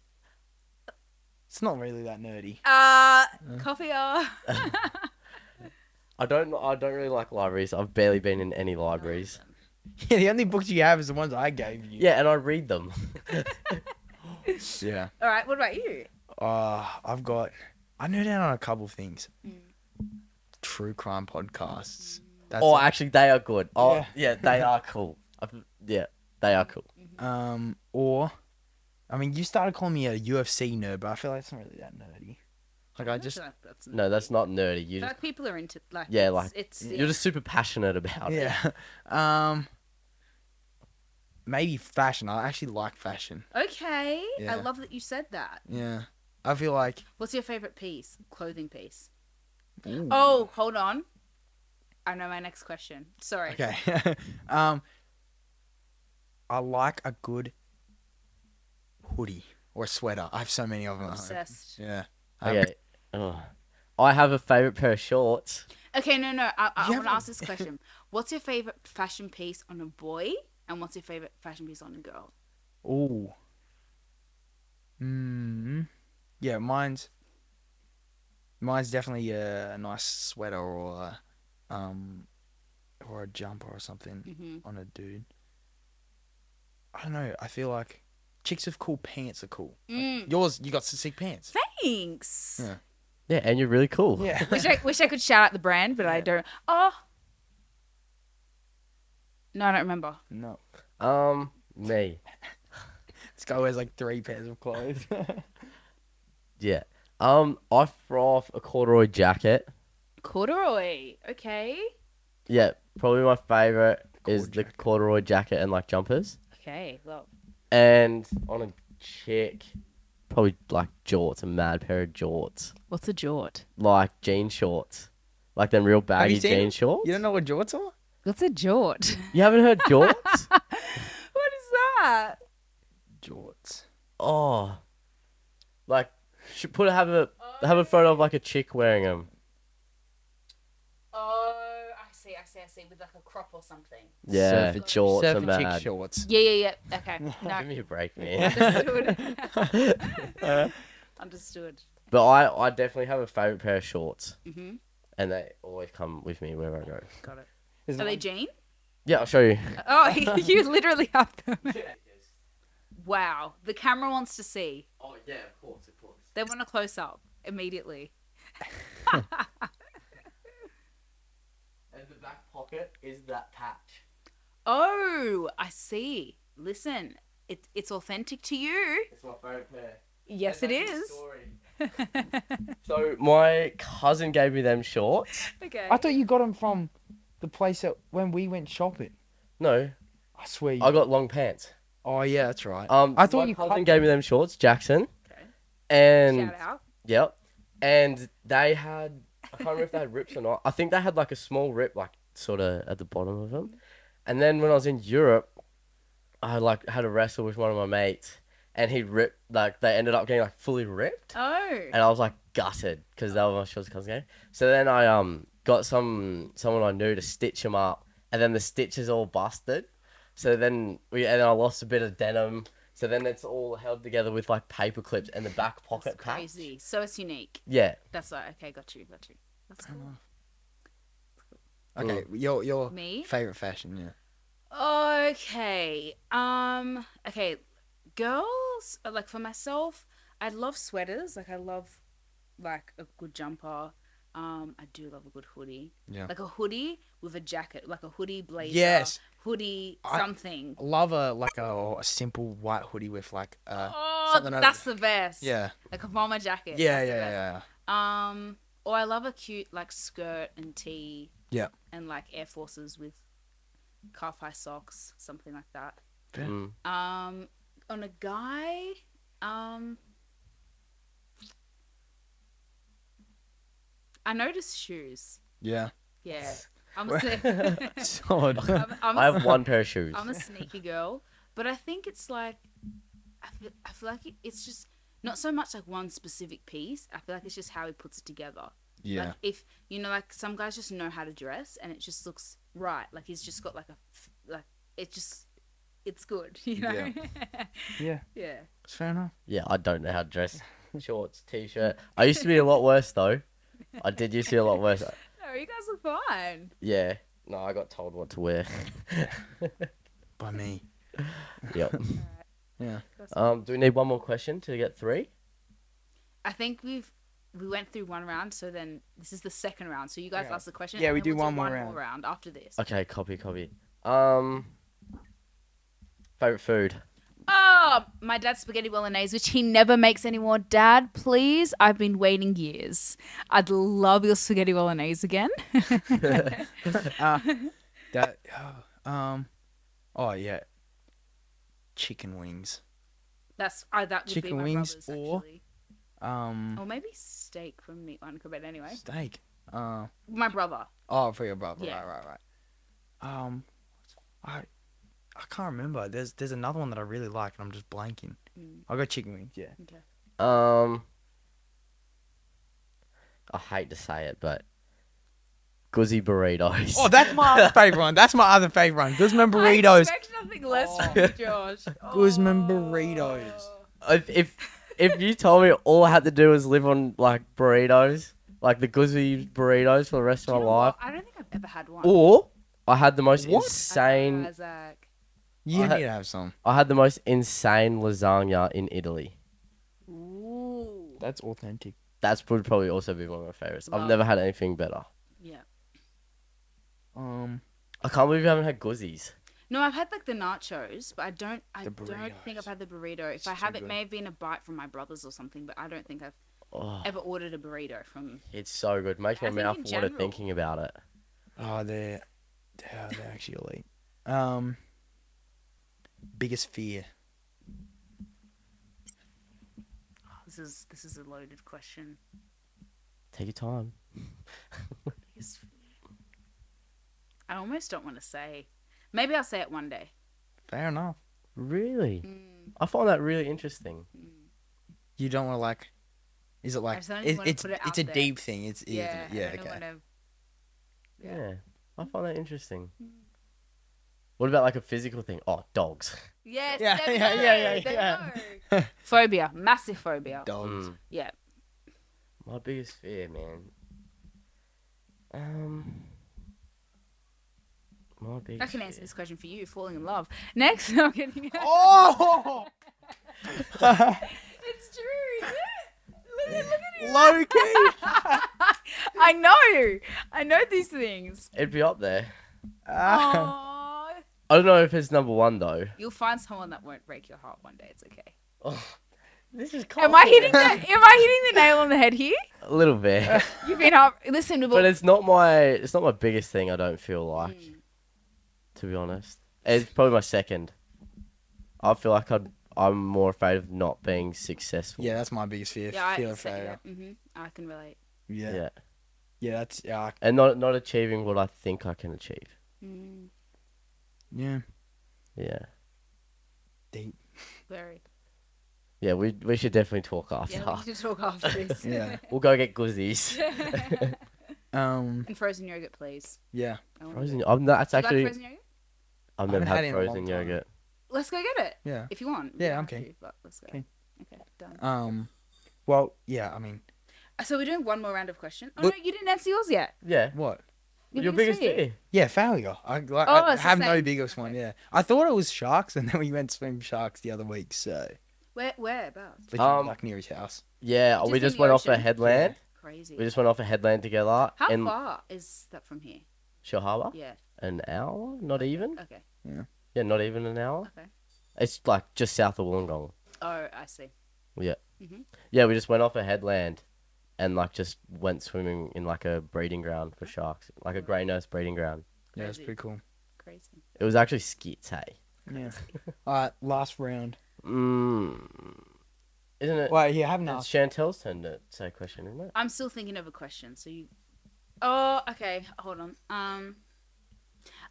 Speaker 2: It's not really that nerdy. <laughs>
Speaker 1: Uh,
Speaker 2: Uh.
Speaker 1: coffee hour.
Speaker 3: I don't. I don't really like libraries. I've barely been in any libraries.
Speaker 2: Yeah, the only books you have is the ones I gave you.
Speaker 3: Yeah, and I read them.
Speaker 2: Yeah.
Speaker 1: All right. What about you?
Speaker 2: Uh, I've got. I nerd out on a couple of things.
Speaker 1: Mm.
Speaker 2: True crime podcasts. That's
Speaker 3: oh, actually, they are good. Oh, yeah,
Speaker 2: Yeah.
Speaker 3: they are cool. I've, yeah, they are cool.
Speaker 2: um, or, I mean, you started calling me a UFC nerd, but I feel like it's not really that nerdy. Like I
Speaker 1: don't
Speaker 2: just,
Speaker 1: feel like that's
Speaker 3: No, that's not nerdy.
Speaker 1: I feel
Speaker 3: You just,
Speaker 1: like people are into like
Speaker 3: Yeah,
Speaker 1: it's,
Speaker 3: like,
Speaker 1: it's
Speaker 3: you're just super passionate about it.
Speaker 2: yeah. <laughs> Um, maybe fashion. I actually like fashion.
Speaker 1: okay.
Speaker 2: Yeah.
Speaker 1: I love that you said that.
Speaker 2: Yeah, I feel like.
Speaker 1: What's your favorite piece? Clothing piece.
Speaker 2: ooh.
Speaker 1: Oh, hold on. I know my next question. Sorry.
Speaker 2: Okay. <laughs> um, I like a good hoodie or sweater. I have so many of them. at home.
Speaker 1: Obsessed.
Speaker 2: Yeah. Um,
Speaker 3: Okay. Ugh. I have a favorite pair of shorts.
Speaker 1: Okay, no, no. I, I want to
Speaker 2: You haven't- <laughs>
Speaker 1: ask this question. What's your favorite fashion piece on a boy, and what's your favorite fashion piece on a girl?
Speaker 2: Oh. Mm. Yeah, mine's mine's definitely a, a nice sweater or a, um or a jumper or something
Speaker 1: Mm-hmm.
Speaker 2: on a dude. I don't know. I feel like chicks with cool pants are cool.
Speaker 1: Mm,
Speaker 2: Yours, you got some sick pants.
Speaker 1: thanks.
Speaker 2: Yeah.
Speaker 3: Yeah, and you're really cool.
Speaker 1: <laughs>
Speaker 2: Yeah.
Speaker 1: Wish I wish I could shout out the brand, but I
Speaker 2: Yeah.
Speaker 1: don't. Oh. No, I don't remember.
Speaker 2: <laughs> no.
Speaker 3: Um, me.
Speaker 2: This guy wears like three pairs of <laughs> clothes.
Speaker 3: Yeah. Um, I throw off a corduroy jacket.
Speaker 1: Corduroy. Okay.
Speaker 3: Yeah, probably my favorite is
Speaker 2: Cord
Speaker 3: the
Speaker 2: jacket.
Speaker 3: corduroy jacket and like jumpers.
Speaker 1: Okay. Well.
Speaker 3: And on a chick, probably like jorts, a mad pair of jorts,
Speaker 1: What's a jort?
Speaker 3: like jean shorts, like them real baggy
Speaker 2: seen
Speaker 3: jean
Speaker 2: it?
Speaker 3: shorts.
Speaker 2: you don't know what jorts are?
Speaker 1: What's a jort? <laughs>
Speaker 3: You haven't heard
Speaker 2: <laughs>
Speaker 3: jorts?
Speaker 1: what is that?
Speaker 2: Jorts.
Speaker 3: oh, like should put have a have a photo of like a chick wearing them.
Speaker 1: Oh, I see. I see. I see. With like a crop or something.
Speaker 3: Yeah,
Speaker 2: Surfer-
Speaker 3: jorts
Speaker 2: Surfer
Speaker 3: are
Speaker 2: chick <laughs>
Speaker 3: mad.
Speaker 2: shorts.
Speaker 1: Yeah. Yeah. Yeah.
Speaker 3: <laughs>
Speaker 1: Okay.
Speaker 3: Give
Speaker 1: No.
Speaker 3: me a break, man.
Speaker 1: <laughs>
Speaker 3: <laughs>
Speaker 1: Understood. <laughs>
Speaker 2: Uh,
Speaker 1: Understood.
Speaker 3: but I I definitely have a favorite pair of shorts,
Speaker 1: Mm-hmm.
Speaker 3: and they always come with me wherever I go.
Speaker 1: Got it.
Speaker 2: There's
Speaker 1: Are they
Speaker 2: one-
Speaker 3: <laughs>
Speaker 1: Jane?
Speaker 3: Yeah, I'll
Speaker 1: <laughs>
Speaker 3: show you.
Speaker 1: Oh, you literally have them. <laughs> Wow. The camera wants to see.
Speaker 3: Oh yeah, of course, of course.
Speaker 1: They want a close up immediately.
Speaker 3: And the back pocket is that patch.
Speaker 1: Oh, I see. Listen, it, it's authentic to you.
Speaker 3: It's my favorite pair.
Speaker 1: Yes, it is. <laughs>
Speaker 3: so my cousin gave me them shorts.
Speaker 1: Okay.
Speaker 2: I thought you got them from the place that when we went shopping.
Speaker 3: No,
Speaker 2: I swear. You...
Speaker 3: I got long pants.
Speaker 2: Oh yeah, that's right.
Speaker 3: Um,
Speaker 2: I thought
Speaker 3: my
Speaker 2: you
Speaker 3: cousin
Speaker 2: cut-
Speaker 3: gave me them shorts, Jackson,
Speaker 1: okay.
Speaker 3: and
Speaker 1: Shout out.
Speaker 3: yep, and they had I can't remember if they had rips or not. I think they had like a small rip, like sort of at the bottom of them. And then when I was in Europe, I like had a wrestle with one of my mates, and he ripped like they ended up getting like fully ripped,
Speaker 1: Oh.
Speaker 3: and I was like gutted because that was my shorts cousin game. So then I um got some someone I knew to stitch them up, and then the stitches all busted. So then we and then I lost a bit of denim. So then it's all held together with like paper clips and the back
Speaker 1: That's
Speaker 3: pocket patch.
Speaker 1: crazy. So it's unique.
Speaker 3: Yeah.
Speaker 1: That's right. Okay, got you. Got you. That's cool.
Speaker 2: Okay, your your
Speaker 1: Me?
Speaker 2: favorite fashion, yeah.
Speaker 1: Okay. Um. Okay. Girls, uh, like for myself, I love sweaters. Like I love, like a good jumper. Um, I do love a good hoodie.
Speaker 2: Yeah.
Speaker 1: Like a hoodie with a jacket, like a hoodie blazer.
Speaker 2: Yes.
Speaker 1: Hoodie
Speaker 2: I-
Speaker 1: something.
Speaker 2: Love a like a, a simple white hoodie with like uh
Speaker 1: oh,
Speaker 2: something over-
Speaker 1: that's the best.
Speaker 2: yeah.
Speaker 1: Like a bomber jacket.
Speaker 2: Yeah,
Speaker 1: that's the
Speaker 2: yeah,
Speaker 1: best.
Speaker 2: yeah.
Speaker 1: Um, or I love a cute like skirt and tee.
Speaker 2: Yeah.
Speaker 1: And like Air Forces with calf high socks, something like that.
Speaker 2: Yeah.
Speaker 3: Mm.
Speaker 1: Um, on a guy, um, I noticed shoes.
Speaker 2: Yeah.
Speaker 3: <laughs>
Speaker 1: Yeah, <laughs> I'm a, sne-
Speaker 2: yeah. Solid. <laughs>
Speaker 1: I'm, I'm a
Speaker 3: I have one pair of shoes.
Speaker 1: I'm a sneaky girl. But I think it's like, I feel, I feel like it, it's just not so much like one specific piece. I feel like it's just how he puts it together.
Speaker 2: Yeah.
Speaker 1: Like if you know, like some guys just know how to dress, and it just looks right. Like he's just got like a f- like it just it's good. <laughs> You know. <laughs> Yeah.
Speaker 2: yeah.
Speaker 1: yeah.
Speaker 2: It's fair enough.
Speaker 3: Yeah, I don't know how to dress. <laughs> Shorts, t-shirt. I used to be a lot worse though. I did used to be a lot worse. <laughs>
Speaker 1: No, Oh, you guys look fine.
Speaker 3: Yeah. No, I got told what to wear.
Speaker 2: By me.
Speaker 3: <laughs> yep.
Speaker 2: Yeah.
Speaker 1: That's-
Speaker 3: <laughs> Um, do we need one more question to get three?
Speaker 1: I think we've we went through one round, so then this is the second round. So you guys
Speaker 2: Yeah.
Speaker 1: ask the question.
Speaker 2: Yeah,
Speaker 1: and
Speaker 2: we
Speaker 1: then
Speaker 2: do
Speaker 1: we'll
Speaker 2: one more round.
Speaker 1: after this.
Speaker 3: Okay, copy, copy. Um, favorite food.
Speaker 1: Oh, my dad's spaghetti bolognese, which he never makes anymore. Dad, please, I've been waiting years. I'd love your spaghetti bolognese again. <laughs>
Speaker 2: Uh, that. <sighs> oh, um. Oh yeah. Chicken wings.
Speaker 1: That's I that would be
Speaker 2: Chicken
Speaker 1: my
Speaker 2: wings
Speaker 1: brother's
Speaker 2: or-
Speaker 1: actually,
Speaker 2: Um.
Speaker 1: or maybe steak from Meat Locker. But anyway,
Speaker 2: Steak. Uh.
Speaker 1: my brother.
Speaker 2: Oh, for your brother.
Speaker 1: Yeah.
Speaker 2: Right, right, right. Um. I. I can't remember. There's there's another one that I really like, and I'm just blanking.
Speaker 1: Mm.
Speaker 2: I got chicken wings. Yeah.
Speaker 1: Okay.
Speaker 3: Um, I hate to say it, but guzzi burritos.
Speaker 2: Oh, that's my
Speaker 3: <laughs>
Speaker 1: <laughs>
Speaker 2: other favorite one. That's my other favorite one. Guzman
Speaker 1: I
Speaker 2: burritos.
Speaker 1: expect nothing less
Speaker 4: Oh.
Speaker 1: from you, <laughs> Josh. Oh.
Speaker 2: Guzman burritos.
Speaker 3: if if if you told me all I had to do was live on like burritos, like the guzzi burritos for the rest
Speaker 1: Do
Speaker 3: of
Speaker 1: you
Speaker 3: my
Speaker 1: know what?
Speaker 3: life,
Speaker 1: I don't think I've ever had one.
Speaker 3: or I had the most
Speaker 2: What?
Speaker 3: insane.
Speaker 1: Isaac.
Speaker 2: You
Speaker 3: I had-
Speaker 2: need to have some.
Speaker 3: I had the most insane lasagna in Italy.
Speaker 1: Ooh.
Speaker 2: That's authentic.
Speaker 3: That's would probably also be one of my favorites.
Speaker 1: Wow.
Speaker 3: I've never had anything better.
Speaker 1: Yeah.
Speaker 2: Um.
Speaker 3: I can't believe you haven't had guzzies.
Speaker 1: No, I've had like the nachos, but I don't. I
Speaker 2: The
Speaker 1: don't think I've
Speaker 2: burritos.
Speaker 1: had the burrito. If
Speaker 2: It's
Speaker 1: I have,
Speaker 2: too
Speaker 1: it
Speaker 2: good.
Speaker 1: may have been a bite from my brothers or something, but I don't think I've
Speaker 3: Oh,
Speaker 1: ever ordered a burrito from.
Speaker 3: it's so good. Makes
Speaker 1: I think
Speaker 3: my
Speaker 1: in
Speaker 3: mouth water
Speaker 1: general-
Speaker 3: thinking about it.
Speaker 2: Oh, they're they're, they're actually elite. Um, biggest fear.
Speaker 1: This is this is a loaded question.
Speaker 3: Take your time.
Speaker 1: Biggest fear. I almost don't want to say. Maybe I'll say it one day.
Speaker 2: Fair enough.
Speaker 3: Really?
Speaker 1: Mm,
Speaker 3: I find that really interesting.
Speaker 1: mm.
Speaker 2: You don't want to like. Is it like?
Speaker 1: just don't
Speaker 2: it's
Speaker 1: wanna
Speaker 2: it's
Speaker 1: put it
Speaker 2: it's
Speaker 1: out
Speaker 2: a
Speaker 1: there.
Speaker 2: deep thing. It's
Speaker 1: Yeah.
Speaker 2: yeah yeah okay.
Speaker 1: Wanna...
Speaker 3: Yeah.
Speaker 1: Yeah.
Speaker 3: I find that interesting.
Speaker 1: Mm.
Speaker 3: What about like a physical thing? Oh, dogs.
Speaker 1: Yes.
Speaker 2: Yeah,
Speaker 1: there we go,
Speaker 2: yeah, yeah, yeah,
Speaker 1: there we
Speaker 2: yeah. <laughs>
Speaker 1: go. phobia, massive phobia.
Speaker 2: Dogs.
Speaker 1: <laughs>
Speaker 3: Mm.
Speaker 1: Yeah.
Speaker 3: My biggest fear, man. Um. My biggest
Speaker 1: I can answer
Speaker 3: fear.
Speaker 1: this question for you. Falling in love. Next, <laughs> I'm kidding.
Speaker 2: Oh, <laughs>
Speaker 1: It's true. Look
Speaker 2: <laughs>
Speaker 1: at,
Speaker 2: low key.
Speaker 1: I know. I know these
Speaker 2: <laughs>
Speaker 1: things.
Speaker 3: It'd be up there.
Speaker 2: Ah.
Speaker 1: Aw.
Speaker 3: I don't know if it's number one though.
Speaker 1: You'll find someone that won't break your heart one day. It's okay.
Speaker 3: Oh, this is
Speaker 2: Oh.
Speaker 1: Am I
Speaker 2: <laughs>
Speaker 1: hitting the Am I hitting the nail on the head here?
Speaker 3: a little bit?
Speaker 1: <laughs>
Speaker 3: <laughs>
Speaker 1: You've been heart. Listen to
Speaker 3: but it's not my it's not my biggest thing. I don't feel like
Speaker 1: Mm.
Speaker 3: to be honest. It's probably my second. I feel like I'd, I'm more afraid of not being successful.
Speaker 2: <laughs> yeah, that's my biggest fear.
Speaker 1: Yeah, I,
Speaker 2: fear
Speaker 1: yeah,
Speaker 2: of failure.
Speaker 1: hmm I can relate.
Speaker 2: Yeah. yeah,
Speaker 3: yeah,
Speaker 2: that's yeah, I-
Speaker 3: and not not achieving what I think I can achieve.
Speaker 1: Mm,
Speaker 2: yeah.
Speaker 3: Yeah,
Speaker 2: Deep.
Speaker 1: very.
Speaker 3: yeah. We we should definitely talk after.
Speaker 1: Yeah, we should talk after this. <laughs>
Speaker 2: <laughs> Yeah.
Speaker 3: We'll go get <laughs> guzzies.
Speaker 2: Um.
Speaker 1: and frozen yogurt, please.
Speaker 2: Yeah.
Speaker 1: I want
Speaker 3: frozen. I'm not, that's
Speaker 1: Do you
Speaker 3: actually.
Speaker 1: like frozen yogurt?
Speaker 3: I've
Speaker 2: I
Speaker 3: never
Speaker 2: haven't had
Speaker 3: had,
Speaker 2: it in a long
Speaker 3: frozen
Speaker 2: time.
Speaker 3: yogurt.
Speaker 1: Let's go get it
Speaker 2: Yeah.
Speaker 1: if you want. We
Speaker 2: Yeah,
Speaker 1: don't
Speaker 2: I'm
Speaker 1: have
Speaker 2: keen.
Speaker 1: to, but let's go.
Speaker 2: Keen.
Speaker 1: Okay, done. Uh,
Speaker 2: Um. Well, yeah. I mean,
Speaker 1: So we're doing one more round of questions. Oh
Speaker 2: Look-
Speaker 1: no, you didn't answer yours yet.
Speaker 3: Yeah.
Speaker 2: what?
Speaker 3: Your, biggest fear.
Speaker 2: Yeah, failure. I, like,
Speaker 1: Oh,
Speaker 2: I
Speaker 1: it's the
Speaker 2: have no
Speaker 1: same.
Speaker 2: biggest one.
Speaker 1: Okay.
Speaker 2: Yeah, I thought it was sharks, and then we went swim sharks the other week. So,
Speaker 1: Where whereabouts?
Speaker 2: Literally,
Speaker 3: Um,
Speaker 2: like near his house.
Speaker 3: Yeah.
Speaker 1: Just
Speaker 3: we
Speaker 1: in
Speaker 3: just
Speaker 1: the
Speaker 3: went off a
Speaker 1: ocean.
Speaker 3: headland.
Speaker 1: Crazy.
Speaker 3: We just went off a headland together
Speaker 1: How
Speaker 3: in
Speaker 1: far is that from here?
Speaker 3: Shore Harbour.
Speaker 1: Yeah. Uh,
Speaker 3: An hour? Not even.
Speaker 1: Okay.
Speaker 3: Yeah, not even an hour.
Speaker 1: Okay.
Speaker 3: It's like just south of Wollongong.
Speaker 1: Oh, I see.
Speaker 3: Yeah, we just went off a headland and like just went swimming in like a breeding ground for sharks, like a grey nurse breeding ground.
Speaker 2: Yeah, it's
Speaker 1: Crazy.
Speaker 2: pretty cool.
Speaker 1: Crazy.
Speaker 3: It was actually skits, hey.
Speaker 2: Yeah. <laughs> All right, last round.
Speaker 3: Mm. Isn't it?
Speaker 2: Wait, you haven't
Speaker 3: It's
Speaker 2: asked.
Speaker 3: Chantel's turn to say a question, isn't it?
Speaker 1: I'm still thinking of a question. So you. Oh, okay. Hold on. Um,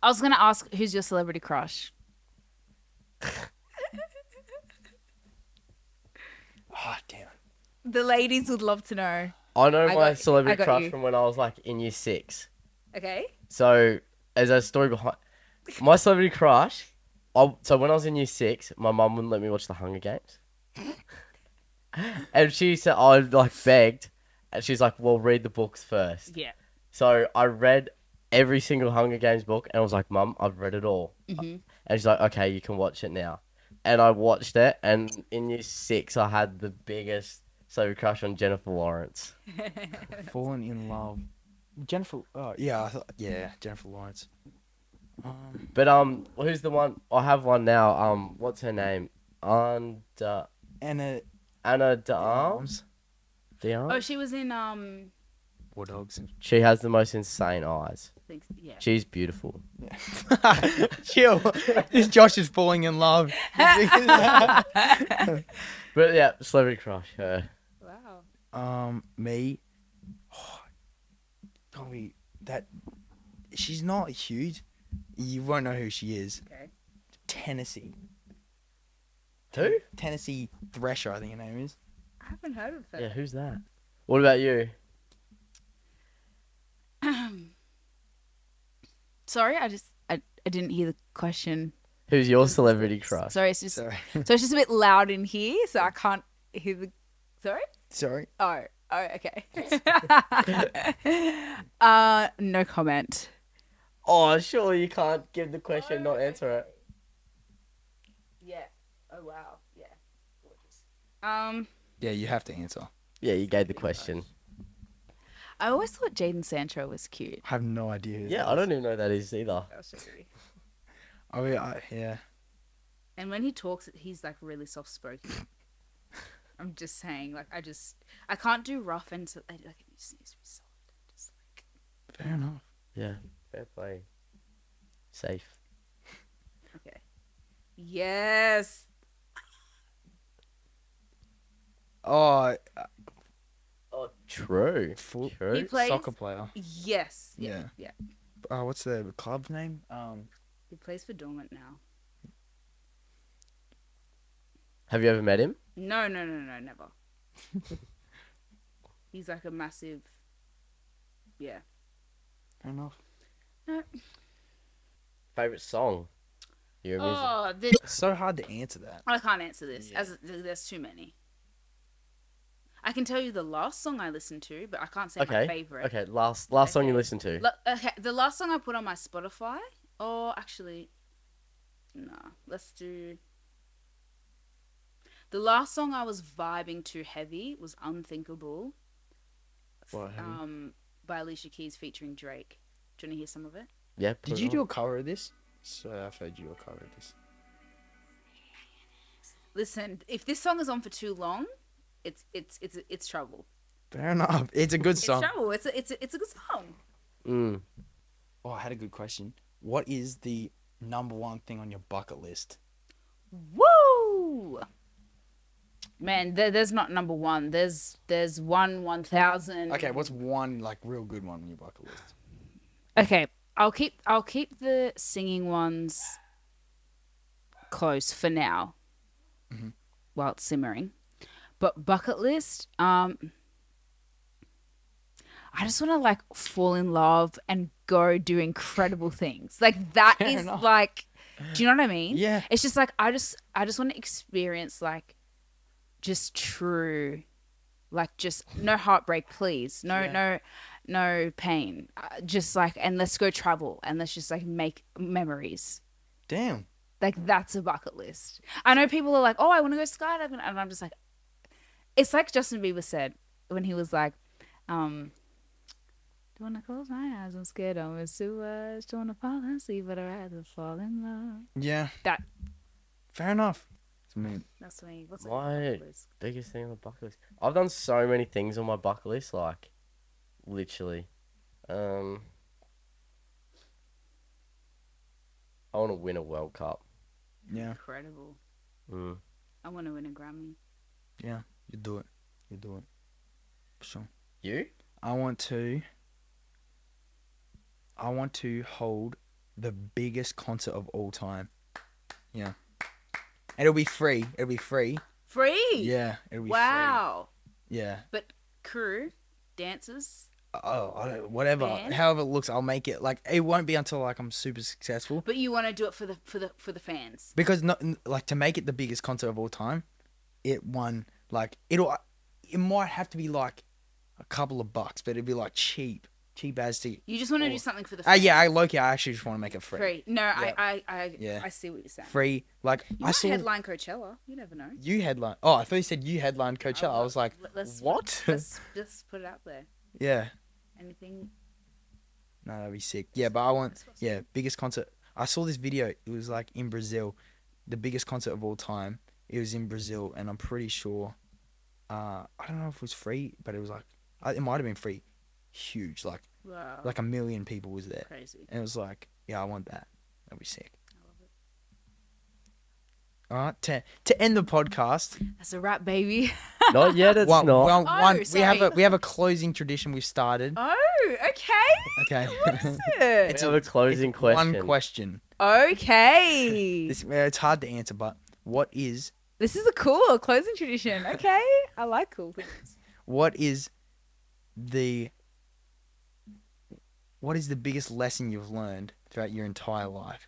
Speaker 1: I was gonna ask who's your celebrity crush.
Speaker 2: Oh damn.
Speaker 1: The ladies would love to know.
Speaker 3: I know
Speaker 1: I
Speaker 3: my
Speaker 1: got- I
Speaker 3: celebrity
Speaker 1: got
Speaker 3: crush
Speaker 1: you.
Speaker 3: from when I was like in year six.
Speaker 1: Okay.
Speaker 3: So as a story behind my celebrity crush, I, so when I was in year six, my mum wouldn't let me watch the Hunger Games, and she said I like begged, and she's like, "Well, read the books first.
Speaker 1: Yeah.
Speaker 3: So I read every single Hunger Games book, and I was like, "Mum, I've read it all."
Speaker 1: hmm
Speaker 3: And she's like, okay, you can watch it now. And I watched it, and in year six, I had the biggest celebrity crush on Jennifer Lawrence.
Speaker 2: Fallen in love. Jennifer. Oh yeah, I thought, yeah, Jennifer Lawrence. Um,
Speaker 3: But um, who's the one? I have one now. Um, what's her name? Anda,
Speaker 2: Anna
Speaker 3: Anna de
Speaker 2: Arms.
Speaker 3: Arms. De
Speaker 1: <laughs> Oh,
Speaker 3: Arms?
Speaker 1: she was in um.
Speaker 2: War dogs.
Speaker 3: <laughs> She has the most insane eyes.
Speaker 1: I think- Yeah.
Speaker 3: She's beautiful.
Speaker 2: <laughs> Chill. this Josh is falling in love.
Speaker 3: But yeah, celebrity crush. Her.
Speaker 1: <laughs> wow.
Speaker 2: um, me. <sighs> Oh, probably that. She's not huge. You won't know who she is.
Speaker 1: Okay.
Speaker 2: Tennessee.
Speaker 3: Who?
Speaker 2: Tennessee Thresher, I think her name is.
Speaker 1: I haven't heard of her.
Speaker 3: Yeah, who's that? What about you?
Speaker 1: <clears throat> Sorry, I just I, I didn't hear the question.
Speaker 3: Who's your celebrity crush?
Speaker 1: Sorry, it's just
Speaker 2: Sorry. <laughs>
Speaker 1: so it's just a bit loud in here, so I can't hear the. Sorry.
Speaker 2: Sorry.
Speaker 1: Oh. Oh. Okay. <laughs> uh. No comment.
Speaker 3: Oh, surely you can't give the question and not answer it.
Speaker 1: Yeah. Oh wow. Yeah. Gorgeous. Um.
Speaker 2: Yeah, you have to answer.
Speaker 3: Yeah, you gave the question.
Speaker 1: I always thought Jaden Sancho was cute.
Speaker 2: I have no idea. Who
Speaker 3: Yeah, I don't even know who that is either.
Speaker 2: I mean, I, Oh, yeah.
Speaker 1: And when he talks, he's like really soft <laughs> spoken. I'm just saying, like I just I can't do rough and so I, like it just needs to be soft. Just like
Speaker 2: Fair enough.
Speaker 3: Yeah. Fair play. Safe.
Speaker 1: okay, yes,
Speaker 2: Oh,
Speaker 3: Oh, true.
Speaker 2: full
Speaker 3: True.
Speaker 1: He plays-
Speaker 2: soccer player.
Speaker 1: yes, yeah, yeah.
Speaker 2: Yeah. Uh, what's the club name? Um,
Speaker 1: He plays for Dormant now.
Speaker 3: Have you ever met him?
Speaker 1: No, no, no, no, never. he's like a massive, yeah.
Speaker 2: fair enough.
Speaker 3: Favorite song? You're a music.
Speaker 1: Oh, this
Speaker 2: It's so hard to answer that.
Speaker 1: I can't answer this
Speaker 2: Yeah.
Speaker 1: as there's too many. I can tell you the last song I listened to, but I can't say my favorite.
Speaker 3: Okay, last last song you
Speaker 1: Okay.
Speaker 3: listened to.
Speaker 1: Lo- okay, the last song I put on my Spotify, or actually, nah, let's do. The last song I was vibing to heavy was Unthinkable.
Speaker 3: What, heavy?
Speaker 1: um, by Alicia Keys featuring Drake. Do you want to hear some of it?
Speaker 3: yeah. put
Speaker 2: Did
Speaker 3: it
Speaker 2: you
Speaker 3: on.
Speaker 2: do a cover of this? So I've heard you do a cover of this.
Speaker 1: Listen, if this song is on for too long, it's it's it's it's trouble.
Speaker 2: Fair enough. It's a good
Speaker 1: It's
Speaker 2: song.
Speaker 1: trouble. It's a, it's a, it's a good song.
Speaker 3: Mm.
Speaker 2: Oh, I had a good question. What is the number one thing on your bucket list?
Speaker 1: Woo! Man, there, there's not number one. There's there's one one thousand.
Speaker 2: Okay, what's one like real good one on your bucket list?
Speaker 1: Okay, I'll keep I'll keep the singing ones close for now,
Speaker 2: Mhm.
Speaker 1: while it's simmering. But bucket list, um, I just want to like fall in love and go do incredible things. Like that
Speaker 2: Fair
Speaker 1: is
Speaker 2: enough.
Speaker 1: like, do you know what I mean?
Speaker 2: Yeah.
Speaker 1: It's just like I just I just want to experience like just true like just no heartbreak please. No
Speaker 2: Yeah.
Speaker 1: no no pain. Uh, just like and let's go travel and let's just like make memories.
Speaker 2: Damn.
Speaker 1: Like that's a bucket list. I know people are like, "Oh, I want to go skydiving." And I'm just like it's like Justin Bieber said when he was like um don't wanna close my eyes, I'm scared I'm a suicide. Don't wanna fall asleep, but I'd rather fall in love.
Speaker 2: Yeah.
Speaker 1: That-
Speaker 2: Fair enough. It's mean.
Speaker 1: That's me. What's
Speaker 3: My-
Speaker 1: my list?
Speaker 3: Biggest thing on the bucket list. I've done so many things on my bucket list, like literally. Um. I want to win a World Cup.
Speaker 2: Yeah.
Speaker 1: Incredible.
Speaker 3: Mm.
Speaker 1: I want to win a Grammy.
Speaker 2: You do it. You do it. For sure.
Speaker 3: You?
Speaker 2: I want to. I want to hold the biggest concert of all time. And it'll be free. It'll be free.
Speaker 1: Free.
Speaker 2: Yeah, it'll be
Speaker 1: Wow.
Speaker 2: free. Yeah.
Speaker 1: Crew, dancers.
Speaker 2: Oh, I don't, whatever.
Speaker 1: Band?
Speaker 2: However it looks, I'll make it. Like it won't be until like I'm super successful
Speaker 1: But you want to do it for the for the for the fans.
Speaker 2: because not like to make it the biggest concert of all time. It won like it'll. It might have to be like a couple of bucks, but it'd be like cheap, cheap as to.
Speaker 1: You just want to
Speaker 2: Or-
Speaker 1: do something for the.
Speaker 2: Ah,
Speaker 1: fans.
Speaker 2: yeah, I Loki. I actually just want to make it free. Free.
Speaker 1: Free. No,
Speaker 2: Yeah.
Speaker 1: I I I,
Speaker 2: Yeah.
Speaker 1: I see what you're saying.
Speaker 2: Like
Speaker 1: You
Speaker 2: I
Speaker 1: might
Speaker 2: saw
Speaker 1: headline Coachella. You never know.
Speaker 2: you headline. Oh, I thought you said you headline Coachella.
Speaker 1: Oh,
Speaker 2: I was like,
Speaker 1: let- let's-
Speaker 2: what?
Speaker 1: <laughs> Let's just put it out there.
Speaker 2: yeah.
Speaker 1: Anything.
Speaker 2: No, that'd be sick. Yeah, but I want
Speaker 1: That's what's
Speaker 2: yeah, biggest concert. I saw this video. It was like in Brazil, the biggest concert of all time. It was in Brazil, and I'm pretty sure. Uh, I don't know if it was free, but it was like I- it might have been free. Huge, like
Speaker 1: Wow.
Speaker 2: like a million people was there,
Speaker 1: crazy.
Speaker 2: and it was like, yeah, I want that. That'd be sick.
Speaker 1: I love it.
Speaker 2: All right, to to end the podcast,
Speaker 1: That's a wrap, baby. <laughs>
Speaker 3: Not yet. It's
Speaker 2: well,
Speaker 3: not.
Speaker 2: well,
Speaker 1: Oh,
Speaker 2: one- we have a
Speaker 1: sorry.
Speaker 2: we have a closing tradition we've started.
Speaker 1: Oh, okay.
Speaker 2: Okay,
Speaker 1: What is it?
Speaker 2: <laughs> it's
Speaker 3: we have a closing question.
Speaker 2: one question.
Speaker 4: Okay.
Speaker 2: This, well, <laughs> it's hard to answer, but what is
Speaker 4: This is a cool closing
Speaker 1: <laughs>
Speaker 4: tradition. Okay. I like cool things.
Speaker 2: what is the what is the biggest lesson you've learned throughout your entire life?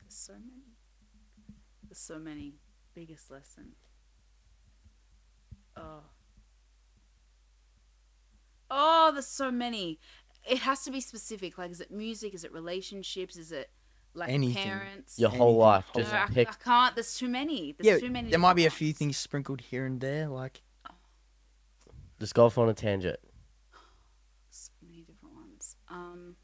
Speaker 1: There's so many. There's so many. Biggest lesson. Oh. Oh, there's so many. It has to be specific. Like, is it music? Is it relationships? Is it like
Speaker 2: Anything.
Speaker 1: parents?
Speaker 3: Your
Speaker 1: No,
Speaker 3: whole
Speaker 2: Anything.
Speaker 3: life.
Speaker 2: Whole
Speaker 3: Just
Speaker 1: I, I
Speaker 3: pick.
Speaker 1: can't. There's too many. There's
Speaker 2: yeah,
Speaker 1: too many.
Speaker 2: there might be a
Speaker 1: different
Speaker 2: few
Speaker 1: ones.
Speaker 2: things sprinkled here and there. Like,
Speaker 3: Just go off on a tangent.
Speaker 1: So many different ones. Um.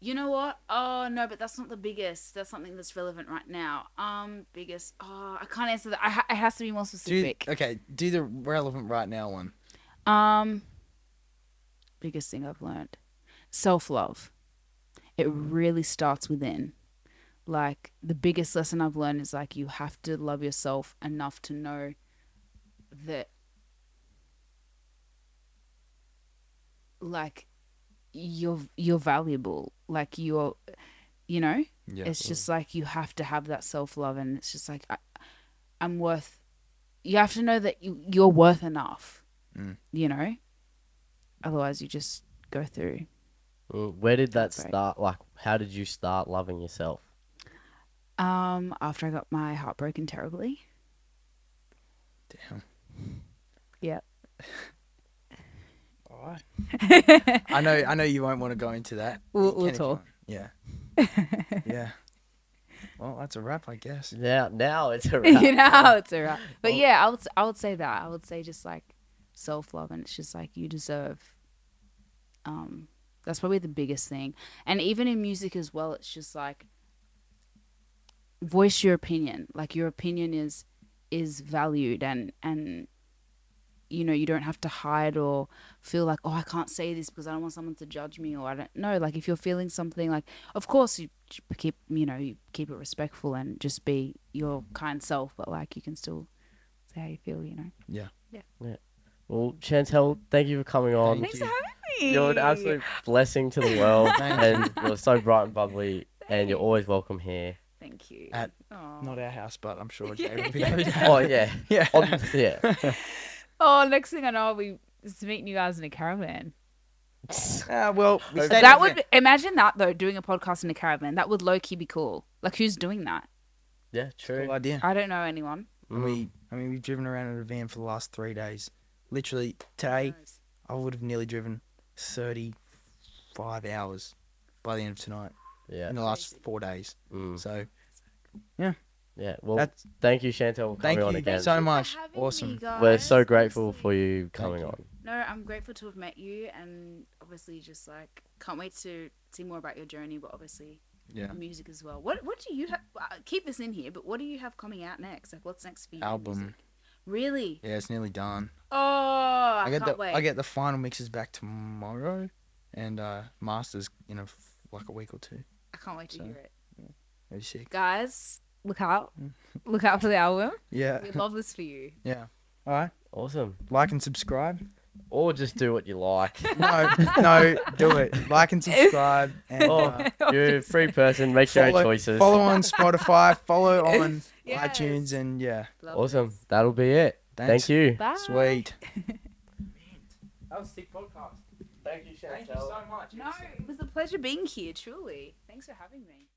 Speaker 1: You know what? Oh no, but that's not the biggest. That's something that's relevant right now. Um, biggest. Oh, I can't answer that. I ha- it has to be more
Speaker 2: do
Speaker 1: specific.
Speaker 2: okay, do the relevant right now one.
Speaker 1: Um, biggest thing I've learned self love. It really starts within. Like, the biggest lesson I've learned is like, you have to love yourself enough to know that, like, you're you're valuable like you're you know
Speaker 2: Yeah,
Speaker 1: it's just like you have to have that self love, and it's just like I, I'm worth. You have to know that you, you're worth enough.
Speaker 2: Mm.
Speaker 1: You know, otherwise you just go through.
Speaker 3: Mm, Where did that
Speaker 1: Sorry.
Speaker 3: start? Like, how did you start loving yourself?
Speaker 1: Um, after I got my heart broken terribly, <laughs>
Speaker 2: Oh, damn.
Speaker 4: Yeah.
Speaker 2: <laughs> All right. I know. I know you won't want to go into that.
Speaker 4: We'll-
Speaker 2: You can
Speaker 4: we'll
Speaker 2: if you
Speaker 4: talk.
Speaker 2: want.
Speaker 1: <laughs>
Speaker 2: Yeah. yeah. Well, that's a wrap, I guess.
Speaker 3: Now, now it's
Speaker 1: <laughs>
Speaker 3: a wrap.
Speaker 4: you know, it's all right.
Speaker 1: but
Speaker 3: Well-
Speaker 1: yeah, I would s- I would say that I would say just like self love, and it's just like you deserve. Um, that's probably the biggest thing, and even in music as well, it's just like voice your opinion. Like your opinion is is valued, and and you know you don't have to hide or feel like oh I can't say this because I don't want someone to judge me or I don't know. Like if you're feeling something, like of course you j- keep you know you keep it respectful and just be your kind self, but like you can still say how you feel, you know.
Speaker 3: Well, Chantel, thank you for coming on.
Speaker 2: Thank
Speaker 4: Thanks
Speaker 2: you.
Speaker 4: for having me.
Speaker 3: You're an absolute blessing to the world,
Speaker 2: <laughs> Thank
Speaker 3: and you're so bright and bubbly, and you're always welcome here.
Speaker 1: Thank you.
Speaker 2: At-
Speaker 1: Aw.
Speaker 2: Not our house, but
Speaker 1: <laughs>
Speaker 2: I'm sure Jay will be over there.
Speaker 3: Oh yeah,
Speaker 2: <laughs> yeah.
Speaker 3: On- yeah.
Speaker 4: Oh, next thing I know, I'll be just meeting you guys in a caravan.
Speaker 2: Ah, well, we stayed
Speaker 1: that
Speaker 2: in
Speaker 1: would
Speaker 2: the-
Speaker 1: be- imagine that though, doing a podcast in a caravan. That would low key be cool. Like who's doing that?
Speaker 3: Yeah,
Speaker 2: Cool
Speaker 3: true.
Speaker 2: idea.
Speaker 1: I don't know anyone.
Speaker 2: And
Speaker 3: Mm.
Speaker 2: we, I mean, we've driven around in a van for the last three days. Literally today, I would have nearly driven thirty-five hours by the end of tonight
Speaker 3: Yeah,
Speaker 2: in the last
Speaker 1: Crazy.
Speaker 2: four days.
Speaker 3: mm.
Speaker 2: So
Speaker 3: yeah. Well,
Speaker 2: that's
Speaker 3: thank you, Chantel, for coming
Speaker 2: thank
Speaker 3: on
Speaker 2: you
Speaker 3: again.
Speaker 2: so
Speaker 1: for
Speaker 2: much.
Speaker 1: having me,
Speaker 2: Awesome.
Speaker 3: We're
Speaker 1: guys.
Speaker 3: so grateful for
Speaker 1: Honestly.
Speaker 3: you coming
Speaker 2: you.
Speaker 3: on.
Speaker 1: No, I'm grateful to have met you, and obviously just like can't wait to see more about your journey, but obviously
Speaker 2: Yeah.
Speaker 1: music as well. What what do you have? Keep this in here, but what do you have coming out next? Like what's next for you?
Speaker 2: Album.
Speaker 1: music? Really?
Speaker 2: Yeah, it's nearly done.
Speaker 1: Oh, I,
Speaker 2: get
Speaker 1: can't
Speaker 2: the
Speaker 1: wait.
Speaker 2: I get the final mixes back tomorrow, and uh masters in a f- like a week or two.
Speaker 1: I can't wait to
Speaker 2: So.
Speaker 1: hear it,
Speaker 2: That'd be sick.
Speaker 1: guys.
Speaker 2: Mm. <laughs>
Speaker 4: Look out. Look out for the album.
Speaker 2: Yeah.
Speaker 4: We love this for you.
Speaker 2: All right.
Speaker 3: Awesome.
Speaker 2: Like and subscribe.
Speaker 3: Or just do what you like.
Speaker 2: <laughs> No, no, do it. Like and subscribe. And,
Speaker 3: Oh,
Speaker 1: <laughs>
Speaker 2: uh,
Speaker 3: You're a free person. Make your own
Speaker 2: follow,
Speaker 3: choices.
Speaker 2: follow on Spotify. Follow on
Speaker 1: Yes.
Speaker 2: iTunes, and yeah,
Speaker 1: Love
Speaker 3: Awesome.
Speaker 1: this.
Speaker 3: That'll be it.
Speaker 2: Thanks.
Speaker 3: Thank you.
Speaker 4: Bye.
Speaker 2: sweet.
Speaker 3: That was a sick podcast. Thank you, Chantel.
Speaker 1: No, it was a pleasure being here, truly. Thanks for having me.